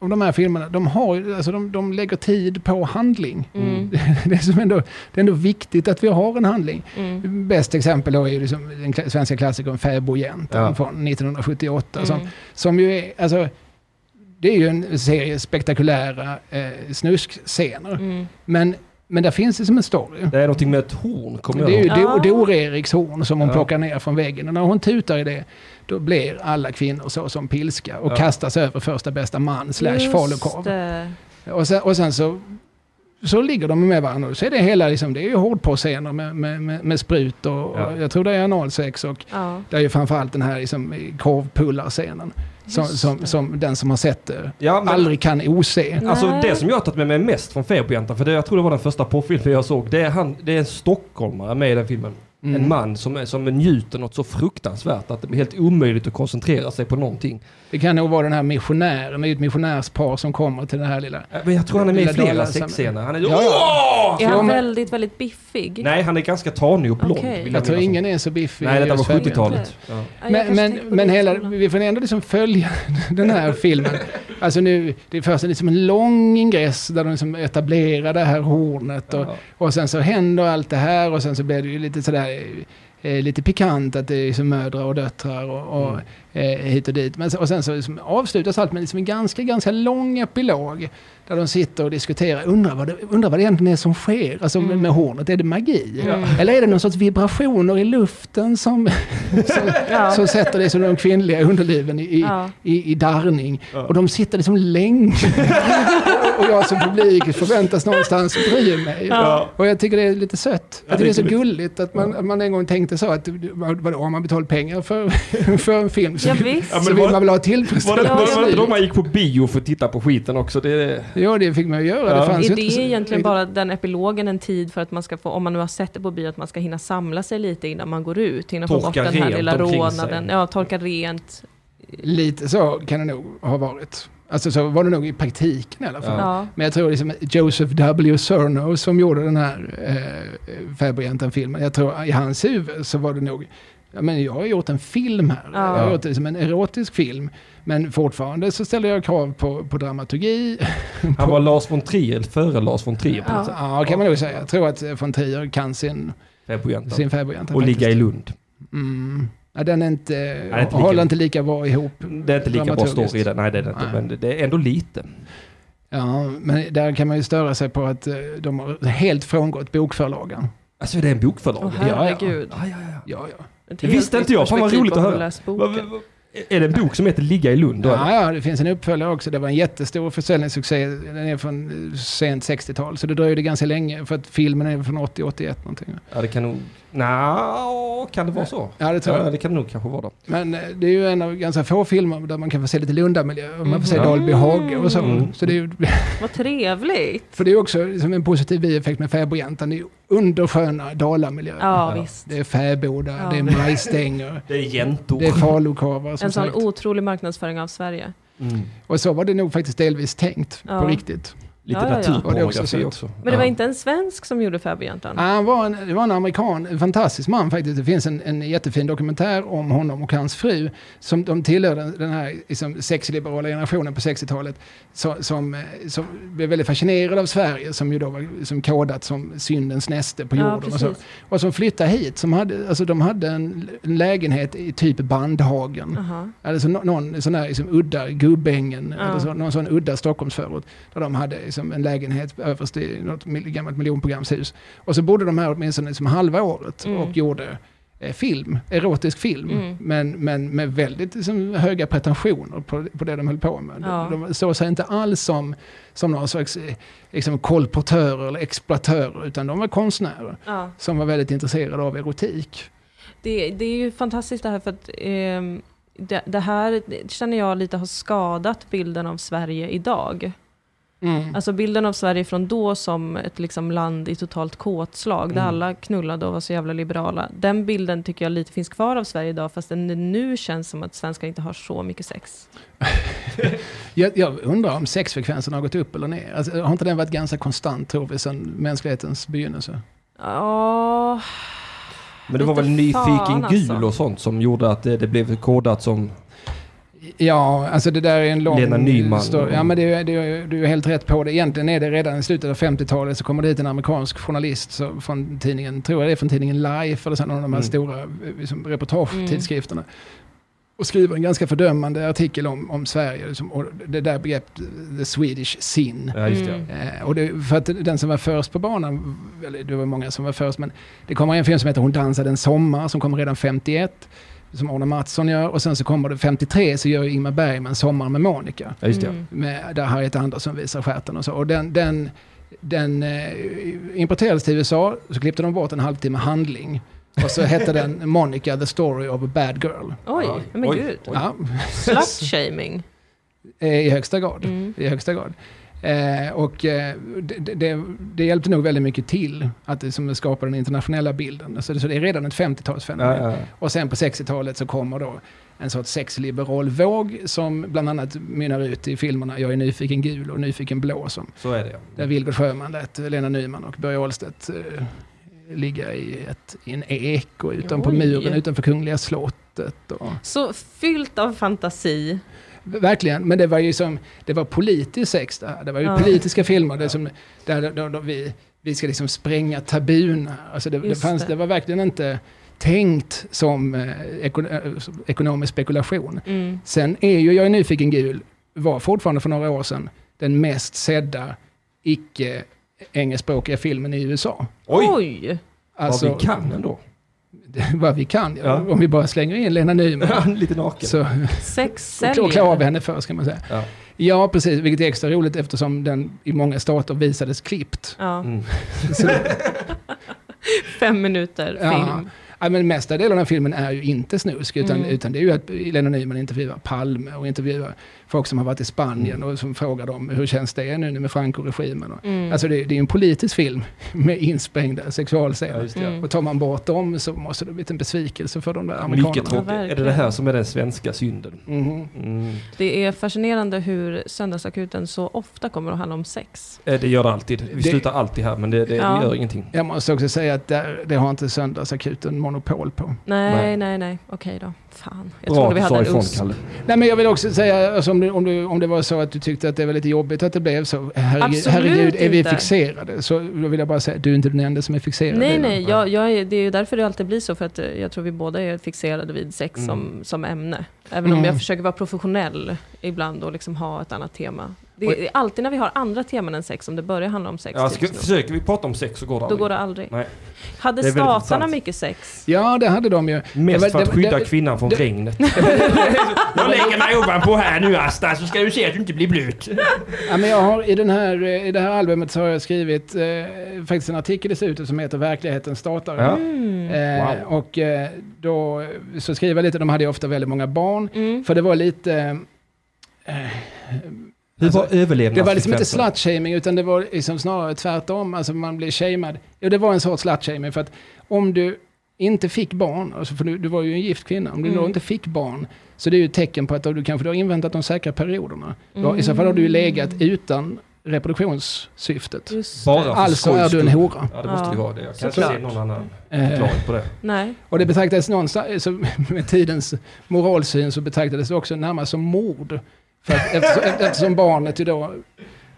[SPEAKER 4] av de här filmerna, de, har, ju- alltså de, de lägger tid på handling. <laughs>
[SPEAKER 1] Mm.
[SPEAKER 4] Det är, som ändå, det är ändå viktigt att vi har en handling.
[SPEAKER 3] <laughs>
[SPEAKER 1] Mm.
[SPEAKER 4] Bäst exempel då är ju liksom den kla- svenska klassikern Fäbodjäntan
[SPEAKER 3] Ja.
[SPEAKER 4] från 1978.
[SPEAKER 3] Alltså,
[SPEAKER 4] Som,
[SPEAKER 1] Mm.
[SPEAKER 4] som ju är, alltså, det är ju en serie spektakulära eh, snuskscener.
[SPEAKER 1] Mm.
[SPEAKER 4] Men, men där finns det som en story.
[SPEAKER 3] Det är någonting med ett horn, kommer jag
[SPEAKER 4] Det är ju
[SPEAKER 3] ihåg.
[SPEAKER 1] Ja.
[SPEAKER 4] Dor- Dor-Eriks horn som hon
[SPEAKER 3] Ja.
[SPEAKER 4] plockar ner från väggen. Och när hon tutar i det, då blir alla kvinnor så som pilska och
[SPEAKER 3] Ja.
[SPEAKER 4] kastas över första bästa man <laughs> slash
[SPEAKER 1] Just
[SPEAKER 4] falukorv.
[SPEAKER 1] det.
[SPEAKER 4] Och sen, och sen så, så ligger de med varandra. Och Så är det hela, liksom, det är ju hårdporrscener med, med, med, med sprut och,
[SPEAKER 3] Ja.
[SPEAKER 4] och jag tror det är analsex och
[SPEAKER 1] Ja,
[SPEAKER 4] det är ju framförallt den här liksom, korvpullarscenen. Som,
[SPEAKER 1] just
[SPEAKER 4] som,
[SPEAKER 1] det.
[SPEAKER 4] som den som har sett det
[SPEAKER 3] Ja, men-
[SPEAKER 4] aldrig kan ose.
[SPEAKER 1] Nej.
[SPEAKER 3] Alltså det som jag har tagit med mig mest från Fäbodjäntan, för det, jag tror det var den första porrfilmen jag såg, det är, han, det är en stockholmare med i den filmen. En man som, är, som njuter något så fruktansvärt att det blir helt omöjligt att koncentrera sig på någonting.
[SPEAKER 4] Det kan nog vara den här missionären, det är ju ett missionärspar som kommer till den här lilla
[SPEAKER 3] Äh, Men jag tror han är med i
[SPEAKER 4] Lilla
[SPEAKER 3] flera
[SPEAKER 4] Dalarna-
[SPEAKER 3] sexscener. Han är...
[SPEAKER 4] Ja, ja.
[SPEAKER 1] är
[SPEAKER 4] Ja,
[SPEAKER 1] han
[SPEAKER 4] men-
[SPEAKER 1] väldigt, väldigt biffig?
[SPEAKER 3] Nej, han är ganska tanig och blond.
[SPEAKER 1] Okej.
[SPEAKER 3] vill
[SPEAKER 4] Jag tror
[SPEAKER 3] minnas.
[SPEAKER 4] ingen är så biffig.
[SPEAKER 3] Nej, detta
[SPEAKER 4] i
[SPEAKER 3] var
[SPEAKER 4] Sverige.
[SPEAKER 3] 70-talet. Ja.
[SPEAKER 1] Ja, jag
[SPEAKER 4] Men,
[SPEAKER 1] kanske
[SPEAKER 4] men,
[SPEAKER 1] tänker på
[SPEAKER 4] men
[SPEAKER 1] det i
[SPEAKER 4] hela,
[SPEAKER 1] skolan.
[SPEAKER 4] vi får ändå liksom följa <laughs> den här filmen. Alltså nu, det är först liksom en lång ingress där de liksom etablerar det här hornet och,
[SPEAKER 3] Ja.
[SPEAKER 4] och sen så händer allt det här och sen så blir det ju lite sådär eh, lite pikant att det är liksom mödrar och döttrar och, och eh, hit och dit. Men, så- och sen så liksom avslutas allt med liksom en ganska, ganska lång epilog där de sitter och diskuterar, undrar vad det, undrar vad det egentligen är som sker alltså med, med hornet. Är det magi?
[SPEAKER 1] Mm.
[SPEAKER 4] Eller är det någon sorts vibrationer i luften som, som,
[SPEAKER 1] Ja.
[SPEAKER 4] som sätter det som de kvinnliga underliven i, i,
[SPEAKER 1] Ja.
[SPEAKER 4] i, i darrning. Och de sitter liksom länge. <laughs> och jag som publik förväntas någonstans bry mig.
[SPEAKER 1] Ja.
[SPEAKER 4] Och jag tycker det är lite sött. Jag tycker det är så
[SPEAKER 3] tycker
[SPEAKER 4] gulligt att man, att man en gång tänkte så att vadå, har man betalat pengar för, <laughs> för en film så,
[SPEAKER 1] Ja,
[SPEAKER 4] <laughs>
[SPEAKER 1] visst.
[SPEAKER 3] Ja, men
[SPEAKER 4] så
[SPEAKER 3] var-
[SPEAKER 4] vill man väl ha
[SPEAKER 3] Var det,
[SPEAKER 4] tillfredsställande
[SPEAKER 3] var det, var det inte då
[SPEAKER 4] slut.
[SPEAKER 3] man gick på bio för att titta på skiten också? Det är...
[SPEAKER 4] Ja, det fick man ju göra.
[SPEAKER 3] Ja.
[SPEAKER 4] Det fanns
[SPEAKER 1] Är
[SPEAKER 4] ju
[SPEAKER 1] det
[SPEAKER 4] inte så-
[SPEAKER 1] egentligen bara den epilogen en tid för att man ska få, om man nu har sett det på bio, att man ska hinna samla sig lite innan man går ut? Hinna få bort
[SPEAKER 3] Torka
[SPEAKER 1] den här
[SPEAKER 3] rent
[SPEAKER 1] lilla
[SPEAKER 3] omkring
[SPEAKER 1] rånaden.
[SPEAKER 3] sig.
[SPEAKER 1] Ja, torka rent.
[SPEAKER 4] Lite så kan det nog ha varit. Alltså så var det nog i praktiken i alla fall.
[SPEAKER 3] Ja.
[SPEAKER 1] Ja.
[SPEAKER 4] Men jag tror liksom Joseph W. Cerno som gjorde den här eh, Fäbodjäntan-filmen, jag tror i hans huvud så var det nog, ja, men jag har gjort en film här,
[SPEAKER 1] Ja.
[SPEAKER 4] jag har gjort liksom en erotisk film, men fortfarande så ställer jag krav på, på dramaturgi.
[SPEAKER 3] Han var Lars von Trier, före Lars von Trier på
[SPEAKER 1] Ja.
[SPEAKER 3] något
[SPEAKER 4] Så,
[SPEAKER 3] sätt.
[SPEAKER 4] ja, kan man nog säga. Jag tror att eh, von Trier kan sin,
[SPEAKER 3] Fäbodjäntan.
[SPEAKER 4] sin Fäbodjäntan.
[SPEAKER 3] eh, Och ligga i
[SPEAKER 4] faktiskt.
[SPEAKER 3] Lund.
[SPEAKER 4] Mm. Ja, den är inte,
[SPEAKER 3] är inte lika-
[SPEAKER 4] håller inte lika bra ihop.
[SPEAKER 3] Det är inte lika bra
[SPEAKER 4] dramaturgiskt.
[SPEAKER 3] story där. Nej, det är det inte.
[SPEAKER 4] Nej.
[SPEAKER 3] Men det- det är ändå lite.
[SPEAKER 4] Ja, men där kan man ju störa sig på att eh, de har helt frångått bokförlagen.
[SPEAKER 3] Alltså är det en bokförlag?
[SPEAKER 1] Åh herregud.
[SPEAKER 3] Ja, ja, ja.
[SPEAKER 4] Ja, ja.
[SPEAKER 1] Ett
[SPEAKER 3] Det
[SPEAKER 1] helt
[SPEAKER 3] visste
[SPEAKER 1] nytt
[SPEAKER 3] inte jag. Fan, vad
[SPEAKER 1] perspektiv
[SPEAKER 3] roligt att
[SPEAKER 1] bakom
[SPEAKER 3] höra.
[SPEAKER 1] läsboken.
[SPEAKER 3] Va- va- va- Är det en bok som heter Ligga i Lund? Då?
[SPEAKER 4] Ja, ja, det finns en uppföljare också. Det var en jättestor försäljningssuccé. Den är från eh, sent 60-tal, så det dröjde ganska länge för att filmen är från 80-81 någonting.
[SPEAKER 3] ja, det kan nog... Nå, kan det vara så?
[SPEAKER 4] Ja, det tror
[SPEAKER 3] Ja,
[SPEAKER 4] jag.
[SPEAKER 3] det kan det nog kanske vara då.
[SPEAKER 4] Men eh, det är ju en av ganska få filmer där man kan få se lite Lundamiljö och man får se
[SPEAKER 3] Mhm.
[SPEAKER 4] Dalby Hage och så.
[SPEAKER 3] Mm.
[SPEAKER 4] Så det är ju, <laughs>
[SPEAKER 1] Vad trevligt.
[SPEAKER 4] för det är ju också liksom en positiv bieffekt med fäbodjäntan. Det är ju undersköna dalamiljöer.
[SPEAKER 1] Ja,
[SPEAKER 3] Ja.
[SPEAKER 1] visst.
[SPEAKER 4] Det är fäbodar,
[SPEAKER 1] Ja.
[SPEAKER 4] det är majstänger,
[SPEAKER 3] Det är jäntor.
[SPEAKER 1] <laughs>
[SPEAKER 4] det är falukorvar som
[SPEAKER 1] En sån
[SPEAKER 4] sagt.
[SPEAKER 1] otrolig marknadsföring av Sverige.
[SPEAKER 3] Mm.
[SPEAKER 4] Och så var det nog faktiskt delvis tänkt
[SPEAKER 1] Ja.
[SPEAKER 4] på riktigt.
[SPEAKER 3] Lite
[SPEAKER 1] Ja, ja, ja.
[SPEAKER 4] Och det är också
[SPEAKER 3] naturpornografi
[SPEAKER 4] sött.
[SPEAKER 3] också.
[SPEAKER 1] Men det var
[SPEAKER 3] Ja.
[SPEAKER 1] inte en svensk som gjorde Fäbodjäntan?
[SPEAKER 4] Ja, Ah, Han var en, det var en amerikan, en fantastisk man faktiskt. Det finns en, en jättefin dokumentär om honom och hans fru. Som de tillhör den, den här liksom, sexliberala generationen på 60-talet. Som, som, eh, som blev väldigt fascinerad av Sverige som ju då var som kodat som syndens näste på
[SPEAKER 1] Ja,
[SPEAKER 4] jorden. alltså. och, så.
[SPEAKER 1] precis.
[SPEAKER 4] och som flyttade hit. Som hade, alltså, de hade en, en lägenhet i typ Bandhagen.
[SPEAKER 1] Aha.
[SPEAKER 4] Alltså nå- någon sån här liksom udda Gubbängen,
[SPEAKER 1] Ja.
[SPEAKER 4] eller så, någon sån udda Stockholmsförort. Där de hade liksom en lägenhet överst i något mil- gammalt miljonprogramshus. Och så bodde de här åtminstone liksom halva året
[SPEAKER 1] Mm.
[SPEAKER 4] och gjorde eh, film, erotisk film.
[SPEAKER 1] Mm.
[SPEAKER 4] Men, men med väldigt liksom, höga pretensioner på, på det de höll på med.
[SPEAKER 1] Ja.
[SPEAKER 4] De, de såg sig inte alls som, som någon slags eh, liksom, kolportörer eller exploatörer, utan de var konstnärer
[SPEAKER 1] Ja.
[SPEAKER 4] som var väldigt intresserade av erotik.
[SPEAKER 1] Det, det är ju fantastiskt det här för att ehm, det, det här känner jag lite har skadat bilden av Sverige idag.
[SPEAKER 4] Mm.
[SPEAKER 1] Alltså bilden av Sverige från då som ett liksom land i totalt kåtslag, där
[SPEAKER 3] Mm.
[SPEAKER 1] alla knullade och var så jävla liberala. Den bilden tycker jag lite finns kvar av Sverige idag, fast den nu känns som att svenskar inte har så mycket sex.
[SPEAKER 4] Jag, jag undrar om sexfrekvensen har gått upp eller ner. Alltså, har inte den varit ganska konstant tror vi sedan mänsklighetens begynnelse?
[SPEAKER 1] Ja,
[SPEAKER 3] Men det var väl
[SPEAKER 1] Lite fan,
[SPEAKER 3] nyfiken gul
[SPEAKER 1] alltså.
[SPEAKER 3] och sånt som gjorde att det, det blev kodat som...
[SPEAKER 4] Ja, alltså det där är en lång...
[SPEAKER 3] Lena Nyman.
[SPEAKER 4] stor- Ja, men det, är- det, är- du är helt rätt på det. Egentligen är det redan i slutet av 50-talet så kommer det hit en amerikansk journalist så, från tidningen, tror jag det är från tidningen Life eller så, någon av de här
[SPEAKER 3] Mm.
[SPEAKER 4] stora eh, liksom, reportagetidskrifterna. Och skriver en ganska fördömande artikel om, om Sverige, liksom, och det där begreppet, eh, the Swedish sin.
[SPEAKER 3] Ja, just det.
[SPEAKER 1] Mm.
[SPEAKER 4] Eh, och det, för att den som var först på banan, eller det var många som var först, men det kommer en film som heter Hon dansade en sommar som kom redan 51, som Arne Mattsson gör, och sen så kommer det 53 så gör ju Ingmar Bergman Sommar med Monica,
[SPEAKER 3] Ja, just det.
[SPEAKER 1] Mm.
[SPEAKER 4] med, där Harriet Andersson visar stjärten och så. Och den, den, den eh, importerades till USA, så klippte de bort en halvtimme handling. Och så hette den Monica, the story of a bad girl.
[SPEAKER 1] Oj, men
[SPEAKER 3] Oj.
[SPEAKER 1] gud.
[SPEAKER 4] Ja, <laughs>
[SPEAKER 1] Slut-shaming.
[SPEAKER 4] eh, i högsta grad.
[SPEAKER 1] Mm.
[SPEAKER 4] i högsta grad. Eh, och eh, det, det- det, det hjälpte nog väldigt mycket till att det som skapar den internationella bilden. Alltså, det- så det är redan ett 50-talsfenomen.
[SPEAKER 3] Ja, ja.
[SPEAKER 4] Och sen på 60-talet så kommer då en sorts sexliberal våg som bland annat mynnar ut i filmerna Jag är nyfiken gul och Nyfiken blå som
[SPEAKER 3] Så är det.
[SPEAKER 4] där Vilgot Sjöman lät Lena Nyman och Börje Ahlstedt eh, ligga i, ett, i en ek och utanpå
[SPEAKER 1] Oj.
[SPEAKER 4] muren utanför Kungliga slottet. Och,
[SPEAKER 1] Så fyllt av fantasi.
[SPEAKER 4] Verkligen, men det var ju som, det var politisk sex det här. Det var ju
[SPEAKER 1] Ja.
[SPEAKER 4] politiska filmer där, som, där, där, där vi, vi ska liksom spränga tabun. Alltså det, det,
[SPEAKER 1] Just
[SPEAKER 4] fanns,
[SPEAKER 1] det.
[SPEAKER 4] det var verkligen inte tänkt som eh, ekon, eh, som ekonomisk spekulation.
[SPEAKER 1] Mm.
[SPEAKER 4] Sen är ju Jag är nyfiken gul, var fortfarande för några år sedan den mest sedda icke engelskspråkiga filmen i USA.
[SPEAKER 3] Oj!
[SPEAKER 1] Oj. Alltså-
[SPEAKER 3] Vad vi kan ändå.
[SPEAKER 4] Alltså, <laughs> vad vi kan, ja.
[SPEAKER 3] Ja.
[SPEAKER 4] om vi bara slänger in Lena Nyman.
[SPEAKER 1] Mm.
[SPEAKER 3] <laughs> Lite naken.
[SPEAKER 4] Så,
[SPEAKER 1] Sex
[SPEAKER 4] och, och klä av
[SPEAKER 1] säljer.
[SPEAKER 4] henne först kan man säga.
[SPEAKER 3] Ja.
[SPEAKER 4] Ja. precis, vilket är extra roligt eftersom den i många stater visades klippt.
[SPEAKER 1] Ja,
[SPEAKER 3] Mm.
[SPEAKER 4] Så det,
[SPEAKER 1] fem minuter
[SPEAKER 4] Ja.
[SPEAKER 1] film.
[SPEAKER 4] ja, men mesta delen av filmen är ju inte snusk, utan,
[SPEAKER 1] Mm.
[SPEAKER 4] utan det är ju att Lena Nyman intervjuar Palme och intervjuar folk som har varit i
[SPEAKER 3] Mm.
[SPEAKER 4] Spanien och som frågar dem hur känns det nu med Franco-regimen. Och-
[SPEAKER 1] Mm.
[SPEAKER 4] Alltså det, det är ju en politisk film <laughs> med insprängda
[SPEAKER 3] Ja,
[SPEAKER 4] sexualscener.
[SPEAKER 3] just det.
[SPEAKER 1] Mm.
[SPEAKER 4] Och tar man bort dem så måste det bli en besvikelse för de där
[SPEAKER 3] Men lika
[SPEAKER 4] amerikanerna.
[SPEAKER 3] tråkigt. Är det det här som är den svenska synden?
[SPEAKER 4] Mhm.
[SPEAKER 3] Mm.
[SPEAKER 1] Det är fascinerande hur Söndagsakuten så ofta kommer att handla om sex.
[SPEAKER 3] Eh, Det gör det alltid. Vi
[SPEAKER 4] Det-
[SPEAKER 3] slutar alltid här, men det, det
[SPEAKER 1] Ja.
[SPEAKER 3] gör ingenting.
[SPEAKER 4] Jag måste också säga att där, det har inte Söndagsakuten monopol på.
[SPEAKER 1] Nej,
[SPEAKER 3] Nej.
[SPEAKER 1] nej, nej. Okej då. Fan. Jag
[SPEAKER 3] Bra
[SPEAKER 1] trodde
[SPEAKER 3] att
[SPEAKER 1] vi
[SPEAKER 3] du
[SPEAKER 1] hade
[SPEAKER 3] sa
[SPEAKER 1] en
[SPEAKER 3] ifrån,
[SPEAKER 1] ost.
[SPEAKER 3] Kalle.
[SPEAKER 4] Nej men jag vill också säga, alltså, om, du, om, du, om det var så att du tyckte att det var lite jobbigt att det blev så, herregud,
[SPEAKER 1] Absolut
[SPEAKER 4] herregud är vi
[SPEAKER 1] inte.
[SPEAKER 4] fixerade? Så då vill jag bara säga, du är inte den enda som är fixerad.
[SPEAKER 1] Nej,
[SPEAKER 4] Elin.
[SPEAKER 1] nej. Jag, jag är, det är ju därför det alltid blir så, för att eh, jag tror vi båda är fixerade vid sex
[SPEAKER 3] Mm.
[SPEAKER 1] som, som ämne. Även om
[SPEAKER 4] Mm.
[SPEAKER 1] jag försöker vara professionell ibland och liksom ha ett annat tema.
[SPEAKER 4] Och-
[SPEAKER 1] Det är alltid när vi har andra teman än sex, om det börjar handla om sex,
[SPEAKER 3] Ja,
[SPEAKER 1] typ
[SPEAKER 3] ska,
[SPEAKER 1] snusk,
[SPEAKER 3] försöker vi prata om sex så går det
[SPEAKER 1] då
[SPEAKER 3] aldrig.
[SPEAKER 1] går det aldrig.
[SPEAKER 3] Nej.
[SPEAKER 1] Hade
[SPEAKER 3] Det är väldigt
[SPEAKER 1] statarna
[SPEAKER 3] intressant.
[SPEAKER 1] mycket sex?
[SPEAKER 4] Ja, det hade de ju.
[SPEAKER 3] Mest
[SPEAKER 4] Det var-
[SPEAKER 3] för att
[SPEAKER 4] det-
[SPEAKER 3] skydda
[SPEAKER 4] det-
[SPEAKER 3] kvinnan från regnet.
[SPEAKER 4] <laughs>
[SPEAKER 3] jag lägger mig ovanpå här nu Asta, så ska du se att du inte blir blöt.
[SPEAKER 4] Ja, men jag har, i, den här, eh, I det här albumet så har jag skrivit eh, faktiskt en artikel dessutom som heter Verklighetens statare.
[SPEAKER 3] Ja.
[SPEAKER 1] Mm.
[SPEAKER 4] Eh, Och eh, då så skriver jag lite, de hade ju ofta väldigt många barn,
[SPEAKER 1] Mm.
[SPEAKER 4] för det var lite eh,
[SPEAKER 3] Hur
[SPEAKER 4] Alltså,
[SPEAKER 3] var överlevnadsfrekvensen?
[SPEAKER 4] Det var liksom inte slut-shaming utan det var liksom snarare tvärtom. Alltså man blev shamed. Jo, det var en sorts slut-shaming för att om du inte fick barn, alltså för du, du var ju en gift kvinna, om du då
[SPEAKER 1] Mm.
[SPEAKER 4] inte fick barn så det är ju ett tecken på att du kanske du har inväntat de säkra perioderna.
[SPEAKER 1] Mm.
[SPEAKER 4] Då, I så fall har du ju legat utan reproduktionssyftet.
[SPEAKER 1] Just
[SPEAKER 3] Bara
[SPEAKER 1] det.
[SPEAKER 3] för
[SPEAKER 4] Alltså
[SPEAKER 3] skojs
[SPEAKER 4] är du en
[SPEAKER 3] skull.
[SPEAKER 4] hora.
[SPEAKER 3] Ja, det måste
[SPEAKER 1] Ja.
[SPEAKER 3] ju vara det. Jag kan inte
[SPEAKER 4] Såklart.
[SPEAKER 3] se någon annan
[SPEAKER 4] Eh,
[SPEAKER 3] förklaring på det.
[SPEAKER 1] Nej.
[SPEAKER 4] och det betraktades någonstans, så <laughs> med tidens moralsyn så betraktades det också närmast som mord. För att eftersom, <laughs> eftersom barnet ju då,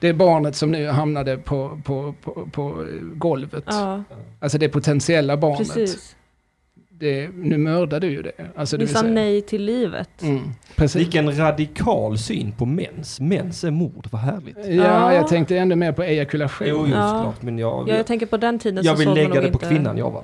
[SPEAKER 4] det är barnet som nu hamnade på, på, på, på golvet.
[SPEAKER 1] Ja,
[SPEAKER 4] Alltså det potentiella barnet.
[SPEAKER 1] precis.
[SPEAKER 4] Det, nu mördar du ju det. Alltså, det
[SPEAKER 1] Du
[SPEAKER 4] vill
[SPEAKER 1] sa
[SPEAKER 4] säga-
[SPEAKER 1] nej till livet.
[SPEAKER 4] Mm, precis.
[SPEAKER 3] Vilken radikal syn på mens. Mens är mord, vad härligt.
[SPEAKER 4] Ja,
[SPEAKER 1] Ja.
[SPEAKER 4] jag tänkte ännu mer på ejakulation.
[SPEAKER 3] Jo, jo
[SPEAKER 1] Ja.
[SPEAKER 3] såklart, men jag,
[SPEAKER 1] Ja, jag
[SPEAKER 3] jag,
[SPEAKER 1] tänker på den tiden så
[SPEAKER 3] vill
[SPEAKER 1] såg man
[SPEAKER 3] lägga
[SPEAKER 1] nog
[SPEAKER 3] det på
[SPEAKER 1] inte
[SPEAKER 3] kvinnan jag var.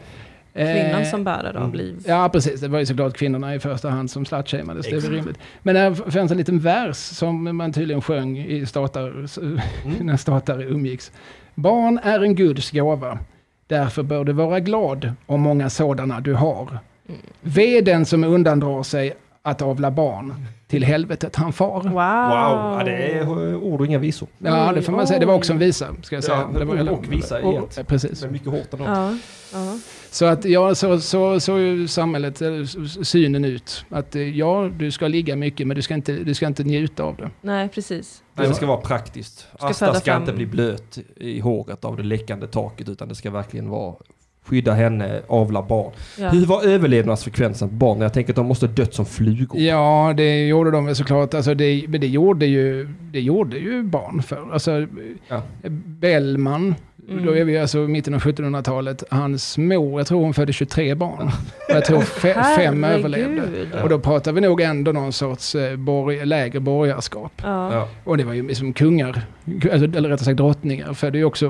[SPEAKER 1] kvinnan
[SPEAKER 4] Eh,
[SPEAKER 1] som bärare
[SPEAKER 3] Mm.
[SPEAKER 1] av liv.
[SPEAKER 4] Ja, precis. Det var ju såklart kvinnorna i första hand som slutshamades. Det är väl
[SPEAKER 3] Exakt.
[SPEAKER 4] rimligt. Men där fanns en liten vers som man tydligen sjöng i statar,
[SPEAKER 3] Mm.
[SPEAKER 4] när statare umgicks. Barn är en guds gåva. Därför bör du vara glad om många sådana du har. Ve den som undandrar sig att avla barn till helvetet han far.
[SPEAKER 3] Ja, det är eh, ord och inga visor.
[SPEAKER 4] Ja, det får man säga. Det var också en visa, ska jag säga.
[SPEAKER 3] Ja,
[SPEAKER 4] det var,
[SPEAKER 3] och visa i ett.
[SPEAKER 4] ja, precis.
[SPEAKER 3] Men mycket hårt ändå.
[SPEAKER 1] Ja, ja.
[SPEAKER 4] Så att ja, så, så, så är ju samhället, eller s- synen ut. Att eh, ja, du ska ligga mycket, men du ska inte, du ska inte njuta av det.
[SPEAKER 1] Nej, precis.
[SPEAKER 3] Nej, det ska vara praktiskt.
[SPEAKER 1] Ska
[SPEAKER 3] Asta
[SPEAKER 1] föda
[SPEAKER 3] ska
[SPEAKER 1] fram-
[SPEAKER 3] inte bli blöt i håret av det läckande taket utan det ska verkligen vara skydda henne, avla barn.
[SPEAKER 1] Ja.
[SPEAKER 3] Hur var överlevnadsfrekvensen på barn? Jag tänker att de måste ha dött som flugor.
[SPEAKER 4] Ja, det gjorde de väl såklart. Alltså det, men det, gjorde ju, det gjorde ju barn för. Alltså,
[SPEAKER 3] Ja.
[SPEAKER 4] Bellman,
[SPEAKER 1] Mm.
[SPEAKER 4] då är vi alltså i mitten av 1700-talet, hans mor, jag tror hon födde 23 barn. Och jag tror fe, fem överlevde. Och då pratar vi nog ändå någon sorts eh, borg, lägre borgarskap.
[SPEAKER 1] Ja.
[SPEAKER 3] Ja.
[SPEAKER 4] Och det var ju liksom kungar, alltså, eller rättare sagt drottningar, födde ju också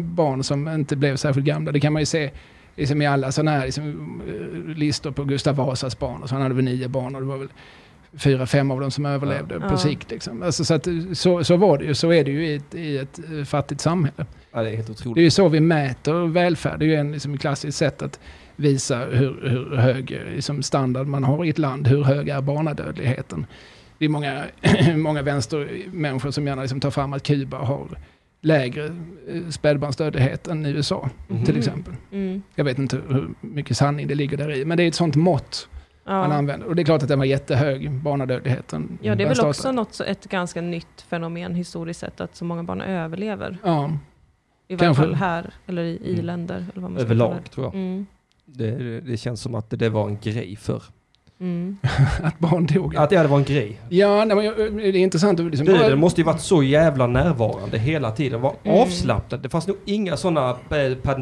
[SPEAKER 4] barn som inte blev särskilt gamla. Det kan man ju se liksom, i alla sådana här liksom, eh, listor på Gustav Vasas barn. Och så han hade väl nio barn och det var väl fyra, fem av dem som överlevde
[SPEAKER 1] Ja.
[SPEAKER 4] på sikt. Liksom. Alltså, så, att, så, så var det ju, så är det ju i ett, i ett eh, fattigt samhälle.
[SPEAKER 3] Ja, det är helt
[SPEAKER 4] Det är
[SPEAKER 3] otroligt.
[SPEAKER 4] ju så vi mäter välfärd, det är ju en liksom, klassiskt sätt att visa hur, hur hög eh, liksom, standard man har i ett land, hur hög är barnadödligheten. Det är många, <clears throat> många vänstermänniskor som gärna liksom tar fram att Kuba har lägre eh, spädbarnsdödlighet än USA,
[SPEAKER 3] Mhm.
[SPEAKER 4] till exempel.
[SPEAKER 1] Mm.
[SPEAKER 4] Jag vet inte hur mycket sanning det ligger där i, men det är ett sånt mått man
[SPEAKER 1] Ja.
[SPEAKER 4] använder. Och det är klart att den var jättehög, barnadödligheten.
[SPEAKER 1] ja, det är
[SPEAKER 4] bland
[SPEAKER 1] väl
[SPEAKER 4] stater.
[SPEAKER 1] också något, så- ett ganska nytt fenomen historiskt sett, att så många barn överlever.
[SPEAKER 4] Ja, <laughs>
[SPEAKER 1] I varje
[SPEAKER 4] Kanske.
[SPEAKER 1] fall här, eller i
[SPEAKER 3] Mm.
[SPEAKER 1] i-länder. Eller vad man ska kalla
[SPEAKER 3] Överlag tror
[SPEAKER 1] det.
[SPEAKER 3] jag.
[SPEAKER 1] Mm.
[SPEAKER 3] Det, det känns som att det var en grej för
[SPEAKER 1] Mm.
[SPEAKER 4] att barn dog.
[SPEAKER 3] Att ja, det var en grej.
[SPEAKER 4] Ja, nej, men jag- det är intressant. att Liksom,
[SPEAKER 3] Döden måste ju varit så jävla närvarande hela tiden. Var
[SPEAKER 1] Mm.
[SPEAKER 3] avslappnad. Det fanns nog inga sådana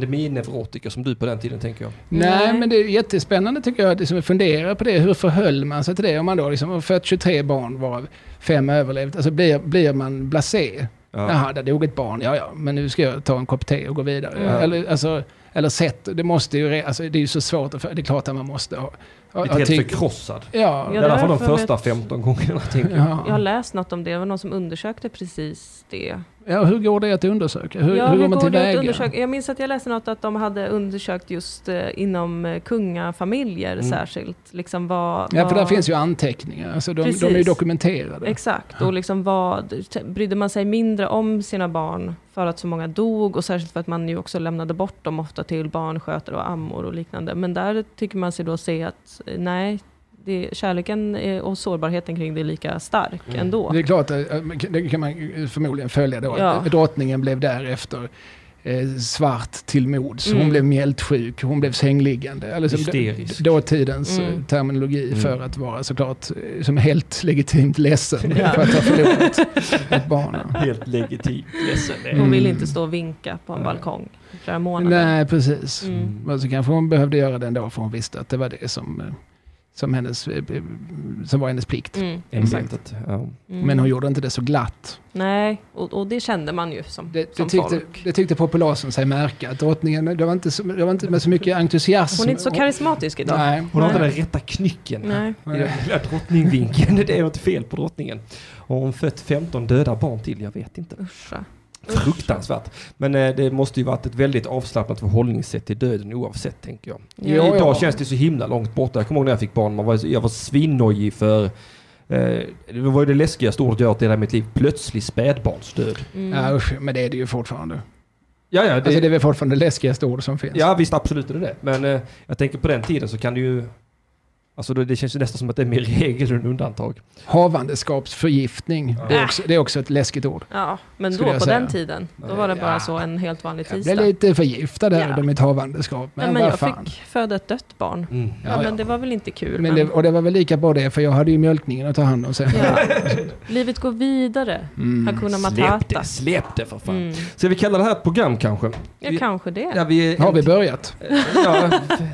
[SPEAKER 3] pandemineurotiker som du på den tiden tänker jag.
[SPEAKER 4] Nej,
[SPEAKER 1] Nej.
[SPEAKER 4] men det är jättespännande tycker jag att liksom fundera på det. Hur förhöll man sig till det? Om man då liksom har fött 23 barn varav fem överlevt. Alltså blir, blir man blasé? Jaha, där dog ett barn. Ja, ja, men nu ska jag ta en kopp te och gå vidare.
[SPEAKER 1] Ja.
[SPEAKER 4] Eller, alltså, eller sett, det måste ju... re- Alltså, det är ju så svårt att... för- Det är klart att man måste ha... ha,
[SPEAKER 3] Lite
[SPEAKER 4] ha
[SPEAKER 3] helt
[SPEAKER 4] tyg-
[SPEAKER 3] förkrossad.
[SPEAKER 4] Ja.
[SPEAKER 3] I
[SPEAKER 1] Ja,
[SPEAKER 4] ja.
[SPEAKER 1] det
[SPEAKER 3] alla fall de
[SPEAKER 1] har jag för
[SPEAKER 3] första 15 gångerna tänker jag.
[SPEAKER 1] Jag har
[SPEAKER 4] Ja.
[SPEAKER 1] läst något om det, det var någon som undersökte precis det.
[SPEAKER 4] hur går det att undersöka? Hur,
[SPEAKER 1] ja,
[SPEAKER 4] hur går man
[SPEAKER 1] det att
[SPEAKER 4] tillväga?
[SPEAKER 1] undersöka? Jag minns att jag läste något att de hade undersökt just eh, inom eh, kungafamiljer
[SPEAKER 3] Mm.
[SPEAKER 1] särskilt. Liksom vad,
[SPEAKER 4] Ja, för där
[SPEAKER 1] vad-
[SPEAKER 4] finns ju anteckningar. Alltså, de, de är ju
[SPEAKER 1] Precis.
[SPEAKER 4] dokumenterade.
[SPEAKER 1] Exakt, och liksom vad, t- brydde man sig mindre om sina barn för att så många dog och särskilt för att man ju också lämnade bort dem ofta till barnskötare och ammor och liknande. Men där tycker man sig då se att eh, nej, det, kärleken eh, och sårbarheten kring det är lika stark
[SPEAKER 3] Mm.
[SPEAKER 1] ändå.
[SPEAKER 4] Det är klart, att, eh, man kan- det kan man ju förmodligen följa då.
[SPEAKER 1] Ja.
[SPEAKER 4] att Drottningen blev därefter eh, svart till mods. Hon
[SPEAKER 1] Mm.
[SPEAKER 4] blev mjältsjuk, hon blev sängliggande. Eller som
[SPEAKER 3] Hysterisk.
[SPEAKER 4] d- dåtidens
[SPEAKER 1] Mm.
[SPEAKER 4] eh, terminologi
[SPEAKER 3] Mm.
[SPEAKER 4] för att vara såklart eh, som helt legitimt ledsen
[SPEAKER 1] <laughs> Ja.
[SPEAKER 4] för att ha förlorat
[SPEAKER 1] <laughs>
[SPEAKER 4] ett barn.
[SPEAKER 3] Helt legitimt ledsen.
[SPEAKER 4] Mm.
[SPEAKER 1] Hon vill inte stå och vinka på en
[SPEAKER 3] Nej.
[SPEAKER 1] balkong i flera månader.
[SPEAKER 4] Nej, precis.
[SPEAKER 1] Mm.
[SPEAKER 4] Men så kanske hon behövde göra det ändå för hon visste att det var det som, eh, som, hennes, eh, eh, som var hennes plikt.
[SPEAKER 1] Mm, exakt.
[SPEAKER 3] Ämbetet. Ja.
[SPEAKER 1] Mm.
[SPEAKER 4] Men hon gjorde inte det så glatt.
[SPEAKER 1] Nej, och, och det kände man ju som,
[SPEAKER 4] Det, det,
[SPEAKER 1] som
[SPEAKER 4] tyckte,
[SPEAKER 1] folk.
[SPEAKER 4] det tyckte populasen sig märka. att Drottningen, det var inte, så, det var inte med så mycket entusiasm.
[SPEAKER 1] Hon är inte så karismatisk idag.
[SPEAKER 4] Nej.
[SPEAKER 3] Hon har inte
[SPEAKER 1] Nej.
[SPEAKER 3] den rätta knycken.
[SPEAKER 1] Nej.
[SPEAKER 3] I den lilla drottningvinkeln. Det är något fel på drottningen. Har hon fött 15 döda barn till? Jag vet inte.
[SPEAKER 1] Uscha.
[SPEAKER 3] Fruktansvärt. Men eh, det måste ju varit ett väldigt avslappnat förhållningssätt till döden oavsett tänker jag.
[SPEAKER 4] Jo,
[SPEAKER 1] Ja.
[SPEAKER 4] ja.
[SPEAKER 3] Idag känns det så himla långt borta. Jag kommer ihåg när jag fick barn. Man var, jag var svinnojig för eh, det var ju det läskigaste ordet jag hört i hela mitt liv. Plötslig spädbarnsdöd.
[SPEAKER 1] Mm.
[SPEAKER 4] Ja, usch, men det är det ju fortfarande.
[SPEAKER 3] Ja, ja, det,
[SPEAKER 4] Alltså, det är väl fortfarande det läskigaste ord som finns.
[SPEAKER 3] Ja visst, absolut är det det. Men eh, jag tänker på den tiden så kan det ju... Alltså det, det känns ju nästan som att det är mer <laughs> regel än undantag.
[SPEAKER 4] Havandeskapsförgiftning, det, är
[SPEAKER 1] Ja.
[SPEAKER 4] också, det är också ett läskigt ord.
[SPEAKER 1] Ja, men då
[SPEAKER 4] Skulle
[SPEAKER 1] på
[SPEAKER 4] jag säga.
[SPEAKER 1] den tiden, då var det bara
[SPEAKER 4] Ja.
[SPEAKER 1] så en helt vanlig
[SPEAKER 4] Jag
[SPEAKER 1] tisdag.
[SPEAKER 4] blev lite förgiftad här
[SPEAKER 1] Ja.
[SPEAKER 4] under mitt havandeskap, men,
[SPEAKER 1] Nej, men
[SPEAKER 4] vad
[SPEAKER 1] jag
[SPEAKER 4] fan.
[SPEAKER 1] fick föda ett dött barn.
[SPEAKER 3] Mm.
[SPEAKER 1] Ja,
[SPEAKER 4] Ja, ja.
[SPEAKER 1] men det var väl inte kul.
[SPEAKER 4] Men det, och det var väl lika bra det, för jag hade ju mjölkningen att ta hand om sen. <laughs>
[SPEAKER 1] ja. Livet går vidare.
[SPEAKER 4] Mm.
[SPEAKER 1] Hakuna
[SPEAKER 3] Släpp
[SPEAKER 1] Matata.
[SPEAKER 3] det, släpp det för fan.
[SPEAKER 1] Mm.
[SPEAKER 3] Ska vi kalla det här ett program kanske?
[SPEAKER 1] Ja,
[SPEAKER 3] Vi-
[SPEAKER 1] kanske det.
[SPEAKER 3] Ja, vi, är
[SPEAKER 4] Har vi
[SPEAKER 3] en, eh,
[SPEAKER 4] börjat?
[SPEAKER 3] ja,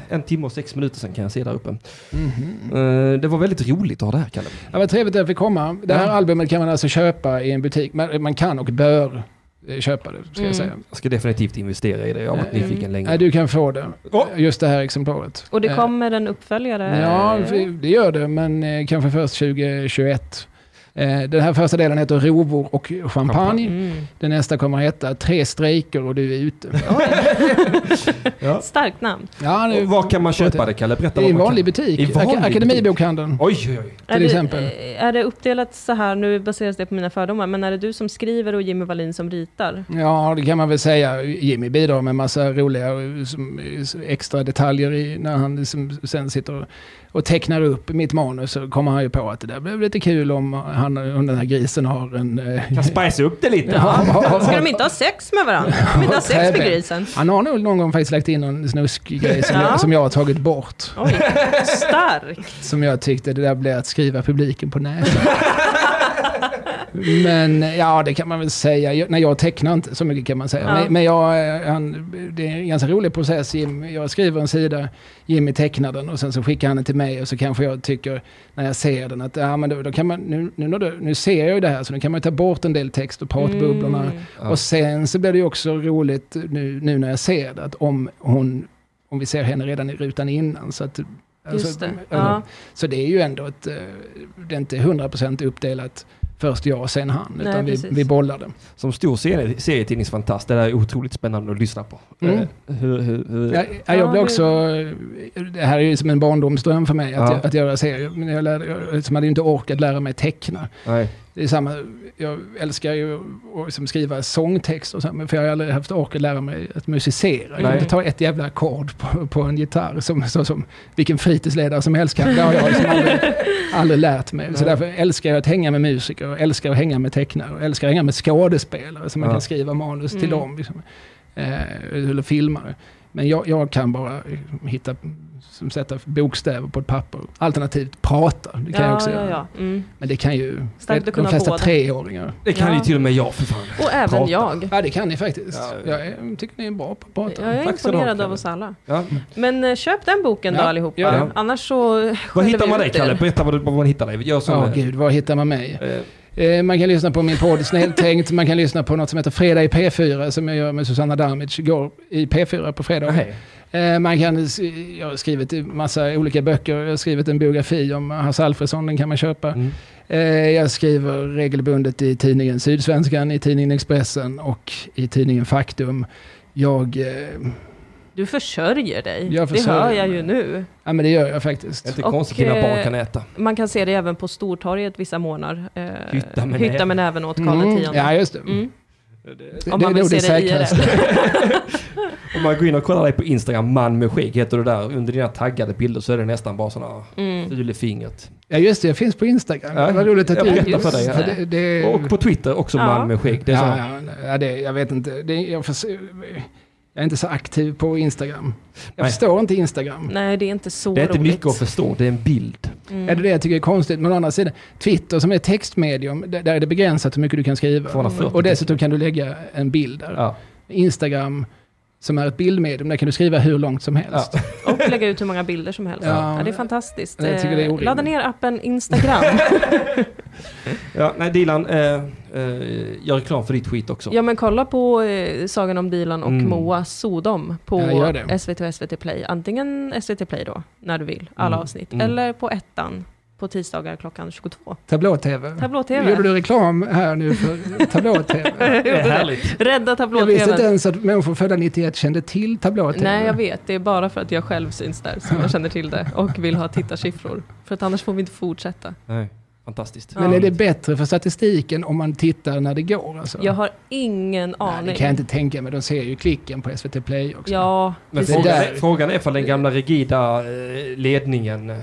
[SPEAKER 3] en timme och sex minuter sen kan jag se där uppe.
[SPEAKER 4] Mhm.
[SPEAKER 3] Eh, det var väldigt roligt att ha det här Kalle.
[SPEAKER 4] Ja, vad trevligt att jag fick komma. Det här
[SPEAKER 3] Ja.
[SPEAKER 4] albumet kan man alltså köpa i en butik. Man, man kan och bör eh, köpa det, ska
[SPEAKER 1] Mm.
[SPEAKER 4] jag säga.
[SPEAKER 3] Jag ska definitivt investera i det. Jag har varit
[SPEAKER 4] Mm.
[SPEAKER 3] nyfiken länge.
[SPEAKER 4] Nej, du kan få det.
[SPEAKER 3] Åh!
[SPEAKER 4] Just det här exemplaret.
[SPEAKER 1] Och det
[SPEAKER 4] Eh,
[SPEAKER 1] kommer en uppföljare.
[SPEAKER 4] Ja, det gör det, men eh, kanske först 2021. Eh, Den här första delen heter Rovor och champagne.
[SPEAKER 1] Mm.
[SPEAKER 4] Den nästa kommer att heta Tre strejker och du är ute.
[SPEAKER 1] Starkt namn.
[SPEAKER 4] Ja, det
[SPEAKER 3] Och Var kan man köpa det Kalle? Berätta
[SPEAKER 4] i en
[SPEAKER 3] var man
[SPEAKER 4] vanlig
[SPEAKER 3] kan.
[SPEAKER 4] butik.
[SPEAKER 3] I vanlig
[SPEAKER 4] Ak- Akademibokhandeln.
[SPEAKER 3] Oj, oj, oj.
[SPEAKER 4] Till
[SPEAKER 1] är
[SPEAKER 4] exempel.
[SPEAKER 1] Det, är det uppdelat så här, nu baseras det på mina fördomar, men är det du som skriver och Jimmy Wallin som
[SPEAKER 4] <laughs>
[SPEAKER 1] ritar?
[SPEAKER 4] Ja, det kan man väl säga. Jimmy bidrar med massa roliga eh, som, eh, extra detaljer i, när han liksom sen sitter och- och tecknar upp mitt manus. Så kommer han ju på att det där blev lite kul om, han, om den här grisen har en... eh, <laughs>
[SPEAKER 3] Kan spicea upp det lite.
[SPEAKER 4] har- har- har-
[SPEAKER 1] Ska de inte ha sex med varandra? Ska de inte ha sex med grisen?
[SPEAKER 4] Han har nog någon gång faktiskt lagt in någon snuskgrej som,
[SPEAKER 1] Ja.
[SPEAKER 4] jag, som jag har tagit bort.
[SPEAKER 1] Oj,
[SPEAKER 4] <laughs>
[SPEAKER 1] stark.
[SPEAKER 4] Som jag tyckte det där blev att skriva publiken
[SPEAKER 1] <laughs>
[SPEAKER 4] på näsan. Men ja, det kan man väl säga. Jag, nej, jag tecknar inte så mycket kan man säga.
[SPEAKER 1] Ja.
[SPEAKER 4] Men, men jag, eh, han, det är en ganska rolig process. Jim, jag skriver en sida, Jimmy tecknar den och sen så skickar han den till mig och så kanske jag tycker när jag ser den att ja, men då, då kan man, nu, nu, när du- nu ser jag ju det här så nu kan man ju ta bort en del text och pratbubblorna.
[SPEAKER 1] Mm.
[SPEAKER 3] Ja.
[SPEAKER 4] Och sen så blir det ju också roligt nu, nu när jag ser det att om hon, om vi ser henne redan i rutan innan så att
[SPEAKER 1] Just det.
[SPEAKER 4] Alltså, ja.
[SPEAKER 1] Ja.
[SPEAKER 4] Så det är ju ändå ett, eh, det är inte 100% uppdelat först jag och sen han,
[SPEAKER 1] Nej,
[SPEAKER 4] utan vi,
[SPEAKER 1] precis.
[SPEAKER 4] vi bollar det.
[SPEAKER 3] Som stor serie, serietidningsfantast, det där är otroligt spännande att lyssna på.
[SPEAKER 4] Mm.
[SPEAKER 3] Eh, Hur, hur, hur,
[SPEAKER 4] Jag, jag, jag
[SPEAKER 1] Ja,
[SPEAKER 4] blev
[SPEAKER 1] det-
[SPEAKER 4] också, eh, det här är ju som en barndomsdröm för mig att,
[SPEAKER 3] Ja.
[SPEAKER 4] jag, att göra serier, men jag, lärde, jag liksom hade ju inte orkat lära mig teckna.
[SPEAKER 3] Nej.
[SPEAKER 4] Det är samma, jag älskar ju att liksom skriva sångtext och så, men för jag har aldrig haft ork att lära mig att musicera. Jag kan
[SPEAKER 3] Nej.
[SPEAKER 4] inte ta ett jävla ackord på, på en gitarr som, så, som vilken fritidsledare som helst kan. Det har jag liksom aldrig, aldrig lärt mig. Så
[SPEAKER 3] Nej.
[SPEAKER 4] därför älskar jag att hänga med musiker, och älskar att hänga med tecknare, och älskar att hänga med skådespelare så man
[SPEAKER 3] Ja.
[SPEAKER 4] kan skriva manus till
[SPEAKER 1] Mm.
[SPEAKER 4] dem. Liksom. Eh, eller filmare. Men jag, jag kan bara hitta, som sätta bokstäver på ett papper. Alternativt prata, det kan jag
[SPEAKER 1] <laughs>
[SPEAKER 4] också
[SPEAKER 1] ja,
[SPEAKER 4] göra.
[SPEAKER 1] ja. Mm.
[SPEAKER 4] Men det kan ju
[SPEAKER 1] Starkt att
[SPEAKER 4] de
[SPEAKER 1] kunna
[SPEAKER 4] flesta
[SPEAKER 1] båda.
[SPEAKER 4] treåringar.
[SPEAKER 3] Det kan
[SPEAKER 1] Ja.
[SPEAKER 3] ju till och med jag för fan.
[SPEAKER 1] Och även
[SPEAKER 3] Prata.
[SPEAKER 1] jag.
[SPEAKER 4] Ja, det kan ni faktiskt.
[SPEAKER 3] Ja, ja.
[SPEAKER 4] Jag är, tycker ni är bra på att prata.
[SPEAKER 1] Jag är
[SPEAKER 3] Tack så du ha,
[SPEAKER 1] imponerad av
[SPEAKER 3] Kalle.
[SPEAKER 1] oss alla.
[SPEAKER 3] Ja.
[SPEAKER 1] Men eh, köp den boken då
[SPEAKER 4] Ja,
[SPEAKER 1] allihopa.
[SPEAKER 4] gör
[SPEAKER 3] det.
[SPEAKER 1] Annars så
[SPEAKER 3] Var
[SPEAKER 1] skäller
[SPEAKER 3] hittar
[SPEAKER 1] vi
[SPEAKER 3] man
[SPEAKER 1] ut
[SPEAKER 3] dig
[SPEAKER 1] er.
[SPEAKER 3] Kalle? Berätta var, du- var man hittar dig. Gör som...
[SPEAKER 4] Ja,
[SPEAKER 3] eh,
[SPEAKER 4] gud, var hittar man mig?
[SPEAKER 3] eh,
[SPEAKER 4] Eh, man kan lyssna på min podd Snälltänkt, man kan lyssna på något som heter Fredag i P4 som jag gör med Susanna Damic, går i P4 på fredag.
[SPEAKER 3] nej.
[SPEAKER 4] Eh, man kan, s- jag har skrivit en massa olika böcker, jag har skrivit en biografi om Hasse Alfredson, den kan man köpa.
[SPEAKER 3] Mm.
[SPEAKER 4] Eh, jag skriver regelbundet i tidningen Sydsvenskan, i tidningen Expressen och i tidningen Faktum. Jag, eh,
[SPEAKER 1] Du försörjer dig.
[SPEAKER 4] Jag
[SPEAKER 1] det hör
[SPEAKER 4] försörjer
[SPEAKER 1] jag
[SPEAKER 4] mig.
[SPEAKER 1] ju nu.
[SPEAKER 4] ja men det gör jag faktiskt.
[SPEAKER 3] Det är inte
[SPEAKER 1] Och,
[SPEAKER 3] konstigt att dina barn kan äta.
[SPEAKER 1] Man kan se det även på Stortorget vissa månader. Eh,
[SPEAKER 3] Hytta med
[SPEAKER 1] Hytta
[SPEAKER 3] näven.
[SPEAKER 1] med näven åt Karl X.
[SPEAKER 4] Mm, ja, just det.
[SPEAKER 1] Mm.
[SPEAKER 4] Det,
[SPEAKER 1] Om man
[SPEAKER 4] det är
[SPEAKER 1] vill
[SPEAKER 4] nog
[SPEAKER 1] se
[SPEAKER 4] det
[SPEAKER 1] det i det.
[SPEAKER 4] säkraste.
[SPEAKER 1] eh,
[SPEAKER 3] <laughs> Om man går in och kollar dig på Instagram, man med skägg heter du där. Under dina taggade bilder så är det nästan bara sådana
[SPEAKER 1] <laughs> Mm.
[SPEAKER 3] fulefingret.
[SPEAKER 4] Ja just det, jag finns på Instagram.
[SPEAKER 3] Ja.
[SPEAKER 4] Vad roligt att
[SPEAKER 3] Jag
[SPEAKER 4] du...
[SPEAKER 3] berättar för dig, ja.
[SPEAKER 4] för Det, det,
[SPEAKER 3] Och på Twitter också
[SPEAKER 1] Eh. Ja.
[SPEAKER 3] man med skägg. Det är
[SPEAKER 4] ja,
[SPEAKER 3] såna-
[SPEAKER 4] ja, ja, det, jag vet inte. Det, jag, förs- jag är inte så aktiv på Instagram. Jag
[SPEAKER 3] Nej.
[SPEAKER 4] förstår inte Instagram.
[SPEAKER 1] Nej, det är inte så
[SPEAKER 3] Det är inte
[SPEAKER 1] roligt.
[SPEAKER 3] mycket att förstå, det är en bild.
[SPEAKER 1] Mm.
[SPEAKER 4] Är det det jag tycker är konstigt? Men å andra sidan, Twitter som är ett textmedium, där där är det begränsat hur mycket du kan skriva.
[SPEAKER 3] 240
[SPEAKER 4] Och dessutom kan du lägga en bild där.
[SPEAKER 3] Ja.
[SPEAKER 4] Instagram, som är ett bildmedium, där kan du skriva hur långt som helst.
[SPEAKER 1] Och lägga ut hur många bilder som helst. Ja,
[SPEAKER 4] Ja.
[SPEAKER 1] det är fantastiskt.
[SPEAKER 4] Jag tycker det är
[SPEAKER 1] Eh,
[SPEAKER 4] orimligt.
[SPEAKER 1] Ladda ner appen
[SPEAKER 4] <laughs>
[SPEAKER 1] Instagram.
[SPEAKER 3] Ja, nej Dilan, eh, eh, gör reklam för ditt skit också.
[SPEAKER 1] ja, men kolla på eh, Sagan om Dilan och
[SPEAKER 3] Mm.
[SPEAKER 1] Moa Sodom på
[SPEAKER 4] Ja, gör det.
[SPEAKER 1] SVT och SVT Play. Antingen SVT Play då, när du vill, alla
[SPEAKER 3] Mm.
[SPEAKER 1] avsnitt.
[SPEAKER 3] Mm.
[SPEAKER 1] Eller på ettan på tisdagar klockan 22.
[SPEAKER 4] Tablå-tv.
[SPEAKER 1] <laughs>
[SPEAKER 4] Gjorde
[SPEAKER 1] Tablå-tv.
[SPEAKER 4] du reklam här nu för
[SPEAKER 1] <laughs>
[SPEAKER 4] tablå-tv?
[SPEAKER 3] Det är härligt.
[SPEAKER 1] Rädda
[SPEAKER 4] Jag visste inte
[SPEAKER 1] tablå-tvn.
[SPEAKER 4] ens att människor födda 91 kände till tablå-tv.
[SPEAKER 1] Nej, jag vet. Det är bara för att jag själv syns där som jag känner till det och vill ha tittarsiffror. För att annars får vi inte fortsätta.
[SPEAKER 3] Nej, fantastiskt.
[SPEAKER 4] Men är det bättre för statistiken om man tittar när det går? Alltså?
[SPEAKER 1] Jag har ingen
[SPEAKER 4] Nej,
[SPEAKER 1] aning.
[SPEAKER 4] det kan jag inte tänka mig. De ser ju klicken på SVT Play också.
[SPEAKER 1] Ja,
[SPEAKER 3] Men
[SPEAKER 1] precis.
[SPEAKER 4] fråga-
[SPEAKER 3] frågan,
[SPEAKER 4] där-
[SPEAKER 3] är, frågan är ifall den gamla rigida eh, ledningen eh,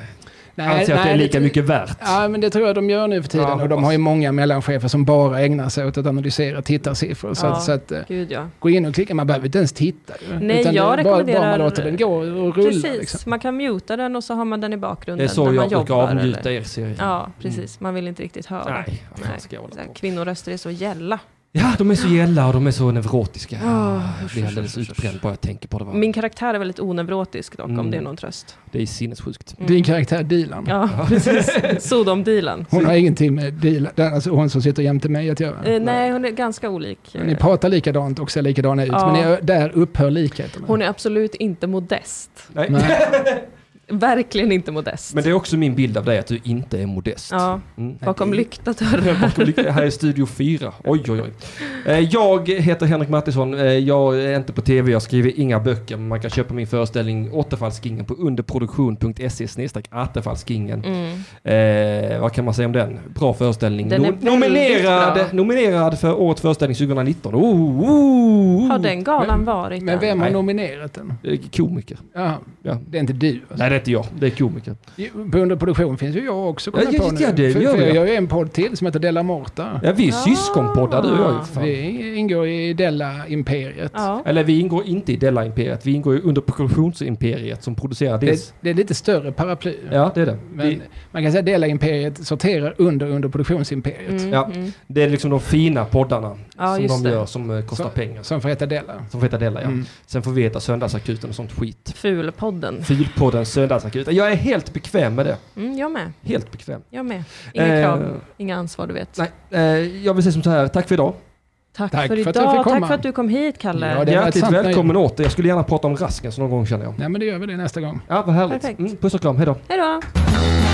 [SPEAKER 4] Nej,
[SPEAKER 3] anser att det är
[SPEAKER 4] nej,
[SPEAKER 3] lika mycket värt.
[SPEAKER 4] Ja, men det tror jag de gör nu för tiden.
[SPEAKER 3] Ja,
[SPEAKER 4] och de
[SPEAKER 3] hoppas.
[SPEAKER 4] har ju många mellanchefer som bara ägnar sig åt att analysera tittarsiffror. Så,
[SPEAKER 1] Ja.
[SPEAKER 4] att, så att eh,
[SPEAKER 1] Gud ja.
[SPEAKER 4] gå in och klicka, man behöver inte ens titta. ju.
[SPEAKER 1] Nej,
[SPEAKER 4] Utan
[SPEAKER 1] jag
[SPEAKER 4] det är bara, bara
[SPEAKER 1] rekommenderar-
[SPEAKER 4] man låter den gå och rulla.
[SPEAKER 1] Precis,
[SPEAKER 4] Liksom.
[SPEAKER 1] man kan muta den och så har man den i
[SPEAKER 3] Det
[SPEAKER 1] bakgrunden
[SPEAKER 3] är så
[SPEAKER 1] när
[SPEAKER 3] jag
[SPEAKER 1] man
[SPEAKER 3] brukar
[SPEAKER 1] jobbar.
[SPEAKER 3] avnjuta
[SPEAKER 1] eller-
[SPEAKER 3] er serie.
[SPEAKER 1] Ja, precis. Man vill inte riktigt höra.
[SPEAKER 3] Nej, vad fan
[SPEAKER 1] Nej.
[SPEAKER 3] ska jag hålla
[SPEAKER 1] Så här,
[SPEAKER 3] på?
[SPEAKER 1] Kvinnoröster är så gälla.
[SPEAKER 3] Ja, de är så gälla och de är så neurotiska.
[SPEAKER 1] Ja,
[SPEAKER 3] jag blir alldeles utbränd bara jag tänker på det. Va?
[SPEAKER 1] Min karaktär är väldigt onevrotisk dock, om
[SPEAKER 3] Mm.
[SPEAKER 1] det är någon tröst.
[SPEAKER 3] Det är sinnessjukt.
[SPEAKER 1] Mm.
[SPEAKER 4] Din karaktär Dilan.
[SPEAKER 1] Ja, precis.
[SPEAKER 3] <laughs>
[SPEAKER 1] Sodom-dealen. Eh,
[SPEAKER 4] Hon har ingenting med Dilan, den- alltså hon som sitter jämte mig att göra.
[SPEAKER 1] Eh, nej, hon är ganska olik.
[SPEAKER 4] Ni pratar likadant och ser likadana ut,
[SPEAKER 1] Ja.
[SPEAKER 4] men ni, där upphör likheterna.
[SPEAKER 1] Hon är absolut inte modest.
[SPEAKER 3] Nej.
[SPEAKER 4] Nej.
[SPEAKER 1] Verkligen inte modest.
[SPEAKER 3] Men det är också min bild av dig, att du inte är modest.
[SPEAKER 1] Ja,
[SPEAKER 3] Mm.
[SPEAKER 1] bakom lyckta dörrar.
[SPEAKER 3] Bakom lyckan. Här är Studio 4. Oj, oj, oj. Eh, Jag heter Henrik Mattisson. Eh, Jag är inte på tv, jag skriver inga böcker. Men man kan köpa min föreställning Återfallskingen på underproduktion.se attefallskingen.
[SPEAKER 1] Mm.
[SPEAKER 3] Eh, vad kan man säga om den? Bra föreställning.
[SPEAKER 1] Den är
[SPEAKER 3] No-
[SPEAKER 1] väldigt bra.
[SPEAKER 3] nominerad, nominerad för årets föreställning 2019. Oh, oh, oh.
[SPEAKER 1] Har den galan varit
[SPEAKER 4] Men
[SPEAKER 1] än?
[SPEAKER 4] vem har
[SPEAKER 3] Nej.
[SPEAKER 4] nominerat den?
[SPEAKER 3] Eh, Komiker.
[SPEAKER 4] Ja,
[SPEAKER 3] Ja.
[SPEAKER 4] det är inte du. Alltså.
[SPEAKER 3] Nej, det är inte jag. Det är komiker.
[SPEAKER 4] Jo, På underproduktion finns ju jag också.
[SPEAKER 3] Ja,
[SPEAKER 4] kommer jag på
[SPEAKER 3] just
[SPEAKER 4] nu.
[SPEAKER 3] ja, det
[SPEAKER 4] för,
[SPEAKER 3] gör
[SPEAKER 4] för
[SPEAKER 3] vi, ja.
[SPEAKER 4] jag gör ju en podd till som heter Della Morta. Ah,
[SPEAKER 3] Ja, vi är
[SPEAKER 1] Ah.
[SPEAKER 3] syskonpoddar du och jag. ju, för fan.
[SPEAKER 4] Vi ingår i Della-imperiet.
[SPEAKER 1] Ja.
[SPEAKER 3] Eller vi ingår inte i Della-imperiet. Vi ingår ju under produktionsimperiet som producerar dels...
[SPEAKER 4] Det, det är lite större paraply.
[SPEAKER 3] Ja, det är det.
[SPEAKER 4] Men
[SPEAKER 3] Vi,
[SPEAKER 4] man kan säga att Della-imperiet sorterar under underproduktionsimperiet.
[SPEAKER 1] Mm,
[SPEAKER 3] Ja.
[SPEAKER 1] mm.
[SPEAKER 3] det är liksom de fina poddarna
[SPEAKER 1] Ja,
[SPEAKER 3] som
[SPEAKER 1] just
[SPEAKER 3] de
[SPEAKER 1] det.
[SPEAKER 3] gör som eh, kostar
[SPEAKER 4] Så-
[SPEAKER 3] pengar.
[SPEAKER 4] Som får heta Della.
[SPEAKER 3] Som får heta Della, ja.
[SPEAKER 4] Mm.
[SPEAKER 3] Sen får vi heta Söndagsakuten och sånt skit.
[SPEAKER 1] Fulpodden.
[SPEAKER 3] Filpodden Söndagsakuten. Jag är helt bekväm med det.
[SPEAKER 1] Mm, jag med.
[SPEAKER 3] Helt bekväm.
[SPEAKER 1] Jag med. Inga
[SPEAKER 3] Eh,
[SPEAKER 1] krav, inga ansvar du vet.
[SPEAKER 3] Nej, eh, jag vill säga som så här. Tack för idag.
[SPEAKER 1] Tack, för
[SPEAKER 4] Tack för att
[SPEAKER 1] idag.
[SPEAKER 4] jag fick
[SPEAKER 1] Tack
[SPEAKER 4] komma.
[SPEAKER 1] för att du kom hit Kalle.
[SPEAKER 4] Ja, det har varit
[SPEAKER 3] Hjärtligt
[SPEAKER 4] sant nöje.
[SPEAKER 3] välkommen åter. Jag skulle gärna prata om Raskens någon gång känner jag.
[SPEAKER 4] Nej men det gör vi det nästa gång.
[SPEAKER 3] Ja, vad härligt.
[SPEAKER 1] Perfekt.
[SPEAKER 3] Mm, puss och kram. Hej då.
[SPEAKER 1] Hej då.